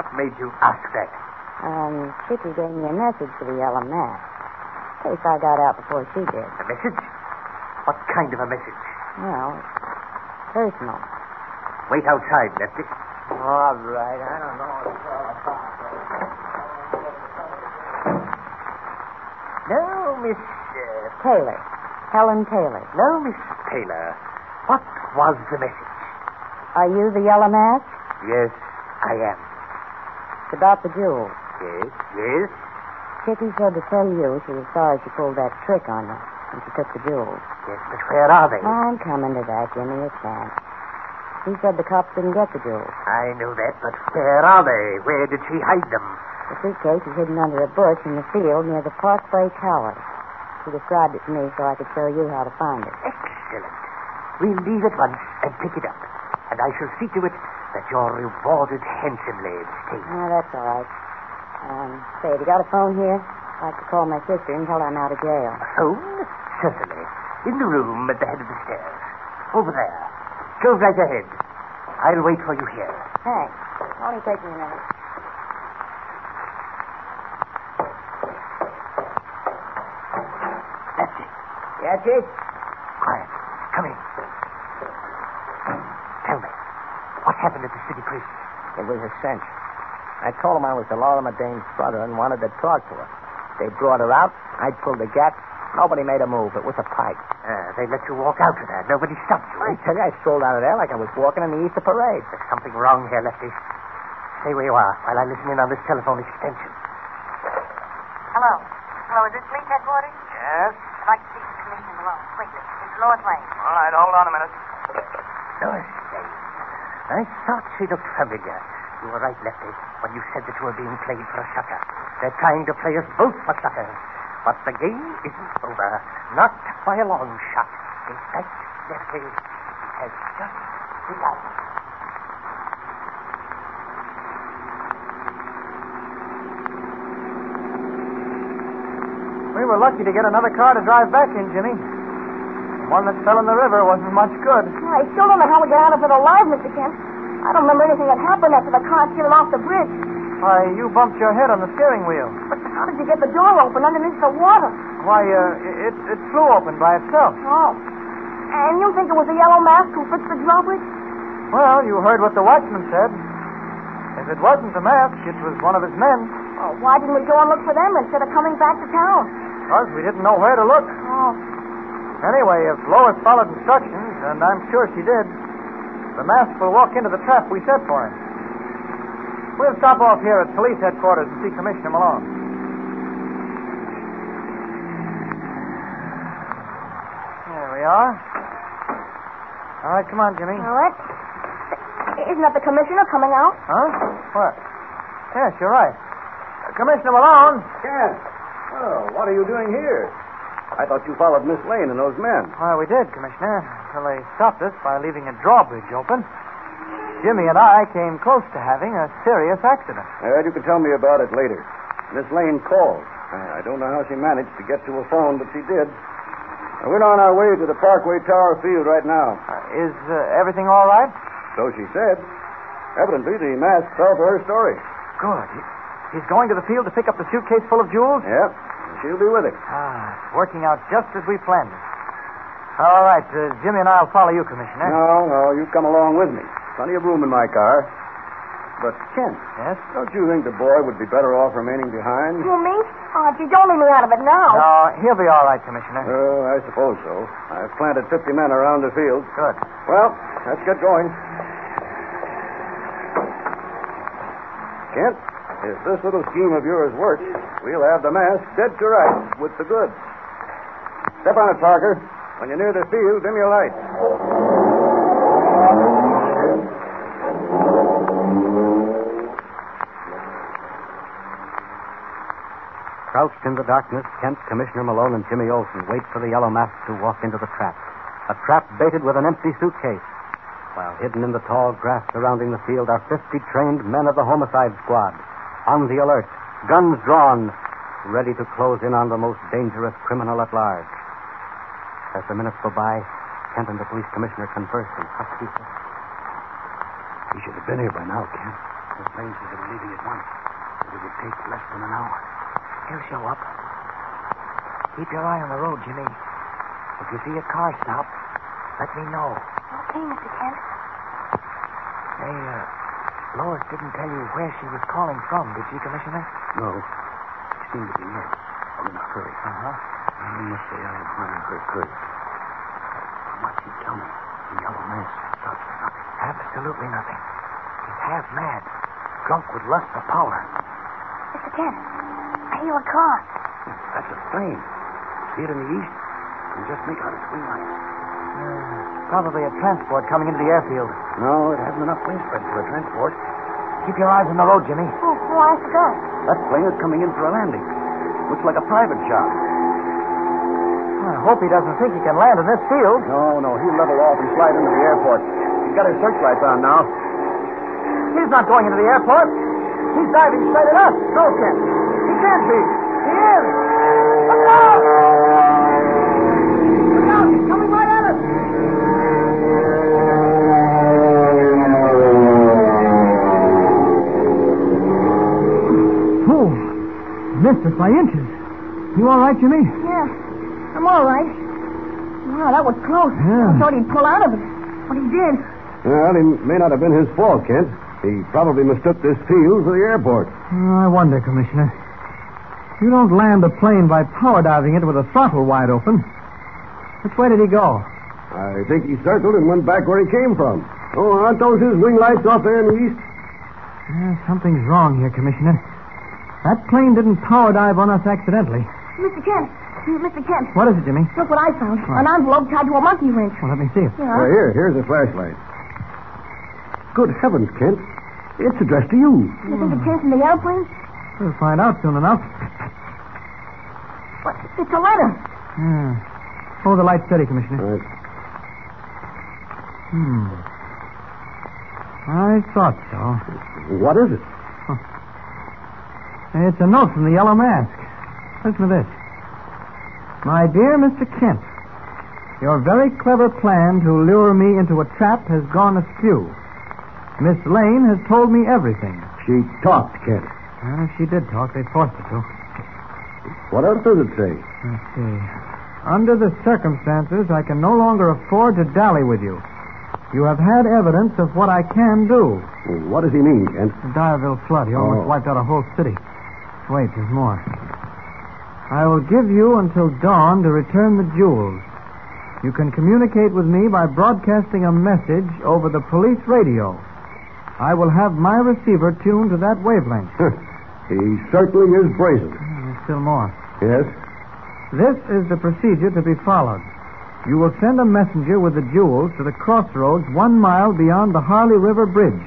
Speaker 11: What made you ask that?
Speaker 24: Um, Chicky gave me a message for the yellow mask. In case I got out before she did.
Speaker 11: A message? What kind of a message?
Speaker 24: Well, it's personal.
Speaker 11: Wait outside, Lefty.
Speaker 21: All right, I don't know.
Speaker 11: No, Miss uh,
Speaker 24: Taylor. Helen Taylor.
Speaker 11: No, Miss Taylor. What was the message?
Speaker 24: Are you the yellow mask?
Speaker 11: Yes, I am.
Speaker 24: It's about the jewels.
Speaker 11: Yes, yes.
Speaker 24: Chicky said to tell you she was sorry she pulled that trick on you when she took the jewels.
Speaker 11: Yes, but where are they?
Speaker 21: Oh.
Speaker 24: I'm coming to that, Jimmy. It's that. He said the cops didn't get the jewels.
Speaker 11: I know that, but where are they? Where did she hide them?
Speaker 24: The suitcase is hidden under a bush in the field near the Parkway Tower. He described it to me so I could show you how to find it.
Speaker 11: Excellent. We'll leave at once and pick it up. And I shall see to it that you're rewarded handsomely, Miss Taylor.
Speaker 24: No, Ah, that's all right. Um, say, have you got a phone here? I'd like to call my sister and tell her I'm out of jail.
Speaker 11: Home? Certainly. In the room at the head of the stairs. Over there. Go right ahead. I'll wait for you here.
Speaker 24: Thanks. Only take me a minute.
Speaker 21: Yeah, Chief?
Speaker 11: Quiet. Come in. Tell me, what happened at the city prison?
Speaker 21: It was a cinch. I told them I was the Lorimer Dane's brother and wanted to talk to her. They brought her out. I pulled the gat. Nobody made a move. It was a fight.
Speaker 11: Uh, they let you walk out of there. Nobody stopped you.
Speaker 21: I tell you, I strolled out of there like I was walking in the Easter parade.
Speaker 11: There's something wrong here, Lefty. Stay where you are while I listen in on this telephone extension.
Speaker 24: Hello. Hello, is this police headquarters?
Speaker 12: Yes?
Speaker 24: I'd like to speak to Commissioner Malone, quickly. It's Lois Lane.
Speaker 12: All right, hold on a minute.
Speaker 11: Doris Lane. I thought she looked familiar. You were right, Lefty, when you said that you were being played for a sucker. They're trying to play us both for suckers. But the game isn't over. Not by a long shot. In fact, Lefty, it has just begun.
Speaker 8: We were lucky to get another car to drive back in, Jimmy. The one that fell in the river wasn't much good.
Speaker 7: Well, I still don't know how we got out of it alive, Mr. Kent. I don't remember anything that happened after the car slid off the bridge.
Speaker 8: Why, you bumped your head on the steering wheel.
Speaker 7: But how did you get the door open underneath the water?
Speaker 8: Why, uh, it, it flew open by itself.
Speaker 7: Oh. And you think it was the yellow mask who fixed the drawbridge?
Speaker 8: Well, you heard what the watchman said. If it wasn't the mask, it was one of his men.
Speaker 7: Well, Oh, why didn't we go and look for them instead of coming back to town?
Speaker 8: Because we didn't know where to look.
Speaker 7: Oh.
Speaker 8: Anyway, if Lois followed instructions, and I'm sure she did, the mask will walk into the trap we set for him. We'll stop off here at police headquarters and see Commissioner Malone. There we are. All right, come on, Jimmy.
Speaker 7: All right. Isn't that the commissioner coming out?
Speaker 8: Huh? What? Yes, you're right. Uh, Commissioner Malone.
Speaker 20: Yes. Well, what are you doing here? I thought you followed Miss Lane and those men.
Speaker 8: Why, we did, Commissioner, until they stopped us by leaving a drawbridge open. Jimmy and I came close to having a serious accident.
Speaker 20: Ed, you can tell me about it later. Miss Lane called. I I don't know how she managed to get to a phone, but she did. Now, We're on our way to the Parkway Tower Field right now.
Speaker 8: Is uh, everything all right?
Speaker 20: So she said. Evidently, the mask fell for her story.
Speaker 8: Good. He's going to the field to pick up the suitcase full of jewels?
Speaker 20: Yep. She'll be with it.
Speaker 8: Ah, it's working out just as we planned it. All right, uh, Jimmy and I'll follow you, Commissioner.
Speaker 20: No, no, you come along with me. Plenty of room in my car. But, Kent.
Speaker 8: Yes?
Speaker 20: Don't you think the boy would be better off remaining behind?
Speaker 7: You mean? Oh, gee, don't leave me out of it now.
Speaker 8: No, he'll be all right, Commissioner.
Speaker 20: Oh, I suppose so. I've planted 50 men around the field.
Speaker 8: Good.
Speaker 20: Well, let's get going. Kent, if this little scheme of yours works, we'll have the mask dead to rights with the goods. Step on it, Parker. When you're near the field, dim your light.
Speaker 5: Crouched in the darkness, Kent, Commissioner Malone, and Jimmy Olsen wait for the yellow mask to walk into the trap. A trap baited with an empty suitcase. While hidden in the tall grass surrounding the field are 50 trained men of the homicide squad. On the alert, guns drawn, ready to close in on the most dangerous criminal at large. As the minutes go by, Kent and the police commissioner converse in husky whispers. He should have been here by now, Kent. The planes should have been leaving at once. It would take less than an hour.
Speaker 15: He'll show up. Keep your eye on the road, Jimmy. If you see a car stop, let me know.
Speaker 24: Okay, Mr. Kent.
Speaker 15: Hey, uh, Lois didn't tell you where she was calling from, did she, Commissioner?
Speaker 5: No. She seemed to be in. I'm in a hurry. Uh-huh. I must say I admire her courage. What she tell me? The yellow mask stops for nothing.
Speaker 15: Absolutely nothing. He's half mad, drunk with lust for power.
Speaker 24: Mr. Kent, I hear a car.
Speaker 5: That's a plane. See it in the east? And just make out its wing lights.
Speaker 15: Uh,
Speaker 8: Probably a transport coming into the airfield.
Speaker 5: No, it hasn't enough wing spread for a transport.
Speaker 15: Keep your eyes on the road, Jimmy.
Speaker 7: Oh, why, I forgot.
Speaker 5: That plane is coming in for a landing. Looks like a private job.
Speaker 8: I hope he doesn't think he can land in this field.
Speaker 20: No, no, he'll level off and slide into the airport. He's got his searchlights on now.
Speaker 8: He's not going into the airport. He's diving straight at us. No, Kent. He can't be. He is. Look out! Look out! He's coming right at us.
Speaker 25: Oh, missed us by inches. You all right, Jimmy?
Speaker 7: Yeah. I'm all right.
Speaker 26: Wow, that was close.
Speaker 20: Yeah.
Speaker 26: I thought he'd pull out of it, but he did.
Speaker 20: Well, it may not have been his fault, Kent. He probably mistook this field for the airport.
Speaker 8: I wonder, Commissioner. You don't land a plane by power diving it with the throttle wide open. Which way did he go?
Speaker 20: I think he circled and went back where he came from. Oh, aren't those his wing lights off there in the east?
Speaker 8: Yeah, Eh, something's wrong here, Commissioner. That plane didn't power dive on us accidentally.
Speaker 26: Mr. Kent, Hmm, Mr. Kent.
Speaker 8: What is it, Jimmy?
Speaker 26: Look what I found.
Speaker 8: What?
Speaker 26: An envelope tied to a monkey wrench.
Speaker 8: Well, let me see it.
Speaker 26: Yeah.
Speaker 20: Uh, here, here's a flashlight. Good heavens, Kent. It's addressed to you.
Speaker 26: You
Speaker 4: Hmm.
Speaker 26: think it's chasing the airplane?
Speaker 8: We'll find out soon enough.
Speaker 26: What? It's a letter.
Speaker 8: Yeah. Hold Hmm. Oh, the light steady, Commissioner.
Speaker 20: Right.
Speaker 8: Hmm. I thought so.
Speaker 20: What is it?
Speaker 8: It's a note from the Yellow Mask. Listen to this. My dear Mr. Kent, your very clever plan to lure me into a trap has gone askew. Miss Lane has told me everything.
Speaker 20: She talked, Kent.
Speaker 8: Well, if she did talk, they forced her to.
Speaker 20: What else does it say?
Speaker 8: Let's see. Hmm. Under the circumstances, I can no longer afford to dally with you. You have had evidence of what I can do.
Speaker 20: What does he mean, Kent?
Speaker 8: The Dyerville flood. He almost
Speaker 20: Oh.
Speaker 8: wiped out a whole city. Wait, there's more. I will give you until dawn to return the jewels. You can communicate with me by broadcasting a message over the police radio. I will have my receiver tuned to that wavelength.
Speaker 20: He's circling his brazen.
Speaker 8: There's still more.
Speaker 20: Yes?
Speaker 8: This is the procedure to be followed. You will send a messenger with the jewels to the crossroads one mile beyond the Harley River Bridge.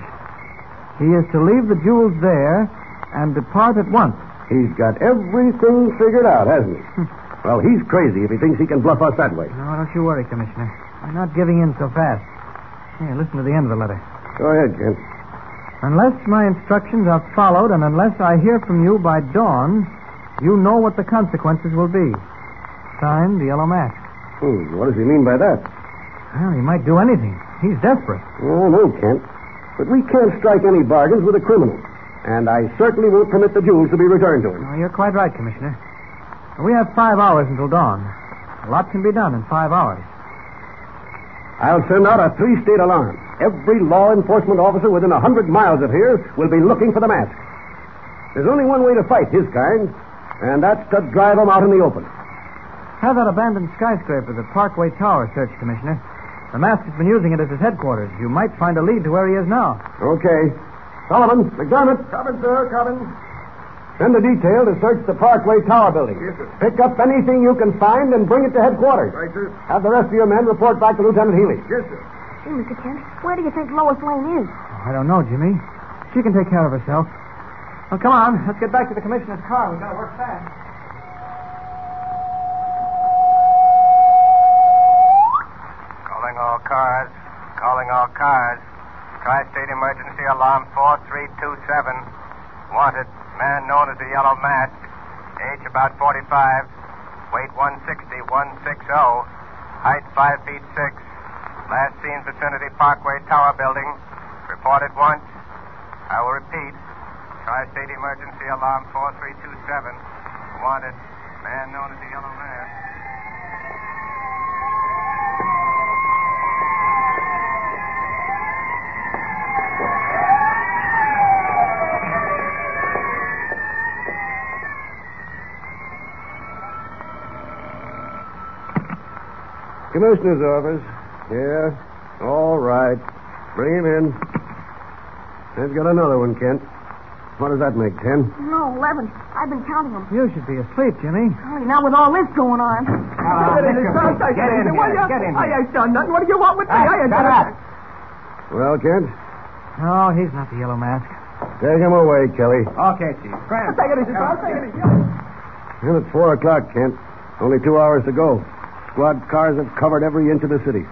Speaker 8: He is to leave the jewels there and depart at once.
Speaker 20: He's got everything figured out, hasn't he? well, he's crazy if he thinks he can bluff us that way.
Speaker 8: Now, don't you worry, Commissioner. I'm not giving in so fast. Here, listen to the end of the letter.
Speaker 20: Go ahead, Kent.
Speaker 8: Unless my instructions are followed and unless I hear from you by dawn, you know what the consequences will be. Signed, the Yellow Mask.
Speaker 20: Hmm, what does he mean by that?
Speaker 8: Well, he might do anything. He's desperate.
Speaker 20: Oh, no, Kent. But we can't strike any bargains with a criminal. And I certainly won't permit the jewels to be returned to him.
Speaker 8: Oh, you're quite right, Commissioner. We have five hours until dawn. A lot can be done in five hours.
Speaker 20: I'll send out a three state alarm. Every law enforcement officer within a hundred miles of here will be looking for the mask. There's only one way to fight his kind, and that's to drive him out in the open.
Speaker 8: Have that abandoned skyscraper, the Parkway Tower, searched, Commissioner. The mask has been using it as his headquarters. You might find a lead to where he is now.
Speaker 20: Okay. Solomon, McDermott. Coming, sir, coming. Send the detail to search the Parkway Tower building. Yes, sir. Pick up anything you can find and bring it to headquarters.
Speaker 27: Right, sir.
Speaker 20: Have the rest of your men report back to Lieutenant Healy.
Speaker 27: Yes, sir.
Speaker 26: Gee, Mr. Kent, where do you think Lois Lane is?
Speaker 8: Oh, I don't know, Jimmy. She can take care of herself. Well, come on. Let's get back to the commissioner's car. We've got to work fast.
Speaker 27: Calling all cars. Calling all cars. Tri-State Emergency Alarm 4327. Wanted, man known as the Yellow Mask. Age about 45. Weight 160, 160. Height 5 feet 6. Last seen vicinity Parkway Tower Building. Report at once. I will repeat. Tri-State Emergency Alarm 4327. Wanted, man known as the Yellow Mask.
Speaker 20: Commissioner's office. Yeah. All right. Bring him in. They've got another one, Kent. What does that make, ten?
Speaker 26: No, 11. I've been counting them.
Speaker 8: You should be asleep, Jimmy.
Speaker 26: Golly, now with all this going on.
Speaker 4: Get in here, Pete. Ah, Get in here. Get in here. Ah, I ain't done nothing. What do you want with me? I ain't done nothing.
Speaker 20: Well, Kent,
Speaker 8: No, he's not the Yellow Mask.
Speaker 20: take him away, Kelly.
Speaker 27: Okay, Chief. Grant.
Speaker 4: Take it easy, pal. Take it easy.
Speaker 20: Well, it's four o'clock, Kent. Only two hours to go. Squad cars have covered every inch of the city.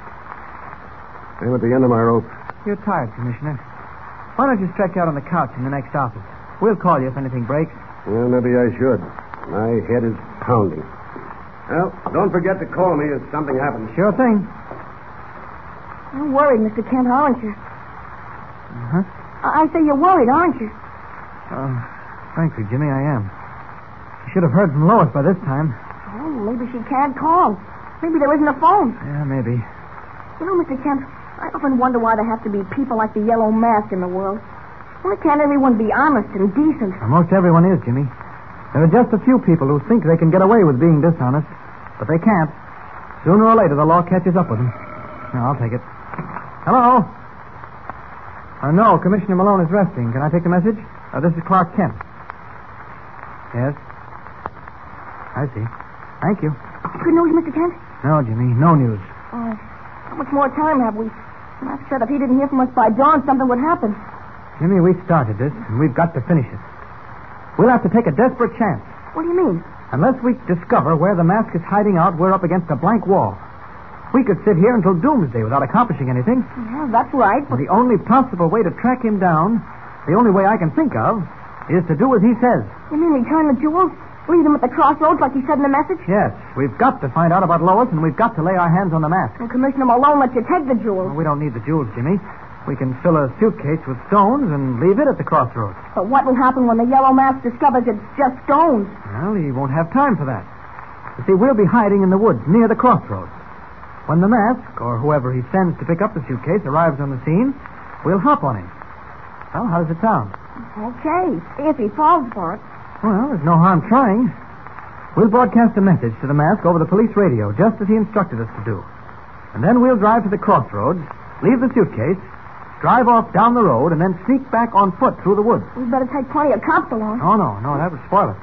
Speaker 20: I'm at the end of my rope.
Speaker 8: You're tired, Commissioner. Why don't you stretch out on the couch in the next office? We'll call you if anything breaks.
Speaker 20: Well, maybe I should. My head is pounding. Well, don't forget to call me if something happens.
Speaker 8: Sure thing.
Speaker 26: You're worried, Mr. Kent, aren't you?
Speaker 8: Uh-huh.
Speaker 26: I, I say you're worried, aren't you?
Speaker 8: Uh, frankly, Jimmy, I am. You should have heard from Lois by this time.
Speaker 26: Oh, maybe she can't call.
Speaker 7: Maybe there isn't a phone.
Speaker 8: Yeah, maybe.
Speaker 7: You know, Mr. Kemp, I often wonder why there have to be people like the yellow mask in the world. Why can't everyone be honest and decent?
Speaker 8: Most everyone is, Jimmy. There are just a few people who think they can get away with being dishonest, but they can't. Sooner or later, the law catches up with them. Now, I'll take it. Hello? Uh, no, Commissioner Malone is resting. Can I take the message? Uh, this is Clark Kent. Yes? I see. Thank you.
Speaker 7: Good news, Mr. Kent?
Speaker 8: No, Jimmy, no news.
Speaker 7: Oh, how much more time have we? Max said if he didn't hear from us by dawn, something would happen.
Speaker 8: Jimmy, we started this, and we've got to finish it. We'll have to take a desperate chance.
Speaker 7: What do you mean?
Speaker 8: Unless we discover where the mask is hiding out, we're up against a blank wall. We could sit here until doomsday without accomplishing anything.
Speaker 7: Yeah, that's right.
Speaker 8: The only possible way to track him down, the only way I can think of, is to do as he says.
Speaker 7: You mean return the jewels? Leave them at the crossroads like he said in the message?
Speaker 8: Yes, we've got to find out about Lois, and we've got to lay our hands on the mask.
Speaker 7: And Commissioner Malone let you take the jewels.
Speaker 8: Well, we don't need the jewels, Jimmy. We can fill a suitcase with stones and leave it at the crossroads.
Speaker 7: But what will happen when the yellow mask discovers it's just stones?
Speaker 8: Well, he won't have time for that. You see, we'll be hiding in the woods near the crossroads. When the mask, or whoever he sends to pick up the suitcase, arrives on the scene, we'll hop on him. Well, how does it sound?
Speaker 7: Okay, if he falls for it.
Speaker 8: Well, there's no harm trying. We'll broadcast a message to the mask over the police radio, just as he instructed us to do. And then we'll drive to the crossroads, leave the suitcase, drive off down the road, and then sneak back on foot through the woods.
Speaker 7: We better take plenty of cops along.
Speaker 8: Oh, no, no, that would spoil it.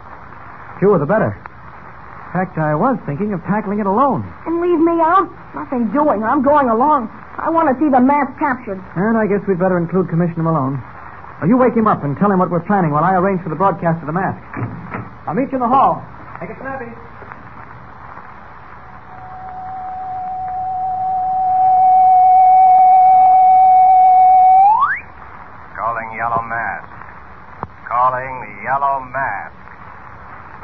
Speaker 8: Fewer the better. In fact, I was thinking of tackling it alone.
Speaker 7: And leave me out? Nothing doing. I'm going along. I want to see the mask captured.
Speaker 8: And I guess we'd better include Commissioner Malone. Now, you wake him up and tell him what we're planning while I arrange for the broadcast of the mask. I'll meet you in the hall. Take it snappy.
Speaker 27: Calling Yellow Mask. Calling the Yellow Mask.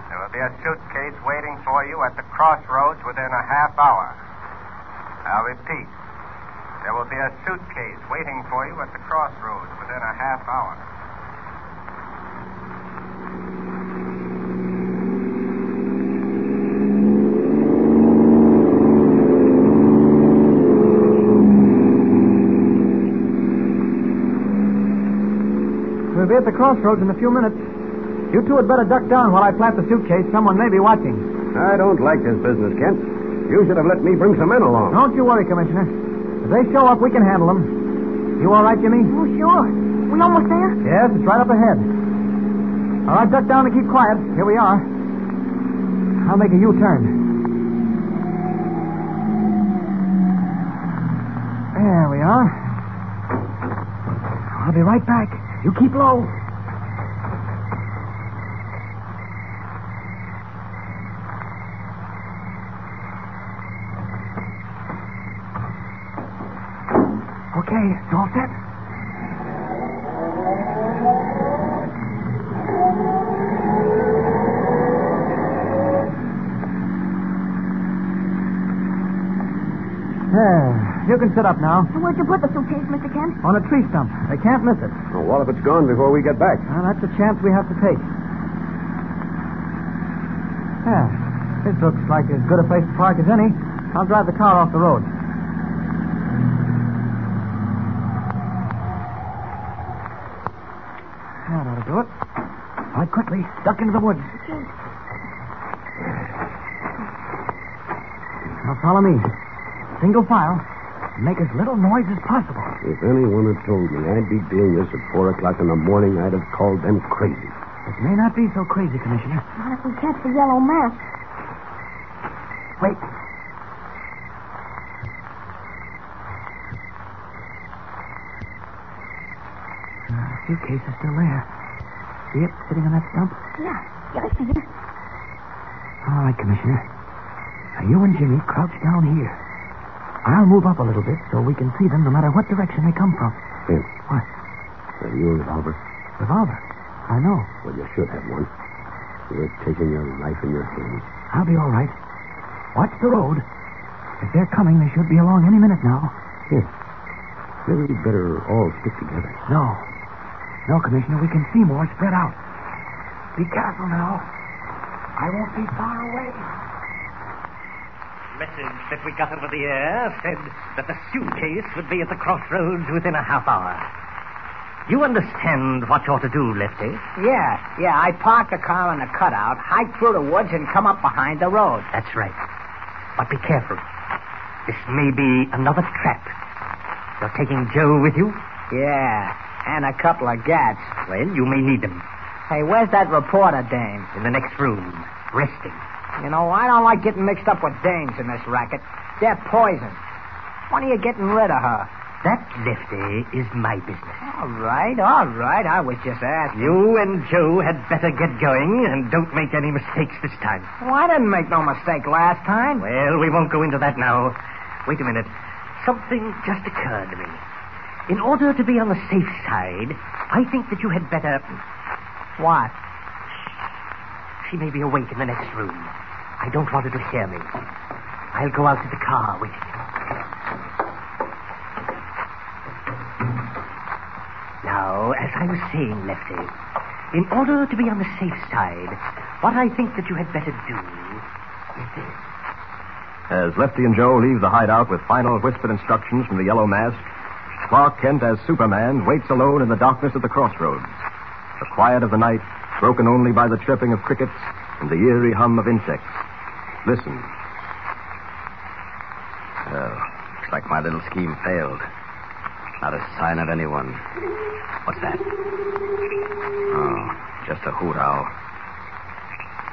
Speaker 27: There will be a suitcase waiting for you at the crossroads within a half hour. I'll repeat. There will be a suitcase waiting for you at the crossroads within a half hour.
Speaker 8: We'll be at the crossroads in a few minutes. You two had better duck down while I plant the suitcase. Someone may be watching.
Speaker 20: I don't like this business, Kent. You should have let me bring some men along.
Speaker 8: Don't you worry, Commissioner. If they show up, we can handle them. You all right, Jimmy?
Speaker 7: Oh, sure. We almost there?
Speaker 8: Yes, it's right up ahead. All right, duck down and keep quiet. Here we are. I'll make a U-turn. There we are. I'll be right back. You keep low. Okay, you all set? There. You can sit up now.
Speaker 7: Where'd you put the suitcase, Mr. Kent?
Speaker 8: On a tree stump. They can't miss it.
Speaker 20: Well, what if it's gone before we get back?
Speaker 8: Well, that's a chance we have to take. Yeah, this looks like as good a place to park as any. I'll drive the car off the road. That ought to do it. All right, quickly, duck into the woods. Now follow me. Single file. Make as little noise as possible.
Speaker 20: If anyone had told me I'd be doing this at four o'clock in the morning, I'd have called them crazy.
Speaker 8: It may not be so crazy, Commissioner.
Speaker 7: Not if we catch the yellow mask.
Speaker 8: Wait. Uh, suitcase is still there. See it sitting on that stump?
Speaker 7: Yeah. Yeah, I see it.
Speaker 8: All right, Commissioner. Now you and Jimmy crouch down here. I'll move up a little bit so we can see them no matter what direction they come from.
Speaker 20: Kent,
Speaker 8: What?
Speaker 20: have you a revolver?
Speaker 8: Revolver. I know.
Speaker 20: Well, you should have one. You're taking your life in your hands.
Speaker 8: I'll be all right. Watch the road. If they're coming, they should be along any minute now.
Speaker 20: Here. Maybe we'd better all stick together.
Speaker 8: No. No, Commissioner, we can see more spread out. Be careful now. I won't be far away.
Speaker 11: message that we got over the air said that the suitcase would be at the crossroads within a half hour. You understand what you're to do, Lefty?
Speaker 21: Yeah, yeah. I park the car in the cutout, hike through the woods, and come up behind the road.
Speaker 11: That's right. But be careful. This may be another trap. You're taking Joe with you?
Speaker 21: Yeah, and a couple of gats.
Speaker 11: Well, you may need them.
Speaker 21: Hey, where's that reporter, Dane?
Speaker 11: In the next room, resting.
Speaker 21: You know, I don't like getting mixed up with Danes in this racket. They're poison. When are you getting rid of her?
Speaker 11: That, Lefty, is my business.
Speaker 21: All right, all right. I was just asking.
Speaker 11: You and Joe had better get going and don't make any mistakes this time.
Speaker 21: Well, I didn't make no mistake last time.
Speaker 11: Well, we won't go into that now. Wait a minute. Something just occurred to me. In order to be on the safe side, I think that you had better.
Speaker 21: What?
Speaker 11: She may be awake in the next room. I don't want her to hear me. I'll go out to the car with you. Now, as I was saying, Lefty, in order to be on the safe side, what I think that you had better do is this.
Speaker 19: As Lefty and Joe leave the hideout with final whispered instructions from the Yellow Mask, Clark Kent as Superman waits alone in the darkness at the crossroads. The quiet of the night, broken only by the chirping of crickets and the eerie hum of insects. Listen.
Speaker 13: Well, looks like my little scheme failed. Not a sign of anyone. What's that? Oh, just a hoot owl.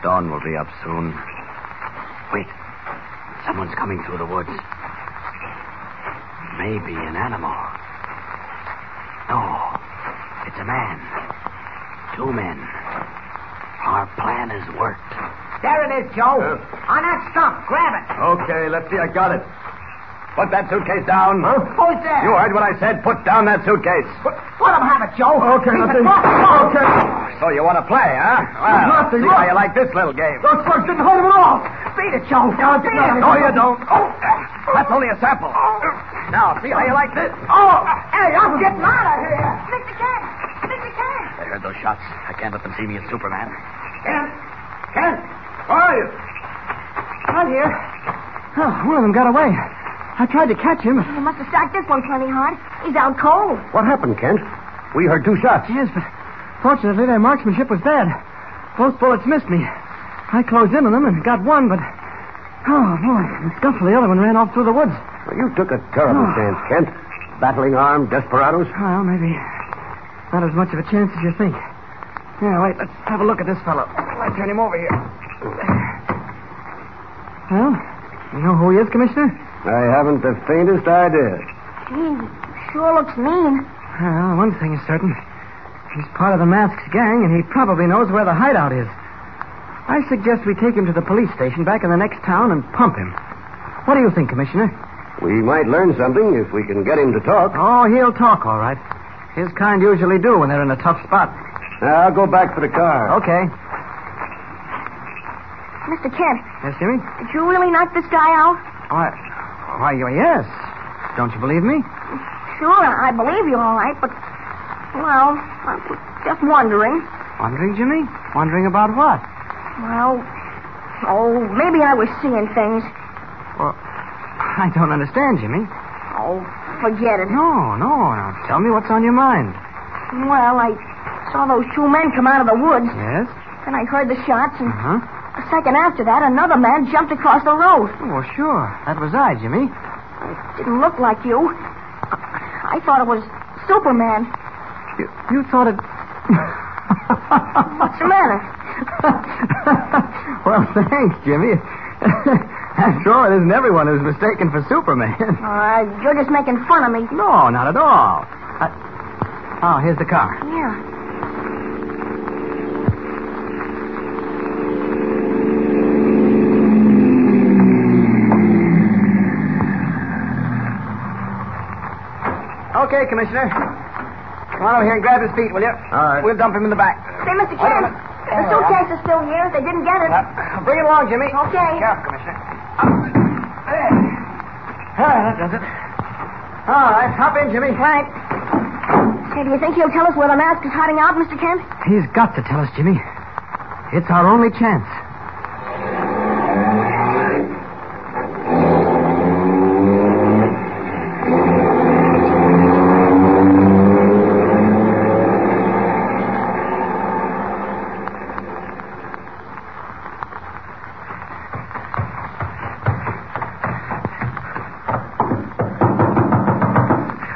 Speaker 13: Dawn will be up soon. Wait. Someone's coming through the woods. Maybe an animal. No. It's a man. Two men. Our plan has worked.
Speaker 21: There it is, Joe.
Speaker 13: Uh,
Speaker 21: On that stump. Grab it.
Speaker 19: Okay, Lefty, I got it. Put that suitcase down. Huh?
Speaker 21: Who's there?
Speaker 19: You heard what I said. Put down that suitcase.
Speaker 21: Let him have it, Joe.
Speaker 19: Okay,
Speaker 21: He's
Speaker 19: Lefty.
Speaker 21: the boss.
Speaker 19: Okay. So you want to play, huh? Well,
Speaker 21: Lefty,
Speaker 19: see
Speaker 21: look.
Speaker 19: how you like this little game.
Speaker 21: Those bugs didn't hold him at all. Beat it, Joe. Beat it.
Speaker 19: No, you don't. Oh, that's only a sample. Now, see how you like this.
Speaker 21: Oh, hey, I'm getting out of here.
Speaker 28: Mr. Kent! Mr. Kent!
Speaker 13: I heard those shots. I can't let them see me as Superman.
Speaker 21: Kent!
Speaker 19: Kent! Where are you?
Speaker 21: I'm here.
Speaker 8: Oh, one of them got away. I tried to catch him.
Speaker 7: You must have struck this one plenty hard. He's out cold.
Speaker 19: What happened, Kent? We heard two shots.
Speaker 8: Yes, but fortunately their marksmanship was bad. Both bullets missed me. I closed in on them and got one, but oh boy, the scuffle the other one ran off through the woods.
Speaker 19: Well, you took a terrible
Speaker 8: Oh.
Speaker 19: chance, Kent. Battling armed desperados.
Speaker 8: Well, maybe not as much of a chance as you think. Yeah, wait, let's have a look at this fellow. Let's turn him over here. Well, you know who he is, Commissioner?
Speaker 19: I haven't the faintest idea.
Speaker 7: Gee, sure looks mean.
Speaker 8: Well, one thing is certain. He's part of the Mask's gang, and he probably knows where the hideout is. I suggest we take him to the police station back in the next town and pump him. What do you think, Commissioner?
Speaker 19: We might learn something if we can get him to talk.
Speaker 8: Oh, he'll talk, all right. His kind usually do when they're in a tough spot.
Speaker 19: Now, I'll go back for the car.
Speaker 8: Okay.
Speaker 7: Mr. Kent,
Speaker 8: Yes, Jimmy?
Speaker 7: did you really knock this guy out?
Speaker 8: Why, why, y- yes. Don't you believe me?
Speaker 7: Sure, I I believe you all right, but, well, I was just wondering.
Speaker 8: Wondering, Jimmy? Wondering about what?
Speaker 7: Well, oh, maybe I was seeing things.
Speaker 8: Well, I don't understand, Jimmy.
Speaker 7: Oh, forget it.
Speaker 8: No, no, no. Tell me what's on your mind.
Speaker 7: Well, I saw those two men come out of the woods.
Speaker 8: Yes?
Speaker 7: Then I heard the shots, and
Speaker 8: Huh?
Speaker 7: a second after that, another man jumped across the road.
Speaker 8: Oh, well, sure. That was I, Jimmy.
Speaker 7: Didn't look like you. I I thought it was Superman.
Speaker 8: You, you thought it.
Speaker 7: What's the matter?
Speaker 8: Well, thanks, Jimmy. After all, it isn't everyone who's mistaken for Superman.
Speaker 7: Uh, you're just making fun of me.
Speaker 8: No, not at all. I... Oh, here's the car.
Speaker 7: Yeah.
Speaker 8: Okay, Commissioner. Come on over here and grab his feet, will you? All right. We'll dump him in the back.
Speaker 7: Say, Mr. Kent, the suitcase is still here. They didn't get it.
Speaker 8: Uh, Bring it along, Jimmy.
Speaker 7: Okay.
Speaker 8: Careful, Commissioner. Ah, that does it. All right, hop in, Jimmy.
Speaker 7: Right. Say, do you think he'll tell us where the mask is hiding out, Mr. Kent?
Speaker 8: He's got to tell us, Jimmy. It's our only chance.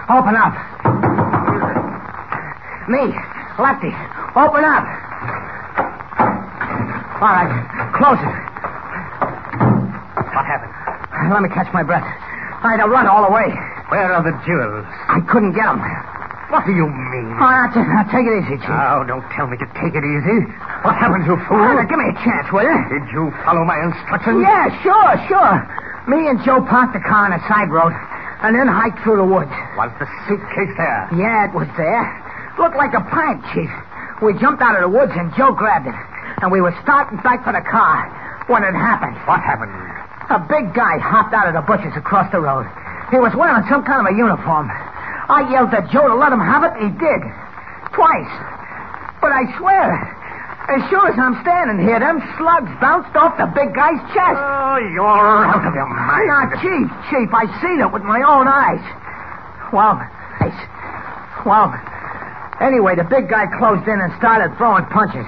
Speaker 21: Open up. Me, Lefty, open up. All right, close it.
Speaker 11: What happened?
Speaker 21: Let me catch my breath. I had to run all the way.
Speaker 11: Where are the jewels?
Speaker 21: I couldn't get them.
Speaker 11: What do you mean?
Speaker 21: All right, t- now take it easy, Chief.
Speaker 11: Oh, don't tell me to take it easy. What happened, you fool?
Speaker 21: Now, give me a chance, will you?
Speaker 11: Did you follow my instructions?
Speaker 21: Yeah, sure, sure. Me and Joe parked the car on a side road and then hiked through the woods.
Speaker 11: Was the suitcase there?
Speaker 21: Yeah, it was there. Looked like a pipe, Chief. We jumped out of the woods and Joe grabbed it. And we were starting back for the car when it happened.
Speaker 11: What happened?
Speaker 21: A big guy hopped out of the bushes across the road. He was wearing some kind of a uniform. I yelled at Joe to let him have it, and he did. Twice. But I swear, as sure as I'm standing here, them slugs bounced off the big guy's chest.
Speaker 11: Oh, you're out of your mind.
Speaker 21: Now, Chief, Chief, I seen it with my own eyes. Well, I, s- well, anyway, the big guy closed in and started throwing punches.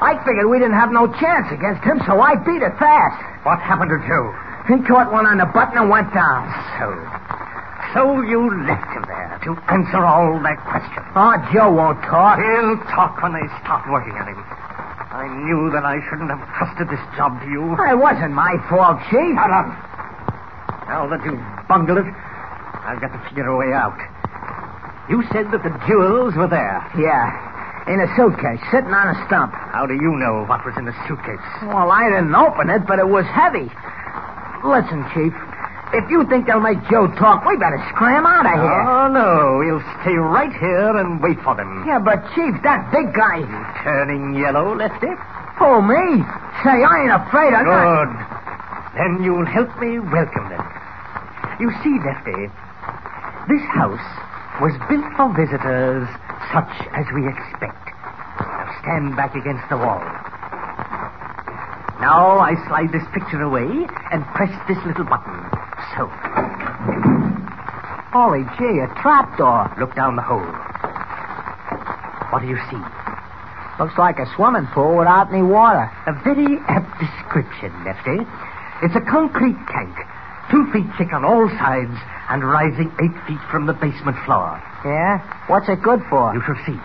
Speaker 21: I figured we didn't have no chance against him, so I beat it fast.
Speaker 11: What happened to Joe?
Speaker 21: He caught one on the button and went down.
Speaker 11: So, so you left him there to answer all their questions.
Speaker 21: Oh, Joe won't talk.
Speaker 11: He'll talk when they start working on him. I knew that I shouldn't have trusted this job to you.
Speaker 21: It wasn't my fault, Chief.
Speaker 11: Shut up. Now that you've bungled it, I've got to figure a way out. You said that the jewels were there.
Speaker 21: Yeah, in a suitcase, sitting on a stump.
Speaker 11: How do you know what was in the suitcase?
Speaker 21: Well, I didn't open it, but it was heavy. Listen, Chief, if you think they'll make Joe talk, we better scram out of here.
Speaker 12: Uh-huh.
Speaker 11: Oh, no. We'll stay right here and wait for them.
Speaker 21: Yeah, but, Chief, that big guy. You
Speaker 11: turning yellow, Lefty?
Speaker 21: Oh, me? Say, I ain't afraid of
Speaker 11: Good. Then you'll help me welcome them. You see, Lefty, this house was built for visitors such as we expect. Now stand back against the wall. Now I slide this picture away and press this little button. So.
Speaker 21: Holy gee, a trapdoor.
Speaker 11: Look down the hole. What do you see?
Speaker 21: Looks like a swimming pool without any water.
Speaker 11: A very apt description, Lefty. It's a concrete tank, two feet thick on all sides and rising eight feet from the basement floor.
Speaker 21: Yeah? What's it good for?
Speaker 11: You shall see.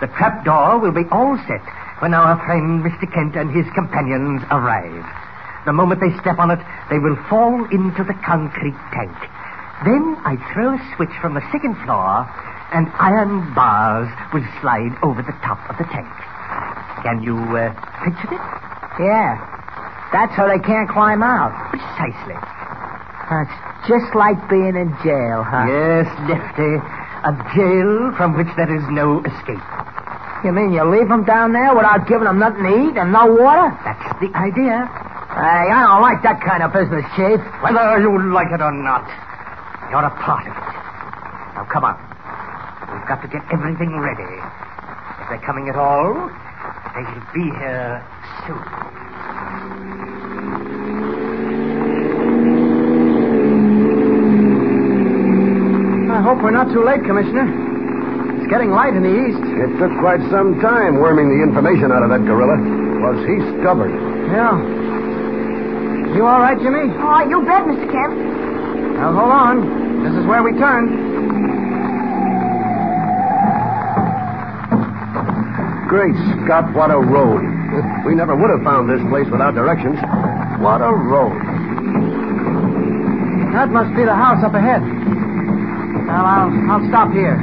Speaker 11: The trapdoor will be all set when our friend Mr. Kent and his companions arrive. The moment they step on it, they will fall into the concrete tank. Then I throw a switch from the second floor, and iron bars will slide over the top of the tank. Can you uh, picture it?
Speaker 21: Yeah. That's how they can't climb out.
Speaker 11: Precisely.
Speaker 21: That's Uh, just like being in jail, huh?
Speaker 11: Yes, Lefty. A jail from which there is no escape.
Speaker 21: You mean you leave them down there without giving them nothing to eat and no water?
Speaker 11: That's the idea.
Speaker 21: Hey, I don't like that kind of business, Chief.
Speaker 11: Whether you like it or not, you're a part of it. Now, come on. We've got to get everything ready. If they're coming at all, they'll be here soon.
Speaker 8: I hope we're not too late, Commissioner. It's getting light in the east.
Speaker 15: It took quite some time worming the information out of that gorilla. Was he stubborn?
Speaker 8: Yeah. You all right, Jimmy?
Speaker 7: Oh, you bet, Mr. Kemp.
Speaker 8: Now, hold on. This is where we turn.
Speaker 15: Great Scott, what a road. We never would have found this place without directions. What a road.
Speaker 8: That must be the house up ahead. Well, I'll, I'll stop here.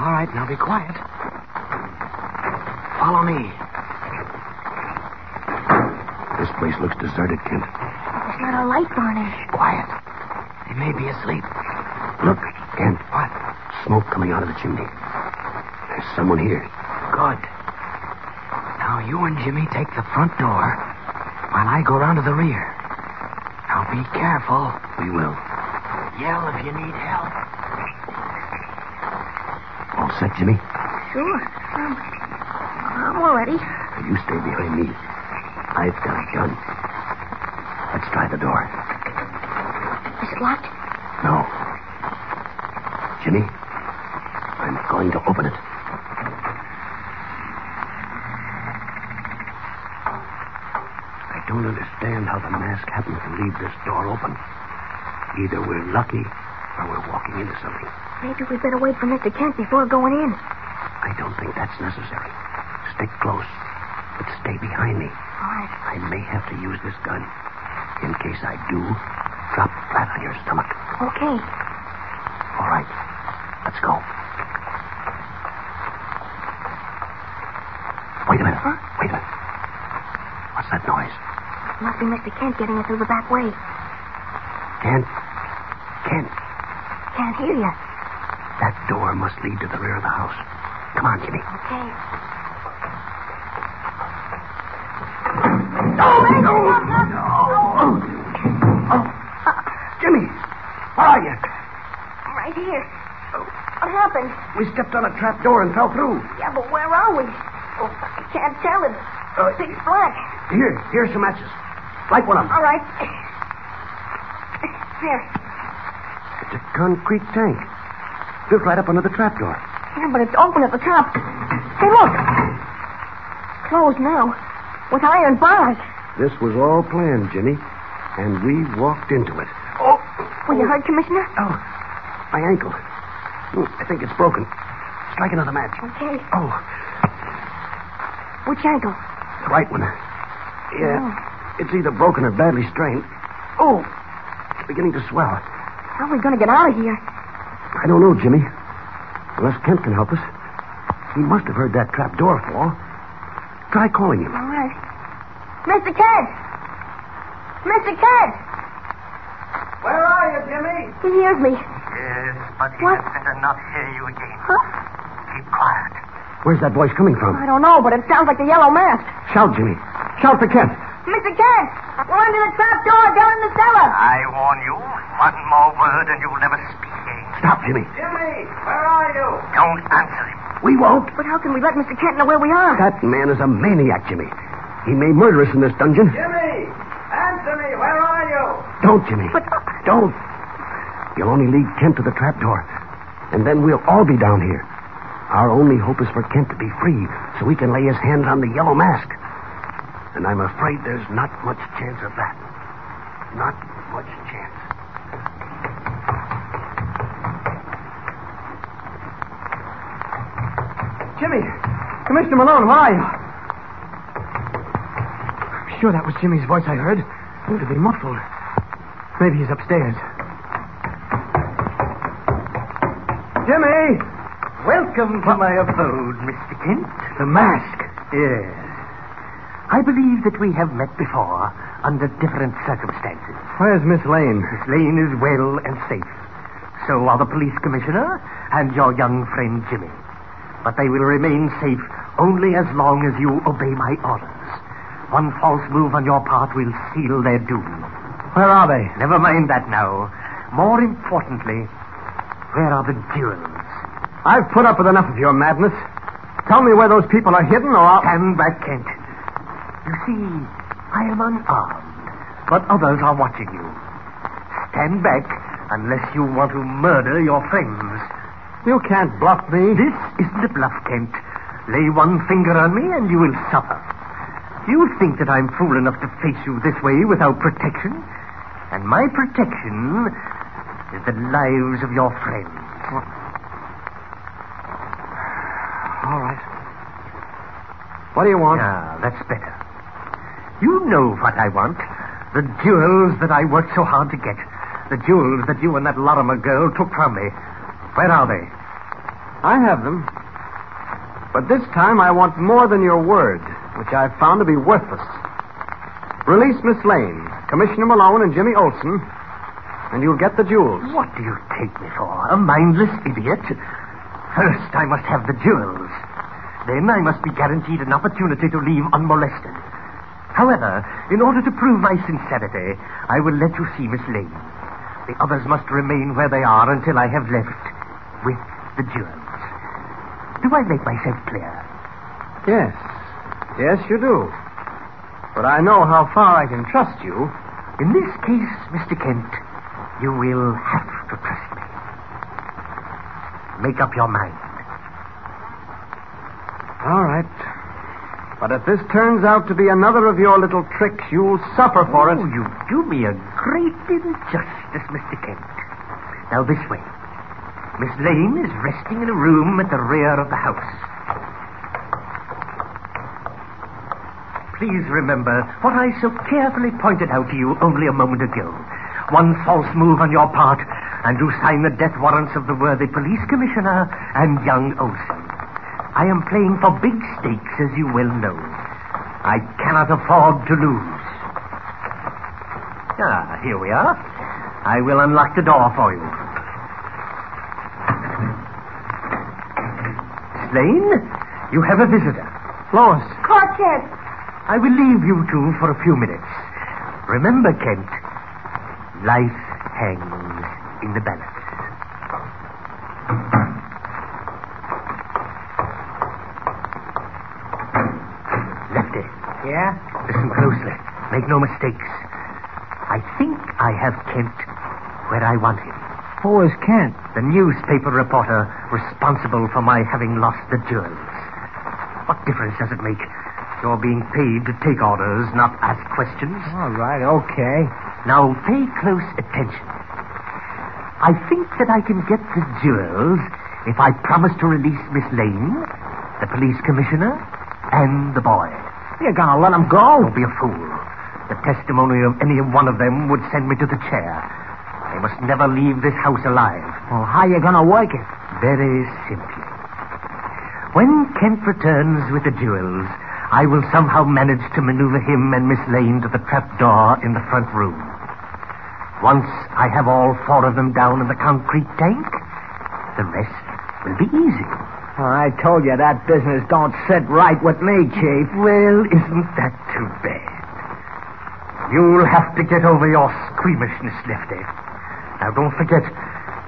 Speaker 29: All right, now be quiet. Follow me.
Speaker 15: This place looks deserted, Kent.
Speaker 7: There's not a light burning.
Speaker 29: Quiet. They may be asleep.
Speaker 15: Look, Kent.
Speaker 29: What?
Speaker 15: Smoke coming out of the chimney. There's someone here.
Speaker 29: Good. Now you and Jimmy take the front door while I go round to the rear. Now be careful.
Speaker 15: We will.
Speaker 29: Yell if you need help.
Speaker 15: All set, Jimmy?
Speaker 7: Sure. Um, I'm all ready.
Speaker 15: Now you stay behind me. I've got a gun. Let's try the door.
Speaker 7: Is it locked?
Speaker 15: No. Jimmy, I'm going to open it. I don't understand how the mask happened to leave this door open. Either we're lucky or we're walking into something.
Speaker 7: Maybe we better wait for Mr. Kent before going in.
Speaker 15: I don't think that's necessary. Stick close, but stay behind me.
Speaker 7: All right.
Speaker 15: I may have to use this gun. In case I do, drop flat on your stomach.
Speaker 7: Okay.
Speaker 15: All right, let's go. Wait a minute. Wait a minute. What's that noise?
Speaker 7: It must be Mr. Kent getting in through the back way.
Speaker 15: Kent. Kent,
Speaker 7: Can't hear you.
Speaker 15: that door must lead to the rear of the house. Come on, Jimmy.
Speaker 7: Okay.
Speaker 15: Jimmy, where are you?
Speaker 7: Right here. Oh, What happened?
Speaker 15: We stepped on a trap door and fell through.
Speaker 7: Yeah, but where are we? Oh, I can't tell. It's
Speaker 15: Uh,
Speaker 7: pitch black.
Speaker 15: Here, here's some matches. Light one of them.
Speaker 7: All right. There.
Speaker 15: It's a concrete tank. Built right up under the trap door.
Speaker 7: Yeah, but it's open at the top. Hey, look. Closed now. With iron bars.
Speaker 15: This was all planned, Jimmy. And we walked into it.
Speaker 7: Oh. Were you hurt, Commissioner?
Speaker 15: Oh. My ankle. Hmm, I think it's broken. Strike another match.
Speaker 7: Okay.
Speaker 15: Oh.
Speaker 7: Which ankle?
Speaker 15: The right one. Yeah. It's either broken or badly strained. Oh. It's beginning to swell.
Speaker 7: How are we going to get out of here?
Speaker 15: I don't know, Jimmy. Unless Kent can help us. He must have heard that trap door fall. Try calling him.
Speaker 7: All right. Mr. Kent! Mr. Kent!
Speaker 20: Where are you, Jimmy?
Speaker 7: He hears me.
Speaker 12: Yes, but he had better not hear you again. Keep quiet.
Speaker 15: Where's that voice coming from?
Speaker 7: I don't know, but it sounds like the yellow mask.
Speaker 15: Shout, Jimmy. Shout for Kent.
Speaker 7: Mr. Kent! We're under the trap door down in the cellar!
Speaker 12: I warn you, one more word and you'll never speak again.
Speaker 15: Stop, Jimmy.
Speaker 20: Jimmy, where are you?
Speaker 12: Don't answer him.
Speaker 15: We won't.
Speaker 7: But how can we let Mr. Kent know where we are?
Speaker 15: That man is a maniac, Jimmy. He may murder us in this dungeon.
Speaker 20: Jimmy, answer me. Where are you?
Speaker 15: Don't, Jimmy.
Speaker 7: uh,
Speaker 15: Don't. You'll only lead Kent to the trapdoor. And then we'll all be down here. Our only hope is for Kent to be free so he can lay his hands on the yellow mask. And I'm afraid there's not much chance of that. Not much chance.
Speaker 8: Jimmy! Commissioner Malone, where are you? I'm sure that was Jimmy's voice I heard. Seemed to be muffled. Maybe he's upstairs.
Speaker 11: Jimmy! Welcome to my abode, Mr. Kent. The mask. Yes. I believe that we have met before under different circumstances.
Speaker 8: Where's Miss Lane?
Speaker 11: Miss Lane is well and safe. So are the police commissioner and your young friend Jimmy. But they will remain safe only as long as you obey my orders. One false move on your part will seal their doom.
Speaker 8: Where are they?
Speaker 11: Never mind that now. More importantly, where are the jewels?
Speaker 8: I've put up with enough of your madness. Tell me where those people are hidden, or I'll.
Speaker 11: Stand back, Kent. You see, I am unarmed, but others are watching you. Stand back unless you want to murder your friends.
Speaker 8: You can't bluff me.
Speaker 11: This isn't a bluff, Kent. Lay one finger on me and you will suffer. You think that I'm fool enough to face you this way without protection? And my protection is the lives of your friends.
Speaker 8: All right. What do you want?
Speaker 11: Ah, that's better. You know what I want. The jewels that I worked so hard to get. The jewels that you and that Lorimer girl took from me. Where are they?
Speaker 8: I have them. But this time I want more than your word, which I've found to be worthless. Release Miss Lane, Commissioner Malone, and Jimmy Olson, and you'll get the jewels.
Speaker 11: What do you take me for? A mindless idiot? First, I must have the jewels. Then I must be guaranteed an opportunity to leave unmolested. However, in order to prove my sincerity, I will let you see Miss Lane. The others must remain where they are until I have left with the jewels. Do I make myself clear?
Speaker 8: Yes. Yes, you do. But I know how far I can trust you.
Speaker 11: In this case, Mr. Kent, you will have to trust me. Make up your mind.
Speaker 8: All right. But if this turns out to be another of your little tricks, you'll suffer for it.
Speaker 11: Oh, you do me a great injustice, Mr. Kent. Now, this way. Miss Lane is resting in a room at the rear of the house. Please remember what I so carefully pointed out to you only a moment ago. One false move on your part, and you sign the death warrants of the worthy police commissioner and young Olson. I am playing for big stakes, as you well know. I cannot afford to lose. Ah, here we are. I will unlock the door for you. Slane, you have a visitor. Lois.
Speaker 21: Clark Kent.
Speaker 11: I will leave you two for a few minutes. Remember, Kent, life hangs in the balance. Lefty.
Speaker 21: Yeah?
Speaker 11: Listen closely. Make no mistakes. I think I have Kent where I want him.
Speaker 30: Who Oh, is Kent?
Speaker 11: The newspaper reporter responsible for my having lost the jewels. What difference does it make? You're being paid to take orders, not ask questions.
Speaker 30: All right, okay.
Speaker 11: Now pay close attention. I think that I can get the jewels if I promise to release Miss Lane, the police commissioner, and the boy.
Speaker 30: You're gonna let him go?
Speaker 11: Don't be a fool. The testimony of any one of them would send me to the chair. I must never leave this house alive.
Speaker 30: Well, how you gonna work it?
Speaker 11: Very simply. When Kent returns with the jewels, I will somehow manage to maneuver him and Miss Lane to the trap door in the front room. Once I have all four of them down in the concrete tank, the rest will be easy.
Speaker 21: Well, Oh, I told you that business don't sit right with me, Chief.
Speaker 11: Well, isn't that too bad? You'll have to get over your squeamishness, Lefty. Now, don't forget,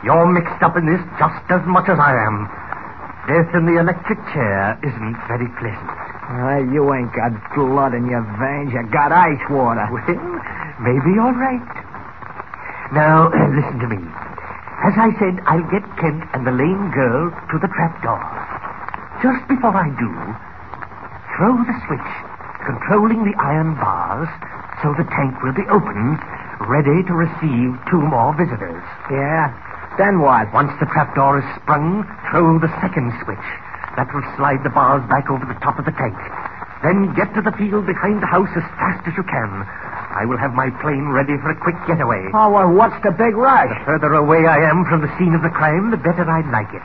Speaker 11: you're mixed up in this just as much as I am. Death in the electric chair isn't very pleasant.
Speaker 21: Well, you ain't got blood in your veins. You got ice water.
Speaker 11: Well, maybe you're right. Now, listen to me. As I said, I'll get Kent and the lame girl to the trapdoor. Just before I do, throw the switch controlling the iron bars so the tank will be open, ready to receive two more visitors.
Speaker 21: Yeah? Then what?
Speaker 11: Once the trapdoor is sprung, throw the second switch. That will slide the bars back over the top of the tank. Then get to the field behind the house as fast as you can. I will have my plane ready for a quick getaway.
Speaker 21: Oh, well, what's the big rush?
Speaker 11: The further away I am from the scene of the crime, the better I like it.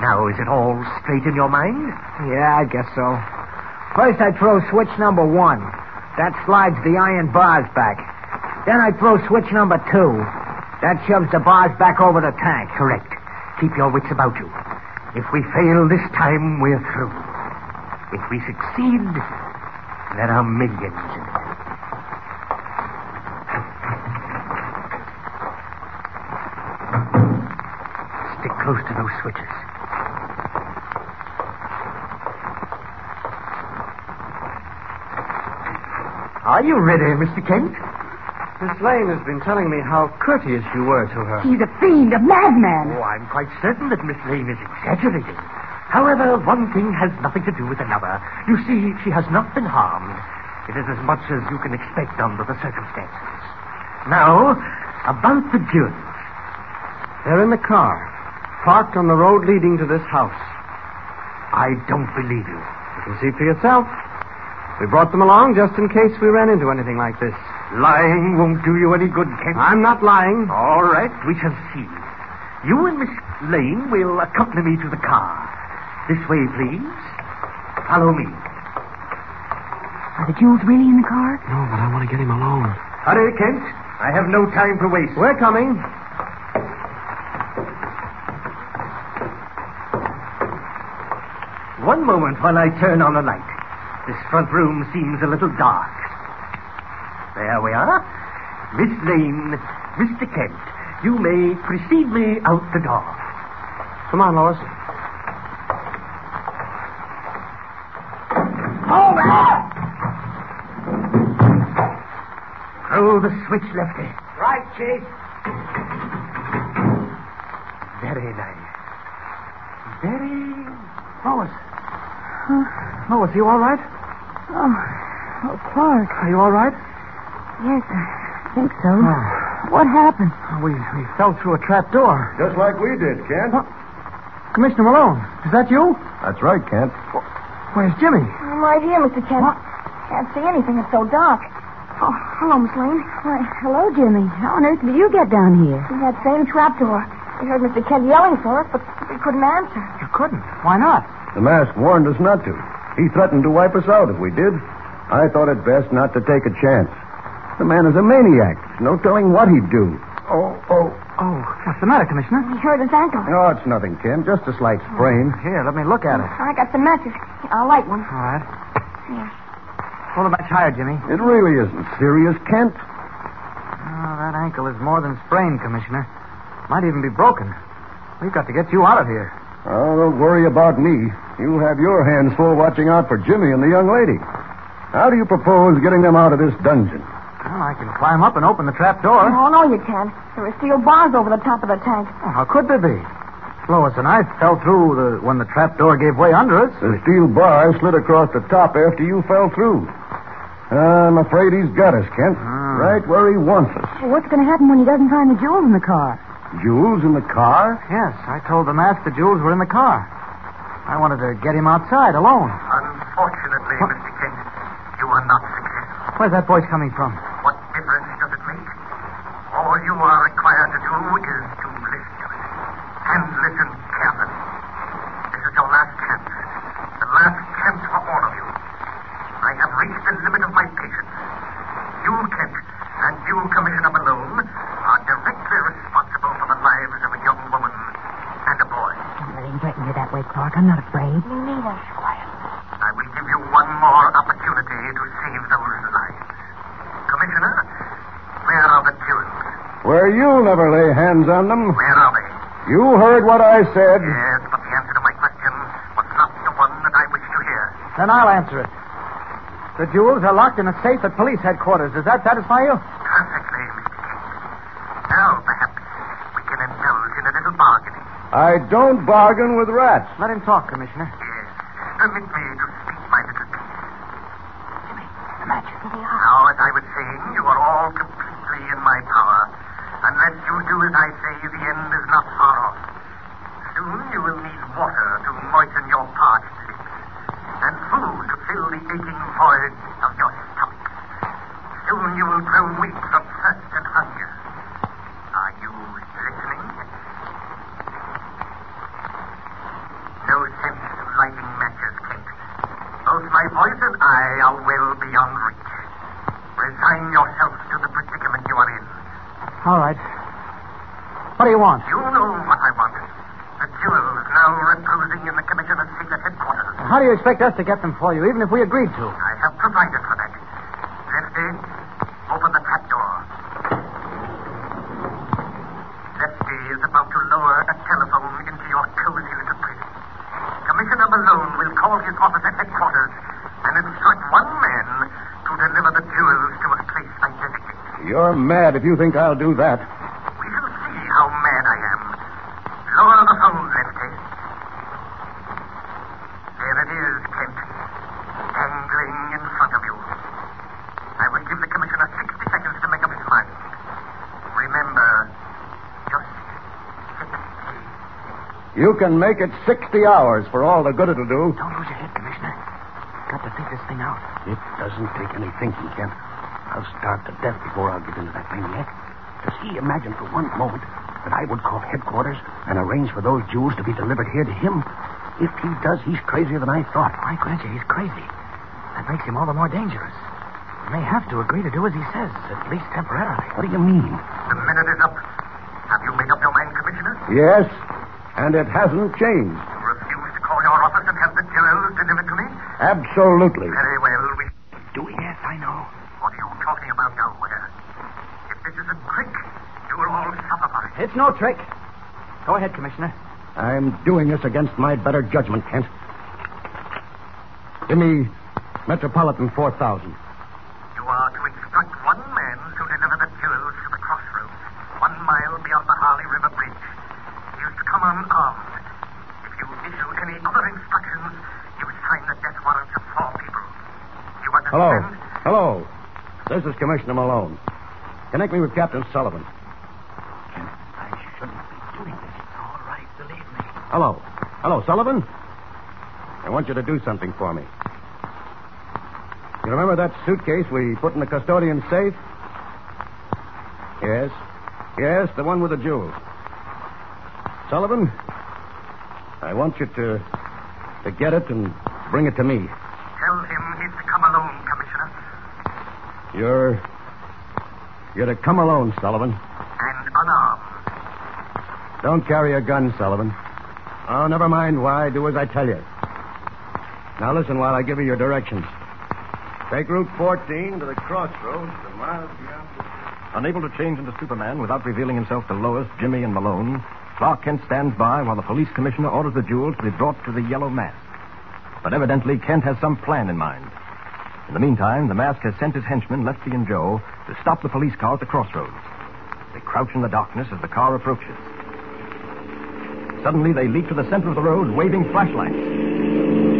Speaker 11: Now, is it all straight in your mind?
Speaker 21: Yeah, I guess so. First, I throw switch number one. That slides the iron bars back. Then I throw switch number two. That shoves the bars back over the tank.
Speaker 11: Correct. Keep your wits about you. If we fail this time, we're through. If we succeed, there are millions in it. Stick close to those switches. Are you ready, Mr. Kent?
Speaker 8: Miss Lane has been telling me how courteous you were to her.
Speaker 21: He's a fiend, a madman.
Speaker 11: Oh, I'm quite certain that Miss Lane is exaggerating. However, one thing has nothing to do with another. You see, she has not been harmed. It is as much as you can expect under the circumstances. Now, about the jewels.
Speaker 8: They're in the car, parked on the road leading to this house.
Speaker 11: I don't believe you.
Speaker 8: You can see for yourself. We brought them along just in case we ran into anything like this.
Speaker 11: Lying won't do you any good, Kent.
Speaker 8: I'm not lying.
Speaker 11: All right, we shall see. You and Miss Lane will accompany me to the car. This way, please. Follow me.
Speaker 21: Are the jewels really in the car?
Speaker 8: No, but I want to get him alone.
Speaker 11: Hurry, Kent. I have no time to waste.
Speaker 8: We're coming.
Speaker 11: One moment while I turn on the light. This front room seems a little dark. There we are. Miss Lane, Mr. Kent, you may precede me out the door.
Speaker 8: Come on, Lois.
Speaker 21: Over!
Speaker 11: Throw the switch, Lefty.
Speaker 21: Right, Chief.
Speaker 11: Very nice. Very.
Speaker 8: Lois. Huh? Lois, you all right?
Speaker 21: Oh, oh Clark.
Speaker 8: Are you all right?
Speaker 21: Yes, I think so.
Speaker 8: Oh. What happened? We, we fell through a trap door.
Speaker 31: Just like we did, Kent.
Speaker 8: Commissioner Malone, is that you?
Speaker 20: That's right, Kent.
Speaker 8: Where's Jimmy?
Speaker 7: I'm right here, Mr. Kent. Can't see anything. It's so dark. Oh, hello, Miss Lane.
Speaker 24: Why, hello, Jimmy. How on earth did you get down here?
Speaker 7: In that same trap door. We heard Mr. Kent yelling for us, but we couldn't answer.
Speaker 8: You couldn't? Why not?
Speaker 20: The mask warned us not to. He threatened to wipe us out if we did. I thought it best not to take a chance. The man is a maniac. There's no telling what he'd do.
Speaker 8: Oh, oh, oh. What's the matter, Commissioner?
Speaker 7: He hurt his ankle.
Speaker 20: Oh, it's nothing, Ken. Just a slight sprain.
Speaker 8: Here, let me look at it.
Speaker 7: I got some matches. I'll light one.
Speaker 8: All right. Pull the match higher, Jimmy.
Speaker 20: It really isn't serious, Kent.
Speaker 8: Oh, that ankle is more than sprained, Commissioner. Might even be broken. We've got to get you out of here.
Speaker 20: Oh, don't worry about me. You have your hands full watching out for Jimmy and the young lady. How do you propose getting them out of this dungeon?
Speaker 8: Well, I can climb up and open the trap door.
Speaker 7: Oh, no, you can't. There are steel bars over the top of the tank.
Speaker 8: Well, Oh, how could there be? Lois and I fell through the, when the trap door gave way under us.
Speaker 20: The steel bar slid across the top after you fell through. I'm afraid he's got us, Kent.
Speaker 8: Ah.
Speaker 20: Right where he wants us.
Speaker 24: What's going to happen when he doesn't find the jewels in the car?
Speaker 20: Jules in the car?
Speaker 8: Yes, I told the mask the jewels were in the car. I wanted to get him outside alone.
Speaker 12: Unfortunately, Mr. Kent, you are not successful.
Speaker 8: Where's that voice coming from?
Speaker 12: What difference does it make? All you are required to do is to listen to it. And listen carefully. This is your last chance. The last chance for all of you. I have reached the limit of my patience. You, Kent, and you, Commissioner Malone, are directly responsible for the lives of a young woman and a boy.
Speaker 24: Don't let him threaten you that way, Clark. I'm not afraid.
Speaker 7: Me neither, Squire.
Speaker 12: I will give you one more opportunity to save those lives. Commissioner, where are the jewels?
Speaker 20: Where you never lay hands on them.
Speaker 12: Where are they?
Speaker 20: You heard what I said.
Speaker 12: Yes, but the answer to my question was not the one that I wish to hear.
Speaker 8: Then I'll answer it. The jewels are locked in a safe at police headquarters. Does that satisfy you?
Speaker 12: Perfectly, Mr. King. Now, perhaps, we can indulge in a little bargaining.
Speaker 20: I don't bargain with rats.
Speaker 8: Let him talk, Commissioner.
Speaker 12: Yes. Permit me to speak my little piece.
Speaker 7: Imagine. They are.
Speaker 12: Now, as I was saying, you are all completely in my power. Unless you do as I say, the end is not far off. Soon you will need water to moisten your parched lips, and food to fill the aching void of your stomach. Soon you will grow weak from thirst and hunger. Are you listening? No sense in lighting matches, Kent. Both my voice and I are well beyond reach. Resign yourself to the predicament you are in.
Speaker 8: All right. What do you want?
Speaker 12: You know what I want. The jewels now reposing in the commissioner's secret headquarters.
Speaker 8: How do you expect us to get them for you, even if we agreed to?
Speaker 12: I have provided for that. Lefty, open the trap door. Lefty is about to lower a telephone into your cozy little prison. Commissioner Malone will call his office at headquarters and instruct one man to deliver the jewels to a place I designate.
Speaker 20: You're mad if you think I'll do that.
Speaker 12: We shall see how mad I am. Lower the phone, Lefty. There it is, Kent. Dangling in front of you. I will give the commissioner 60 seconds to make up his mind. Remember, just 60.
Speaker 20: You can make it 60 hours for all the good it'll
Speaker 8: Oh,
Speaker 20: do.
Speaker 32: Don't lose your head, Commissioner. Got to think this thing out.
Speaker 15: It doesn't take any thinking, Kent. I'll starve to death before I'll give in to that maniac. Does he imagine for one moment that I would call headquarters and arrange for those jewels to be delivered here to him? If he does, he's crazier than I thought.
Speaker 32: I grant you, he's crazy. That makes him all the more dangerous. We may have to agree to do as he says, at least temporarily.
Speaker 15: What do you mean?
Speaker 12: The minute is up. Have you made up your mind, Commissioner?
Speaker 20: Yes, and it hasn't changed.
Speaker 12: You refuse to call your office and have the jewels delivered to me?
Speaker 20: Absolutely.
Speaker 12: Very well. We...
Speaker 32: Do we? Yes, I know.
Speaker 12: What are you talking about now, Witter? If this is a trick, you will all suffer for it.
Speaker 8: It's no trick. Go ahead, Commissioner.
Speaker 33: I'm doing this against my better judgment, Kent. Give me Metropolitan 4000.
Speaker 12: You are to instruct one man to deliver the jewels to the crossroads, one mile beyond the Harley River Bridge. He is to come unarmed. If you issue any other instructions, you sign the death warrants of four people. You
Speaker 33: Hello.
Speaker 12: understand?
Speaker 33: Hello. This is Commissioner Malone.
Speaker 20: Connect me with Captain Sullivan.
Speaker 12: I shouldn't be doing this. All right, believe me.
Speaker 20: Hello. Hello, Sullivan. I want you to do something for me. You remember that suitcase we put in the custodian's safe? Yes. Yes, the one with the jewels. Sullivan, I want you to to get it and bring it to me.
Speaker 12: Tell him he's to come alone, Commissioner.
Speaker 20: You're you're to come alone, Sullivan.
Speaker 12: And unarmed.
Speaker 20: Don't carry a gun, Sullivan. Oh, never mind why. Do as I tell you. Now listen while I give you your directions. Take Route 14 to the crossroads, the miles beyond.
Speaker 19: Unable to change into Superman without revealing himself to Lois, Jimmy, and Malone, Clark Kent stands by while the police commissioner orders the jewels to be brought to the Yellow Mask. But evidently, Kent has some plan in mind. In the meantime, the mask has sent his henchmen, Lefty and Joe, to stop the police car at the crossroads. They crouch in the darkness as the car approaches. Suddenly, they leap to the center of the road, waving flashlights.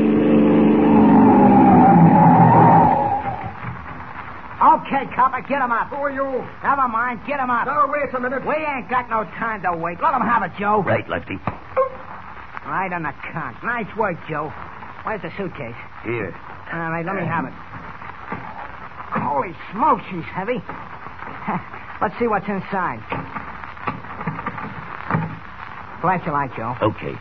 Speaker 21: Okay, copper, get him up. Who are you? Never mind, get him up. No, wait a minute. We ain't got no time to wait. Let him have it, Joe.
Speaker 15: Right, Lefty.
Speaker 21: Right on the cunt. Nice work, Joe. Where's the suitcase?
Speaker 15: Here.
Speaker 21: All right, let me have it. Holy smokes, she's heavy. Let's see what's inside. Flash your light, Joe.
Speaker 15: Okay.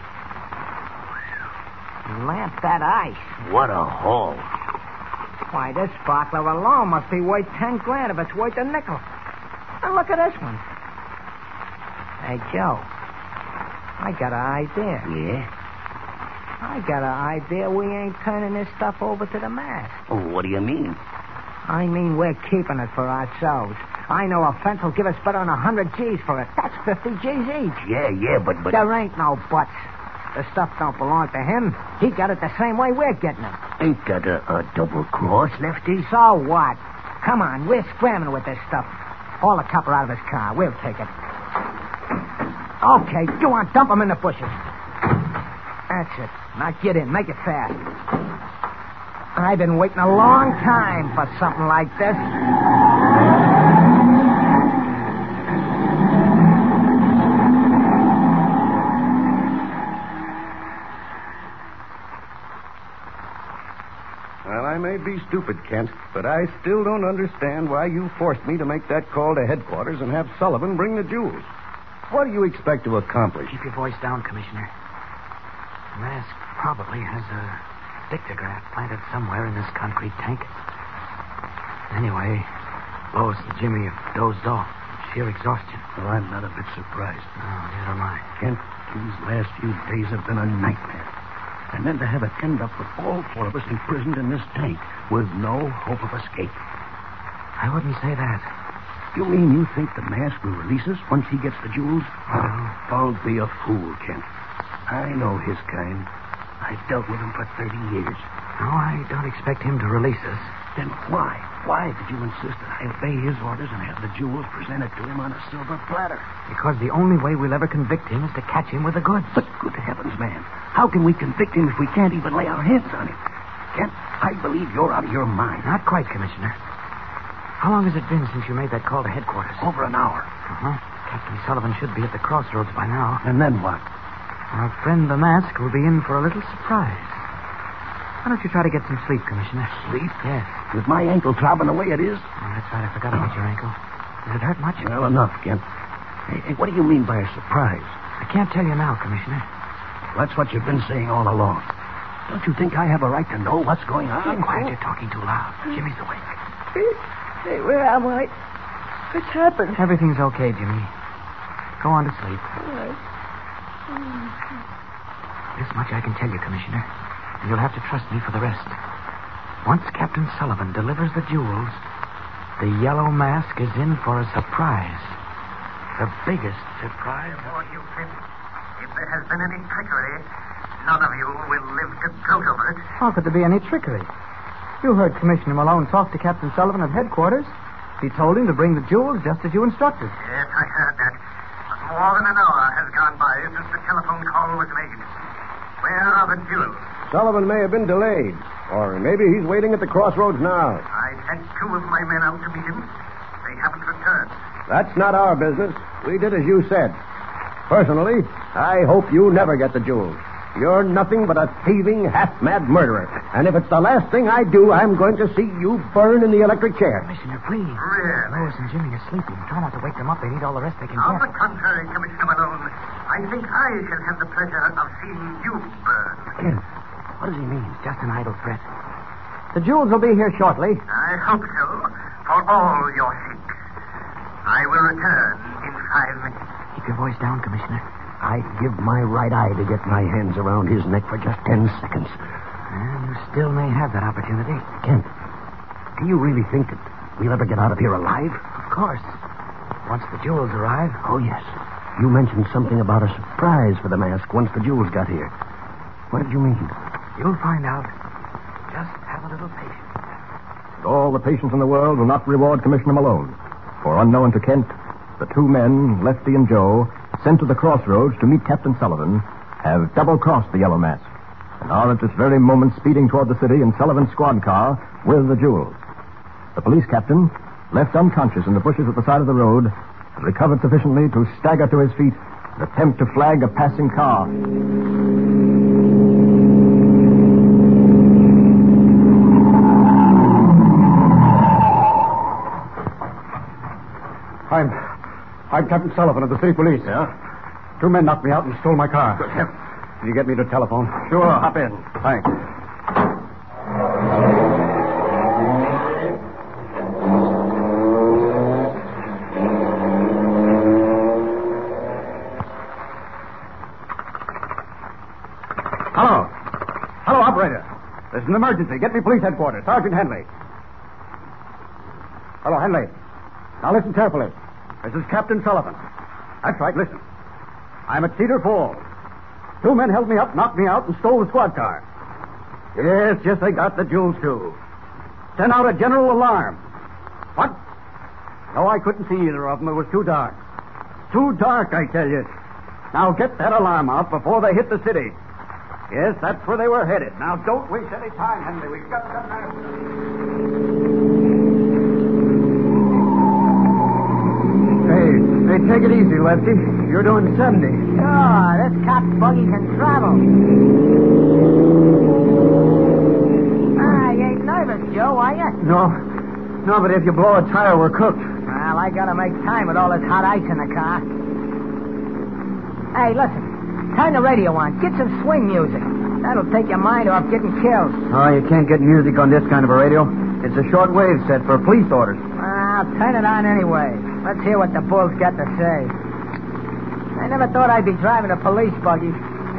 Speaker 21: Lamp that ice.
Speaker 15: What a haul.
Speaker 21: Why, this sparkler alone must be worth ten grand if it's worth a nickel. And look at this one. Hey, Joe. I got an idea.
Speaker 15: Yeah?
Speaker 21: I got an idea we ain't turning this stuff over to the mass.
Speaker 15: Oh, what do you mean?
Speaker 21: I mean, we're keeping it for ourselves. I know a fence will give us better than a hundred G's for it. That's fifty G's each.
Speaker 15: Yeah, yeah, but but
Speaker 21: There ain't no buts. The stuff don't belong to him. He got it the same way we're getting it.
Speaker 15: ain't got a, a double cross, Lefty.
Speaker 21: So what? Come on, we're scrambling with this stuff. Haul the copper out of his car. We'll take it. Okay, go on, dump him in the bushes. That's it. Now get in, make it fast. I've been waiting a long time for something like this.
Speaker 20: Well, I may be stupid, Kent, but I still don't understand why you forced me to make that call to headquarters and have Sullivan bring the jewels. What do you expect to accomplish?
Speaker 8: Keep your voice down, Commissioner. The mask probably has a dictograph planted somewhere in this concrete tank. Anyway, Lois and Jimmy have dozed off. Sheer exhaustion. Well, I'm not a bit surprised. No, neither am I.
Speaker 12: Kent, these last few days have been a nightmare. And then to have it end up with all four of us imprisoned in this tank with no hope of escape.
Speaker 8: I wouldn't say that.
Speaker 12: You mean you think the mask will release us once he gets the jewels? Don't be a fool, Kent. I know his kind. I've dealt with him for 30 years.
Speaker 8: No, I don't expect him to release us.
Speaker 12: Then why? Why did you insist that I obey his orders and have the jewels presented to him on a silver platter?
Speaker 8: Because the only way we'll ever convict him is to catch him with the goods.
Speaker 12: But good heavens, man. How can we convict him if we can't even lay our hands on him? Kent, I believe you're out of your mind.
Speaker 8: Not quite, Commissioner. How long has it been since you made that call to headquarters?
Speaker 12: Over an hour.
Speaker 8: Uh-huh. Captain Sullivan should be at the crossroads by now.
Speaker 12: And then what?
Speaker 8: Our friend the mask will be in for a little surprise. Why don't you try to get some sleep, Commissioner?
Speaker 12: Sleep?
Speaker 8: Yes.
Speaker 12: With my ankle throbbing the way it is?
Speaker 8: Oh, that's right. I forgot about your ankle. Does it hurt much?
Speaker 12: Well, enough, Kent. Hey, hey, what do you mean by a surprise?
Speaker 8: I can't tell you now, Commissioner.
Speaker 12: That's what you've been saying all along. Don't you think I have a right to know what's going on?
Speaker 8: Be quiet. You're talking too loud. Jimmy's awake.
Speaker 7: Hey, where am I? What's happened?
Speaker 8: Everything's okay, Jimmy. Go on to sleep. This much I can tell you, Commissioner. And you'll have to trust me for the rest. Once Captain Sullivan delivers the jewels, the yellow mask is in for a surprise. The biggest surprise.
Speaker 12: warn you, Kent. If there has been any trickery, none of you will live to gloat over it.
Speaker 34: How could there be any trickery? You heard Commissioner Malone talk to Captain Sullivan at headquarters. He told him to bring the jewels just as you instructed.
Speaker 12: Yes, I heard that. But more than an hour has gone by since the telephone call was made. Where are the jewels?
Speaker 20: Sullivan may have been delayed, or maybe
Speaker 12: Oh.
Speaker 20: he's waiting at the crossroads now.
Speaker 12: I sent two of my men out to meet him. They haven't returned.
Speaker 20: That's not our business. We did as you said. Personally, I hope you never get the jewels. You're nothing but a thieving, half mad murderer. And if it's the last thing I do, I'm going to see you burn in the electric chair.
Speaker 10: Commissioner, please. Really? Lois and Jimmy are sleeping. Try not to wake them up. They need all the rest they can
Speaker 12: On
Speaker 10: get.
Speaker 12: the contrary, Commissioner Malone, I think I shall have the pleasure of seeing you burn.
Speaker 10: What does he mean? It's just an idle threat.
Speaker 8: The jewels will be here shortly.
Speaker 12: I hope so, for all your sake. I will return in five minutes.
Speaker 10: Keep your voice down, Commissioner.
Speaker 14: I'd give my right eye to get my hands around his neck for just ten seconds.
Speaker 10: Well, you still may have that opportunity.
Speaker 14: Kent, do you really think that we'll ever get out of here alive?
Speaker 10: Of course. Once the jewels arrive.
Speaker 14: Oh, yes. You mentioned something about a surprise for the mask once the jewels got here. What did you mean?
Speaker 10: You'll find out. Just have a little patience.
Speaker 19: And all the patience in the world will not reward Commissioner Malone. For unknown to Kent, the two men, Lefty and Joe, sent to the crossroads to meet Captain Sullivan, have double-crossed the Yellow Mask, and are at this very moment speeding toward the city in Sullivan's squad car with the jewels. The police captain, left unconscious in the bushes at the side of the road, has recovered sufficiently to stagger to his feet and attempt to flag a passing car.
Speaker 20: I'm. I'm Captain Sullivan of the city police. Yeah? Two men knocked me out and stole my car. Good heavens. Can you get me to telephone? Sure, hop in. Thanks. Hello. Hello, operator. There's an emergency. Get me police headquarters. Sergeant Henley. Hello, Henley. Now listen carefully. This is Captain Sullivan. That's right, listen. I'm at Cedar Falls. Two men held me up, knocked me out, and stole the squad car. Yes, yes, they got the jewels too. Sent out a general alarm. What? No, I couldn't see either of them. It was too dark. Too dark, I tell you. Now get that alarm out before they hit the city. Yes, that's where they were headed. Now don't waste any time, Henry. We've got to
Speaker 3: Hey, hey, take it easy, Lefty. You're doing 70.
Speaker 21: Sure, this cop's buggy can travel. Ah, you ain't nervous, Joe, are you?
Speaker 3: No. No, but if you blow a tire, we're cooked.
Speaker 21: Well, I gotta make time with all this hot ice in the car. Hey, listen. Turn the radio on. Get some swing music. That'll take your mind off getting killed.
Speaker 6: Oh, you can't get music on this kind of a radio. It's a short wave set for police orders.
Speaker 21: Well, turn it on anyway. Let's hear what the bull's got to say. I never thought I'd be driving a police buggy.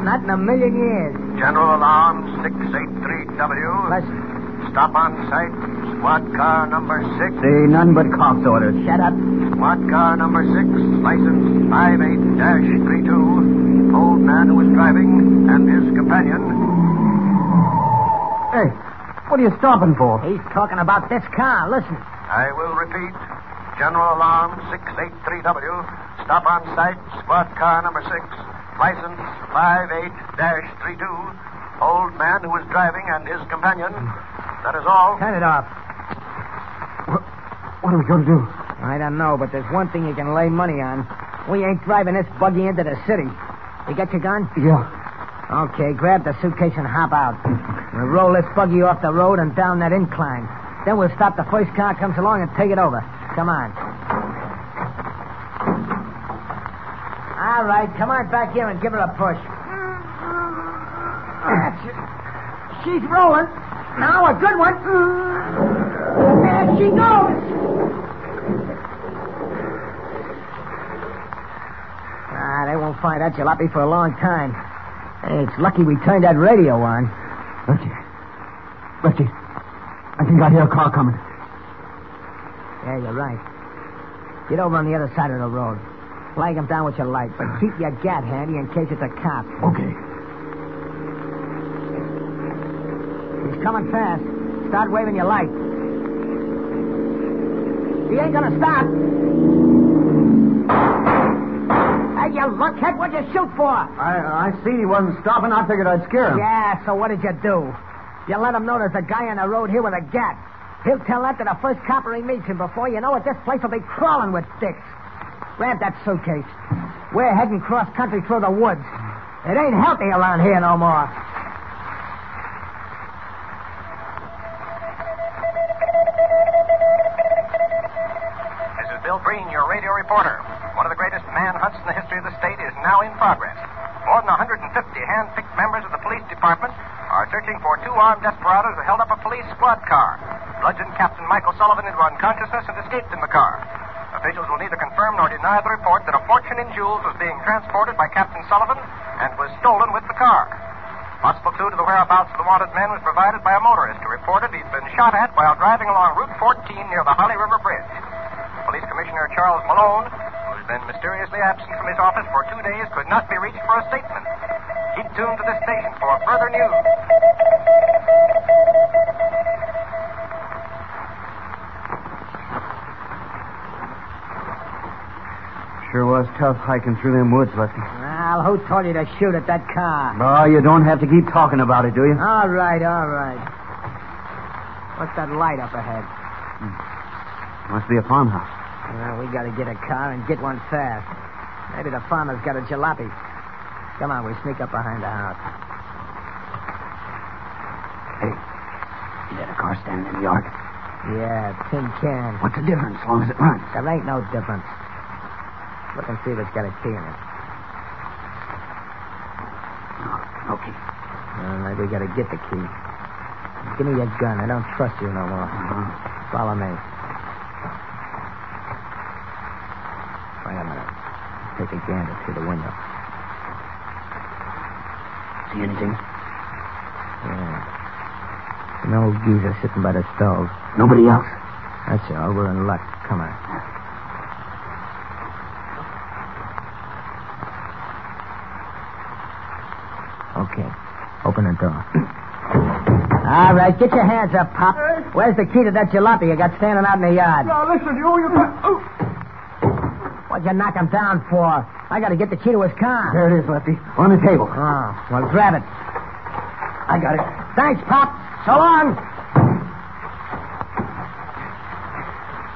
Speaker 21: Not in a million years.
Speaker 27: General Alarm 683W. Stop on site. Squad car number six.
Speaker 6: See, none but cops orders.
Speaker 21: Shut up.
Speaker 27: Squad car number six, license 58-32. Old man who was driving and his companion.
Speaker 3: Hey, what are you stopping for?
Speaker 21: He's talking about this car. Listen.
Speaker 27: I will repeat. General Alarm 683W. Stop on site. Squad car number six, license 58-32. Old man who was driving and his companion. That is all.
Speaker 21: Turn it off.
Speaker 3: What are we going to do?
Speaker 21: I don't know, but there's one thing you can lay money on. We ain't driving this buggy into the city. You got your gun?
Speaker 3: Yeah.
Speaker 21: Okay, grab the suitcase and hop out. We'll roll this buggy off the road and down that incline. Then we'll stop the first car comes along and take it over. Come on. All right, come on back here and give her a push. That's it. She's rolling. Now a good one. There she goes. Ah, they won't find that jalopy for a long time. Hey, it's lucky we turned that radio on.
Speaker 3: Lefty. Lefty. I think I hear a car coming.
Speaker 21: Yeah, you're right. Get over on the other side of the road. Flag him down with your light, but keep your gat handy in case it's a cop.
Speaker 3: Okay.
Speaker 21: He's coming fast. Start waving your light. He ain't gonna stop. Hey, you lunkhead, what'd you shoot for?
Speaker 6: I, I seen he wasn't stopping. I figured I'd scare him.
Speaker 21: Yeah, so what did you do? You let him know there's a guy on the road here with a gat. He'll tell that to the first copper he meets, and before you know it, this place will be crawling with dicks. Grab that suitcase. We're heading cross country through the woods. It ain't healthy around here no more.
Speaker 27: This is Bill Breen, your radio reporter. One of the greatest manhunts in the history of the state is now in progress. More than 150 hand-picked members of the police department are searching for two armed desperados who held up a police squad car, bludgeoned Captain Michael Sullivan into unconsciousness, and escaped in the car. Officials will neither confirm nor deny the report that a fortune in jewels was being transported by Captain Sullivan and was stolen with the car. Possible clue to the whereabouts of the wanted man was provided by a motorist who reported he'd been shot at while driving along Route 14 near the Holly River Bridge. Police Commissioner Charles Malone, who's been mysteriously absent from his office for two days, could not be reached for a statement. Keep tuned to this station for further news.
Speaker 15: Sure was tough hiking through them woods, Lefty.
Speaker 21: Well, who told you to shoot at that car?
Speaker 15: Oh, you don't have to keep talking about it, do you?
Speaker 21: All right, all right. What's that light up ahead?
Speaker 15: Must be a farmhouse.
Speaker 21: Well, we gotta get a car and get one fast. Maybe the farmer's got a jalopy. Come on, we sneak up behind the house.
Speaker 15: You let a car stand in the yard.
Speaker 21: Yeah, tin can.
Speaker 15: What's the difference as long as it runs?
Speaker 21: There ain't no difference. Look and see if it's got a key in it.
Speaker 15: Oh, Okay.
Speaker 21: Well, maybe we gotta get the key. Give me your gun. I don't trust you no more.
Speaker 15: Uh-huh.
Speaker 21: Follow me. Wait a minute. Take a gander through the window.
Speaker 15: See anything?
Speaker 21: Yeah. An old geezer sitting by the stove.
Speaker 15: Nobody else?
Speaker 21: That's all. We're in luck. Come on. Okay. Open the door. All right, get your hands up, Pop. Where's the key to that jalopy you got standing out in the yard?
Speaker 35: Now listen, you, you. Oh,
Speaker 21: What'd you knock him down for? I gotta get the key to his car.
Speaker 15: There it is, Lefty. On the table.
Speaker 21: Oh, well, grab it.
Speaker 15: I got it.
Speaker 21: Thanks, Pop. So long.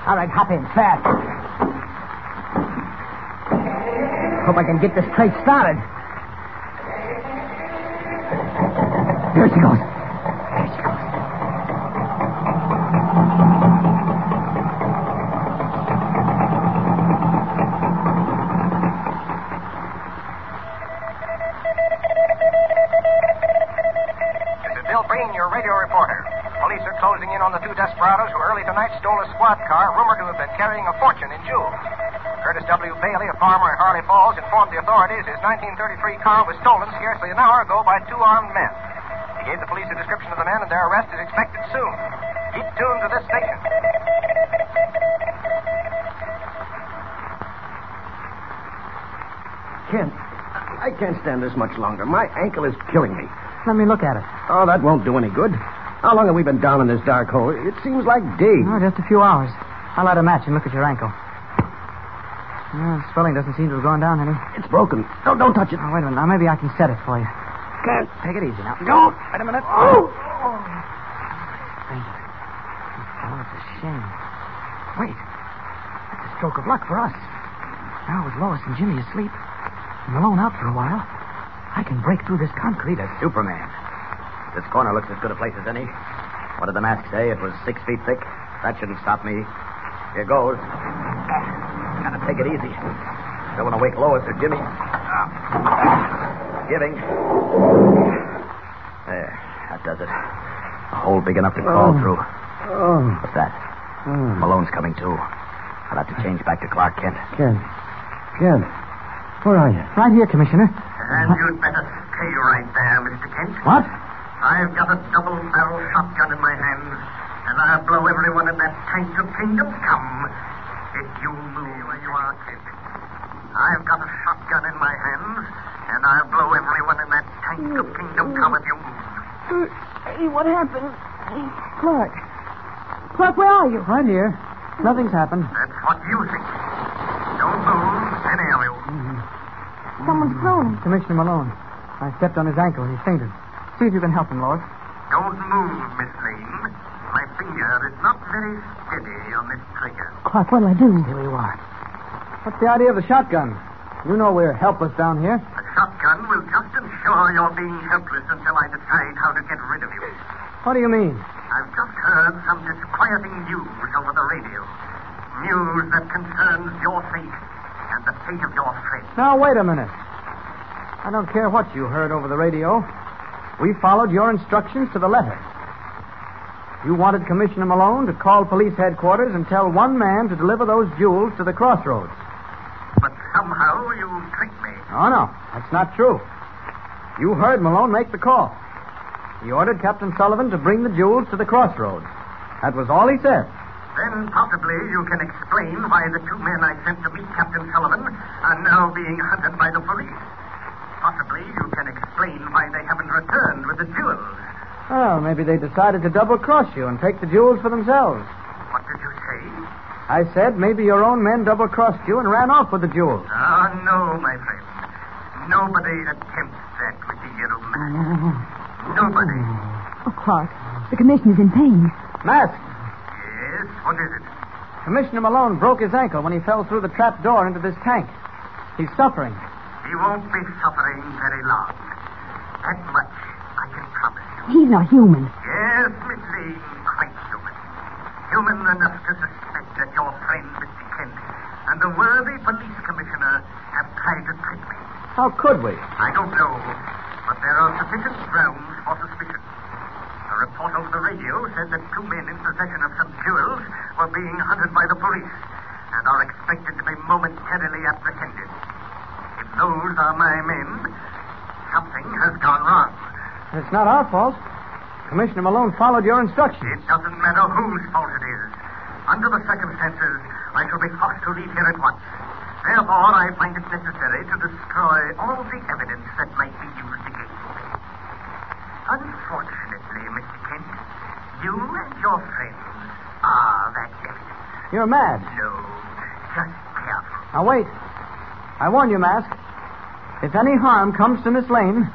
Speaker 21: All right, hop in fast. Hope I can get this crate started.
Speaker 15: There she goes.
Speaker 27: This is Bill Breen, your radio reporter. Police are closing in on the two desperados who early tonight stole a squad car rumored to have been carrying a fortune in jewels. Curtis W. Bailey, a farmer in Harley Falls, informed the authorities his 1933 car was stolen scarcely an hour ago by two armed men. He gave the police a description of the men, and their arrest is expected soon. Keep tuned to this station.
Speaker 14: Kent, I can't stand this much longer. My ankle is killing me.
Speaker 8: Let me look at it.
Speaker 14: Oh, that won't do any good. How long have we been down in this dark hole? It seems like days.
Speaker 8: Oh, just a few hours. I'll light a match and look at your ankle. No, the swelling doesn't seem to have gone down any.
Speaker 14: It's broken. No, don't touch it.
Speaker 8: Oh, wait a minute. Now, maybe I can set it for you.
Speaker 14: Can't.
Speaker 8: Take it easy now.
Speaker 14: Don't.
Speaker 8: Wait a minute.
Speaker 14: Oh.
Speaker 8: Oh, it's a shame. Wait. That's a stroke of luck for us. Now, with Lois and Jimmy asleep, and alone out for a while, I can break through this concrete as
Speaker 13: Superman. This corner looks as good a place as any. What did the mask say? It was six feet thick. That shouldn't stop me. Here goes. Gotta take it easy. Don't want to wake Lois or Jimmy. Ah. Giving. There. That does it. A hole big enough to crawl
Speaker 15: Oh. Hmm.
Speaker 13: through.
Speaker 15: Oh.
Speaker 13: What's that? Malone's coming too. I'll have to change back to Clark Kent.
Speaker 15: Kent. Kent. Where are you?
Speaker 8: Right here, Commissioner.
Speaker 12: And you'd better stay right there, Mr. Kent.
Speaker 8: What?
Speaker 12: I've got a double barrel shotgun in my hand, and I'll blow everyone in that tank to kingdom come if you move where you are, Kent. I've got a shotgun in my hand, and I'll blow everyone in that tank to kingdom come if you move.
Speaker 24: Hey, what happened? Clark. Clark, where are you?
Speaker 8: Right here. Nothing's happened.
Speaker 12: That's what you think. Don't move, any of you.
Speaker 8: Someone's thrown Commissioner Malone. I stepped on his ankle. He fainted. See if you can help him, Lord.
Speaker 12: Don't move, Miss Lane. My finger is not very steady on this trigger.
Speaker 8: Clark, what'll I do? Here you are. What's the idea of the shotgun? You know we're helpless down here.
Speaker 12: The shotgun will just ensure you're being helpless until I decide how to get rid of you.
Speaker 8: What do you mean?
Speaker 12: I've just heard some disquieting news over the radio. News that concerns your fate and the fate of your friends.
Speaker 8: Now, wait a minute. I don't care what you heard over the radio. We followed your instructions to the letter. You wanted Commissioner Malone to call police headquarters and tell one man to deliver those jewels to the crossroads.
Speaker 12: But somehow you tricked me.
Speaker 8: Oh, no. That's not true. You heard Malone make the call. He ordered Captain Sullivan to bring the jewels to the crossroads. That was all he said.
Speaker 12: Then possibly you can explain why the two men I sent to meet Captain Sullivan are now being hunted by the police. Possibly you can explain why they haven't returned with the jewels.
Speaker 8: Well, maybe they decided to double cross you and take the jewels for themselves.
Speaker 12: What did you say?
Speaker 8: I said maybe your own men double crossed you and ran off with the jewels.
Speaker 12: Ah, no, my friend. Nobody attempts that with the yellow mask. Nobody.
Speaker 10: Oh, Clark, the commissioner's in pain.
Speaker 8: Mask.
Speaker 12: Yes, what is it?
Speaker 8: Commissioner Malone broke his ankle when he fell through the trap door into this tank. He's suffering.
Speaker 12: He won't be suffering very long. That much I can promise.
Speaker 10: He's not human.
Speaker 12: Yes, Miss Lane, quite human. Human enough to suspect that your friend, Mr. Kent, and the worthy police commissioner have tried to trick me.
Speaker 8: How could we?
Speaker 12: I don't know, but there are sufficient grounds for suspicion. A report over the radio said that two men in possession of some jewels were being hunted by the police and are expected to be momentarily apprehended. If those are my men, something has gone wrong.
Speaker 8: It's not our fault. Commissioner Malone followed your instructions.
Speaker 12: It doesn't matter whose fault it is. Under the circumstances, I shall be forced to leave here at once. Therefore, I find it necessary to destroy all the evidence that might be used against me. Unfortunately, Mr. Kent, you and your friends are that evidence.
Speaker 8: You're mad.
Speaker 12: No, just careful.
Speaker 8: Now, wait. I warn you, Mask. If any harm comes to Miss Lane,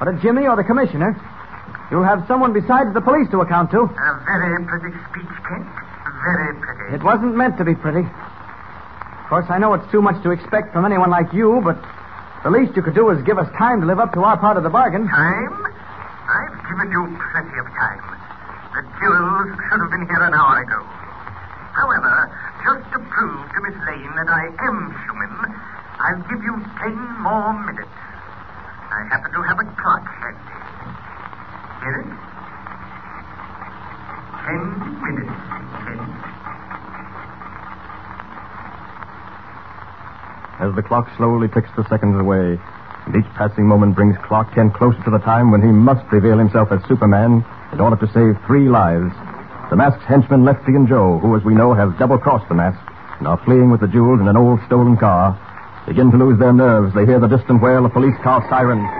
Speaker 8: but a Jimmy or the commissioner, you'll have someone besides the police to account to.
Speaker 12: A very pretty speech, Kent. Very pretty.
Speaker 8: It wasn't meant to be pretty. Of course, I know it's too much to expect from anyone like you, but the least you could do is give us time to live up to our part of the bargain.
Speaker 12: Time? I've given you plenty of time. The jewels should have been here an hour ago. However, just to prove to Miss Lane that I am human, I'll give you ten more minutes. I happen to have a clock handy. Hear it? Ten minutes. Ten.
Speaker 19: As the clock slowly ticks the seconds away, and each passing moment brings Clark Kent closer to the time when he must reveal himself as Superman in order to save three lives. The mask's henchmen, Lefty and Joe, who, as we know, have double-crossed the mask and are fleeing with the jewels in an old stolen car, begin to lose their nerves. They hear the distant wail of police car sirens.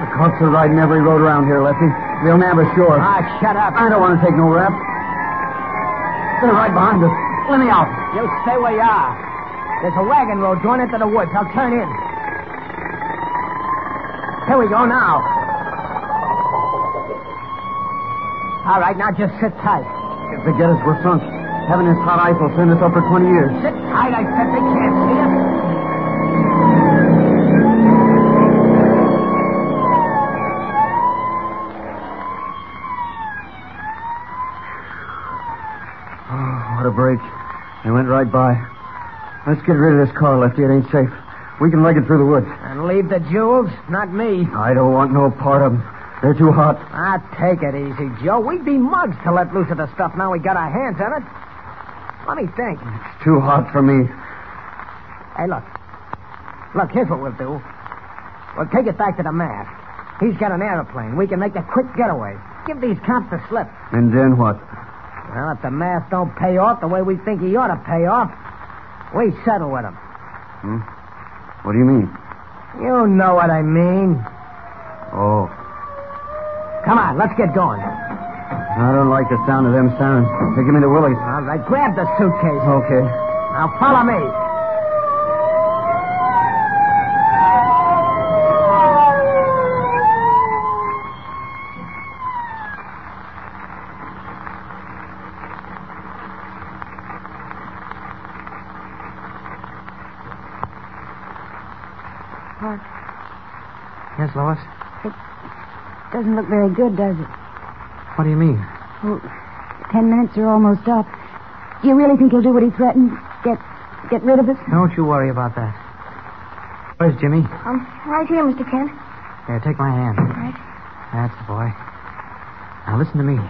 Speaker 8: The cops are riding every road around here, Lefty. They'll nab us sure.
Speaker 21: Ah, shut up.
Speaker 8: I don't want to take no rap. They're right behind us. Let me out.
Speaker 21: You stay where you are. There's a wagon road going into the woods. I'll turn in. Here we go now. All right, now just sit tight.
Speaker 8: If they get us, we're sunk. Having this hot ice will send us up for 20 years.
Speaker 21: Sit tight, I said they can't see us.
Speaker 8: Oh, what a break. They went right by. Let's get rid of this car, Lefty. It ain't safe. We can leg it through the woods.
Speaker 21: And leave the jewels? Not me.
Speaker 8: I don't want no part of them. Oh, They're too hot.
Speaker 21: Ah, take it easy, Joe. We'd be mugs to let loose of the stuff now we got our hands on it. Let me think.
Speaker 8: It's too hot for me.
Speaker 21: Hey, look. Look, here's what we'll do. We'll take it back to the mask. He's got an airplane. We can make a quick getaway. Give these cops a slip.
Speaker 8: And then what?
Speaker 21: Well, if the mask don't pay off the way we think he ought to pay off, we settle with him.
Speaker 8: Hmm? What do you mean?
Speaker 21: You know what I mean.
Speaker 8: Oh.
Speaker 21: Come on, let's get going.
Speaker 8: I don't like the sound of them sirens. They give me the willies.
Speaker 21: All right, grab the suitcase.
Speaker 8: Okay.
Speaker 21: Now follow me.
Speaker 24: Clark.
Speaker 10: Yes, Lois?
Speaker 24: It doesn't look very good, does it?
Speaker 10: What do you mean?
Speaker 24: Well, ten minutes are almost up. Do you really think he'll do what he threatened? Get get rid of us?
Speaker 10: Don't you worry about that. Where's Jimmy?
Speaker 26: I'm right here, Mr. Kent.
Speaker 10: Here, take my hand.
Speaker 26: Right.
Speaker 10: That's the boy. Now listen to me.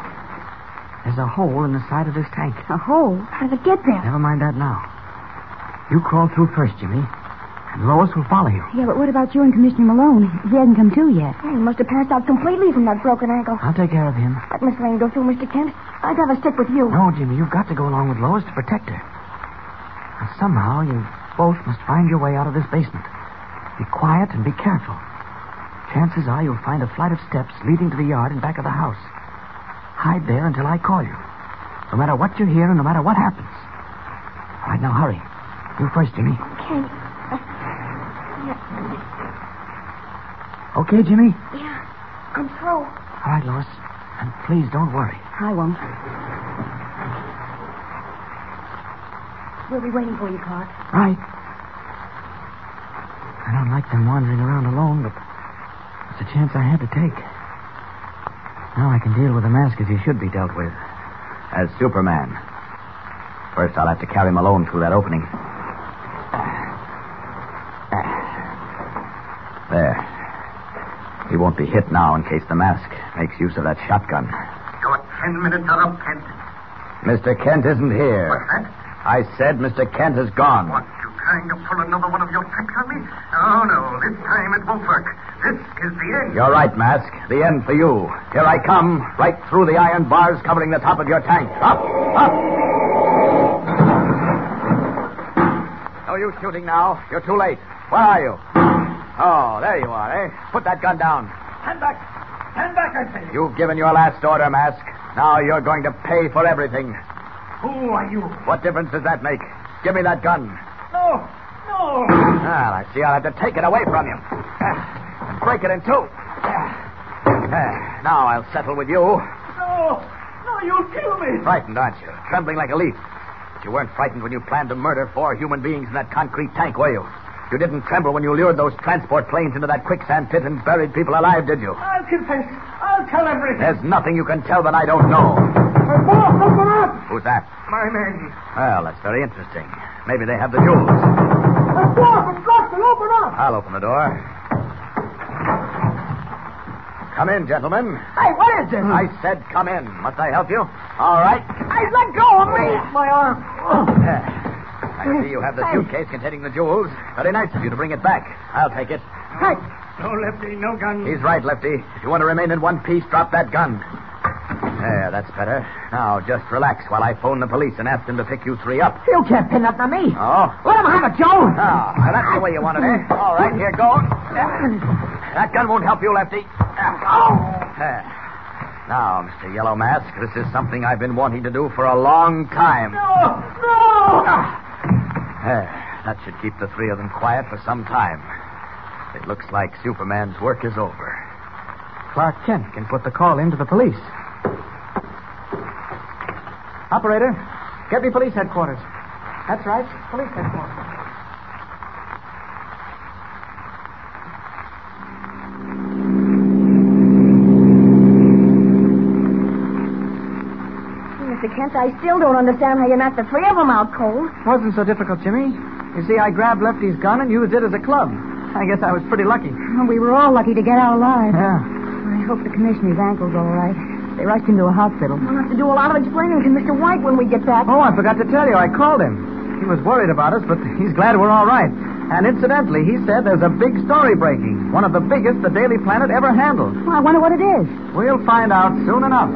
Speaker 10: There's a hole in the side of this tank.
Speaker 26: A hole? How did it get there?
Speaker 10: Never mind that now. You crawl through first, Jimmy, and Lois will follow you.
Speaker 11: Yeah, but what about you and Commissioner Malone? He hasn't come to yet.
Speaker 26: Yeah, he must have passed out completely from that broken ankle.
Speaker 10: I'll take care of him.
Speaker 26: Let Miss Lane go through, Mr. Kent. I'd rather stick with you.
Speaker 10: No, Jimmy, you've got to go along with Lois to protect her. Now, somehow, you both must find your way out of this basement. Be quiet and be careful. Chances are you'll find a flight of steps leading to the yard and back of the house. Hide there until I call you. No matter what you hear and no matter what happens. All right, now hurry. You first, Jimmy.
Speaker 26: Okay.
Speaker 10: Okay, Jimmy?
Speaker 26: Yeah, I'm through.
Speaker 10: All right, Lois. And please don't worry.
Speaker 24: I won't. We'll be waiting for you, Clark.
Speaker 10: Right. I don't like them wandering around alone, but it's a chance I had to take. Now I can deal with the mask as he should be dealt with.
Speaker 13: As Superman. First, I'll have to carry Malone through that opening. There. He won't be hit now in case the mask makes use of that shotgun.
Speaker 12: Your ten minutes are up, Kent.
Speaker 13: Mr. Kent isn't here.
Speaker 12: What's that?
Speaker 13: I said Mr. Kent is gone.
Speaker 12: What, you trying to pull another one of your tricks on me? Oh, no, this time it won't work. This is the end.
Speaker 13: You're right, Mask. The end for you. Here I come, right through the iron bars covering the top of your tank. Up, up. No use shooting now. You're too late. Where are you? Oh, there you are, eh? Put that gun down.
Speaker 12: Hand back. Hand back, I say.
Speaker 13: You've given your last order, Mask. Now you're going to pay for everything.
Speaker 12: Who are you?
Speaker 13: What difference does that make? Give me that gun.
Speaker 12: No, no.
Speaker 13: Well, I see I'll have to take it away from you. And break it in two. There. Now I'll settle with you.
Speaker 12: No, no, you'll kill me.
Speaker 13: Frightened, aren't you? Trembling like a leaf. But you weren't frightened when you planned to murder four human beings in that concrete tank, were you? You didn't tremble when you lured those transport planes into that quicksand pit and buried people alive, did you?
Speaker 12: I'll confess. I'll tell everything.
Speaker 13: There's nothing you can tell that I don't know.
Speaker 12: Boss, open up!
Speaker 13: Who's that?
Speaker 12: My men.
Speaker 13: Well, that's very interesting. Maybe they have the jewels.
Speaker 12: That's Boss and Stockton, open up!
Speaker 13: I'll open the door. Come in, gentlemen.
Speaker 21: Hey, what is it?
Speaker 13: I said come in. Must I help you? All right.
Speaker 21: Hey, let go of me!
Speaker 12: My arm.
Speaker 13: Oh. I see you have the suitcase containing the jewels. Very nice of you to bring it back. I'll take it.
Speaker 21: Hey!
Speaker 12: No, Lefty, no gun.
Speaker 13: He's right, Lefty. If you want to remain in one piece, drop that gun. There, that's better. Now, just relax while I phone the police and ask them to pick you three up.
Speaker 21: You can't pin nothing on me.
Speaker 13: Oh?
Speaker 21: Let him have it, Joe.
Speaker 13: Ah, now that's the way you want it, eh? All right, here goes. That gun won't help you, Lefty.
Speaker 21: Oh!
Speaker 13: There. Now, Mr. Yellow Mask, this is something I've been wanting to do for a long time.
Speaker 12: No! No!
Speaker 13: There. That should keep the three of them quiet for some time. It looks like Superman's work is over.
Speaker 8: Clark Kent can put the call in to the police.
Speaker 1: Operator, get me police headquarters. That's right, police headquarters.
Speaker 26: Mr. Kent, I still don't understand how you knocked the three of them out cold.
Speaker 8: Wasn't so difficult, Jimmy. You see, I grabbed Lefty's gun and used it as a club. I guess I was pretty lucky.
Speaker 24: Well, we were all lucky to get out alive.
Speaker 8: Yeah.
Speaker 24: I hope the commissioner's ankle's all right. They rushed him to a hospital.
Speaker 26: We'll have to do a lot of explaining to Mr. White when we get back.
Speaker 8: Oh, I forgot to tell you. I called him. He was worried about us, but he's glad we're all right. And incidentally, he said there's a big story breaking. One of the biggest the Daily Planet ever handled.
Speaker 24: Well, I wonder what it is.
Speaker 8: We'll find out soon enough.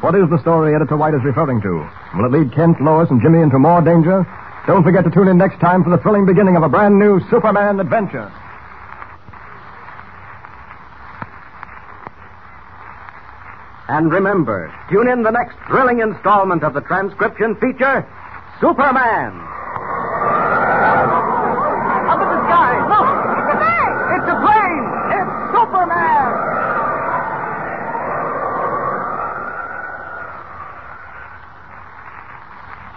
Speaker 19: What is the story Editor White is referring to? Will it lead Kent, Lois, and Jimmy into more danger? Don't forget to tune in next time for the thrilling beginning of a brand new Superman adventure.
Speaker 13: And remember, tune in the next thrilling installment of the transcription feature Superman.
Speaker 4: Up in the sky, look! It's a plane! It's a plane! It's Superman!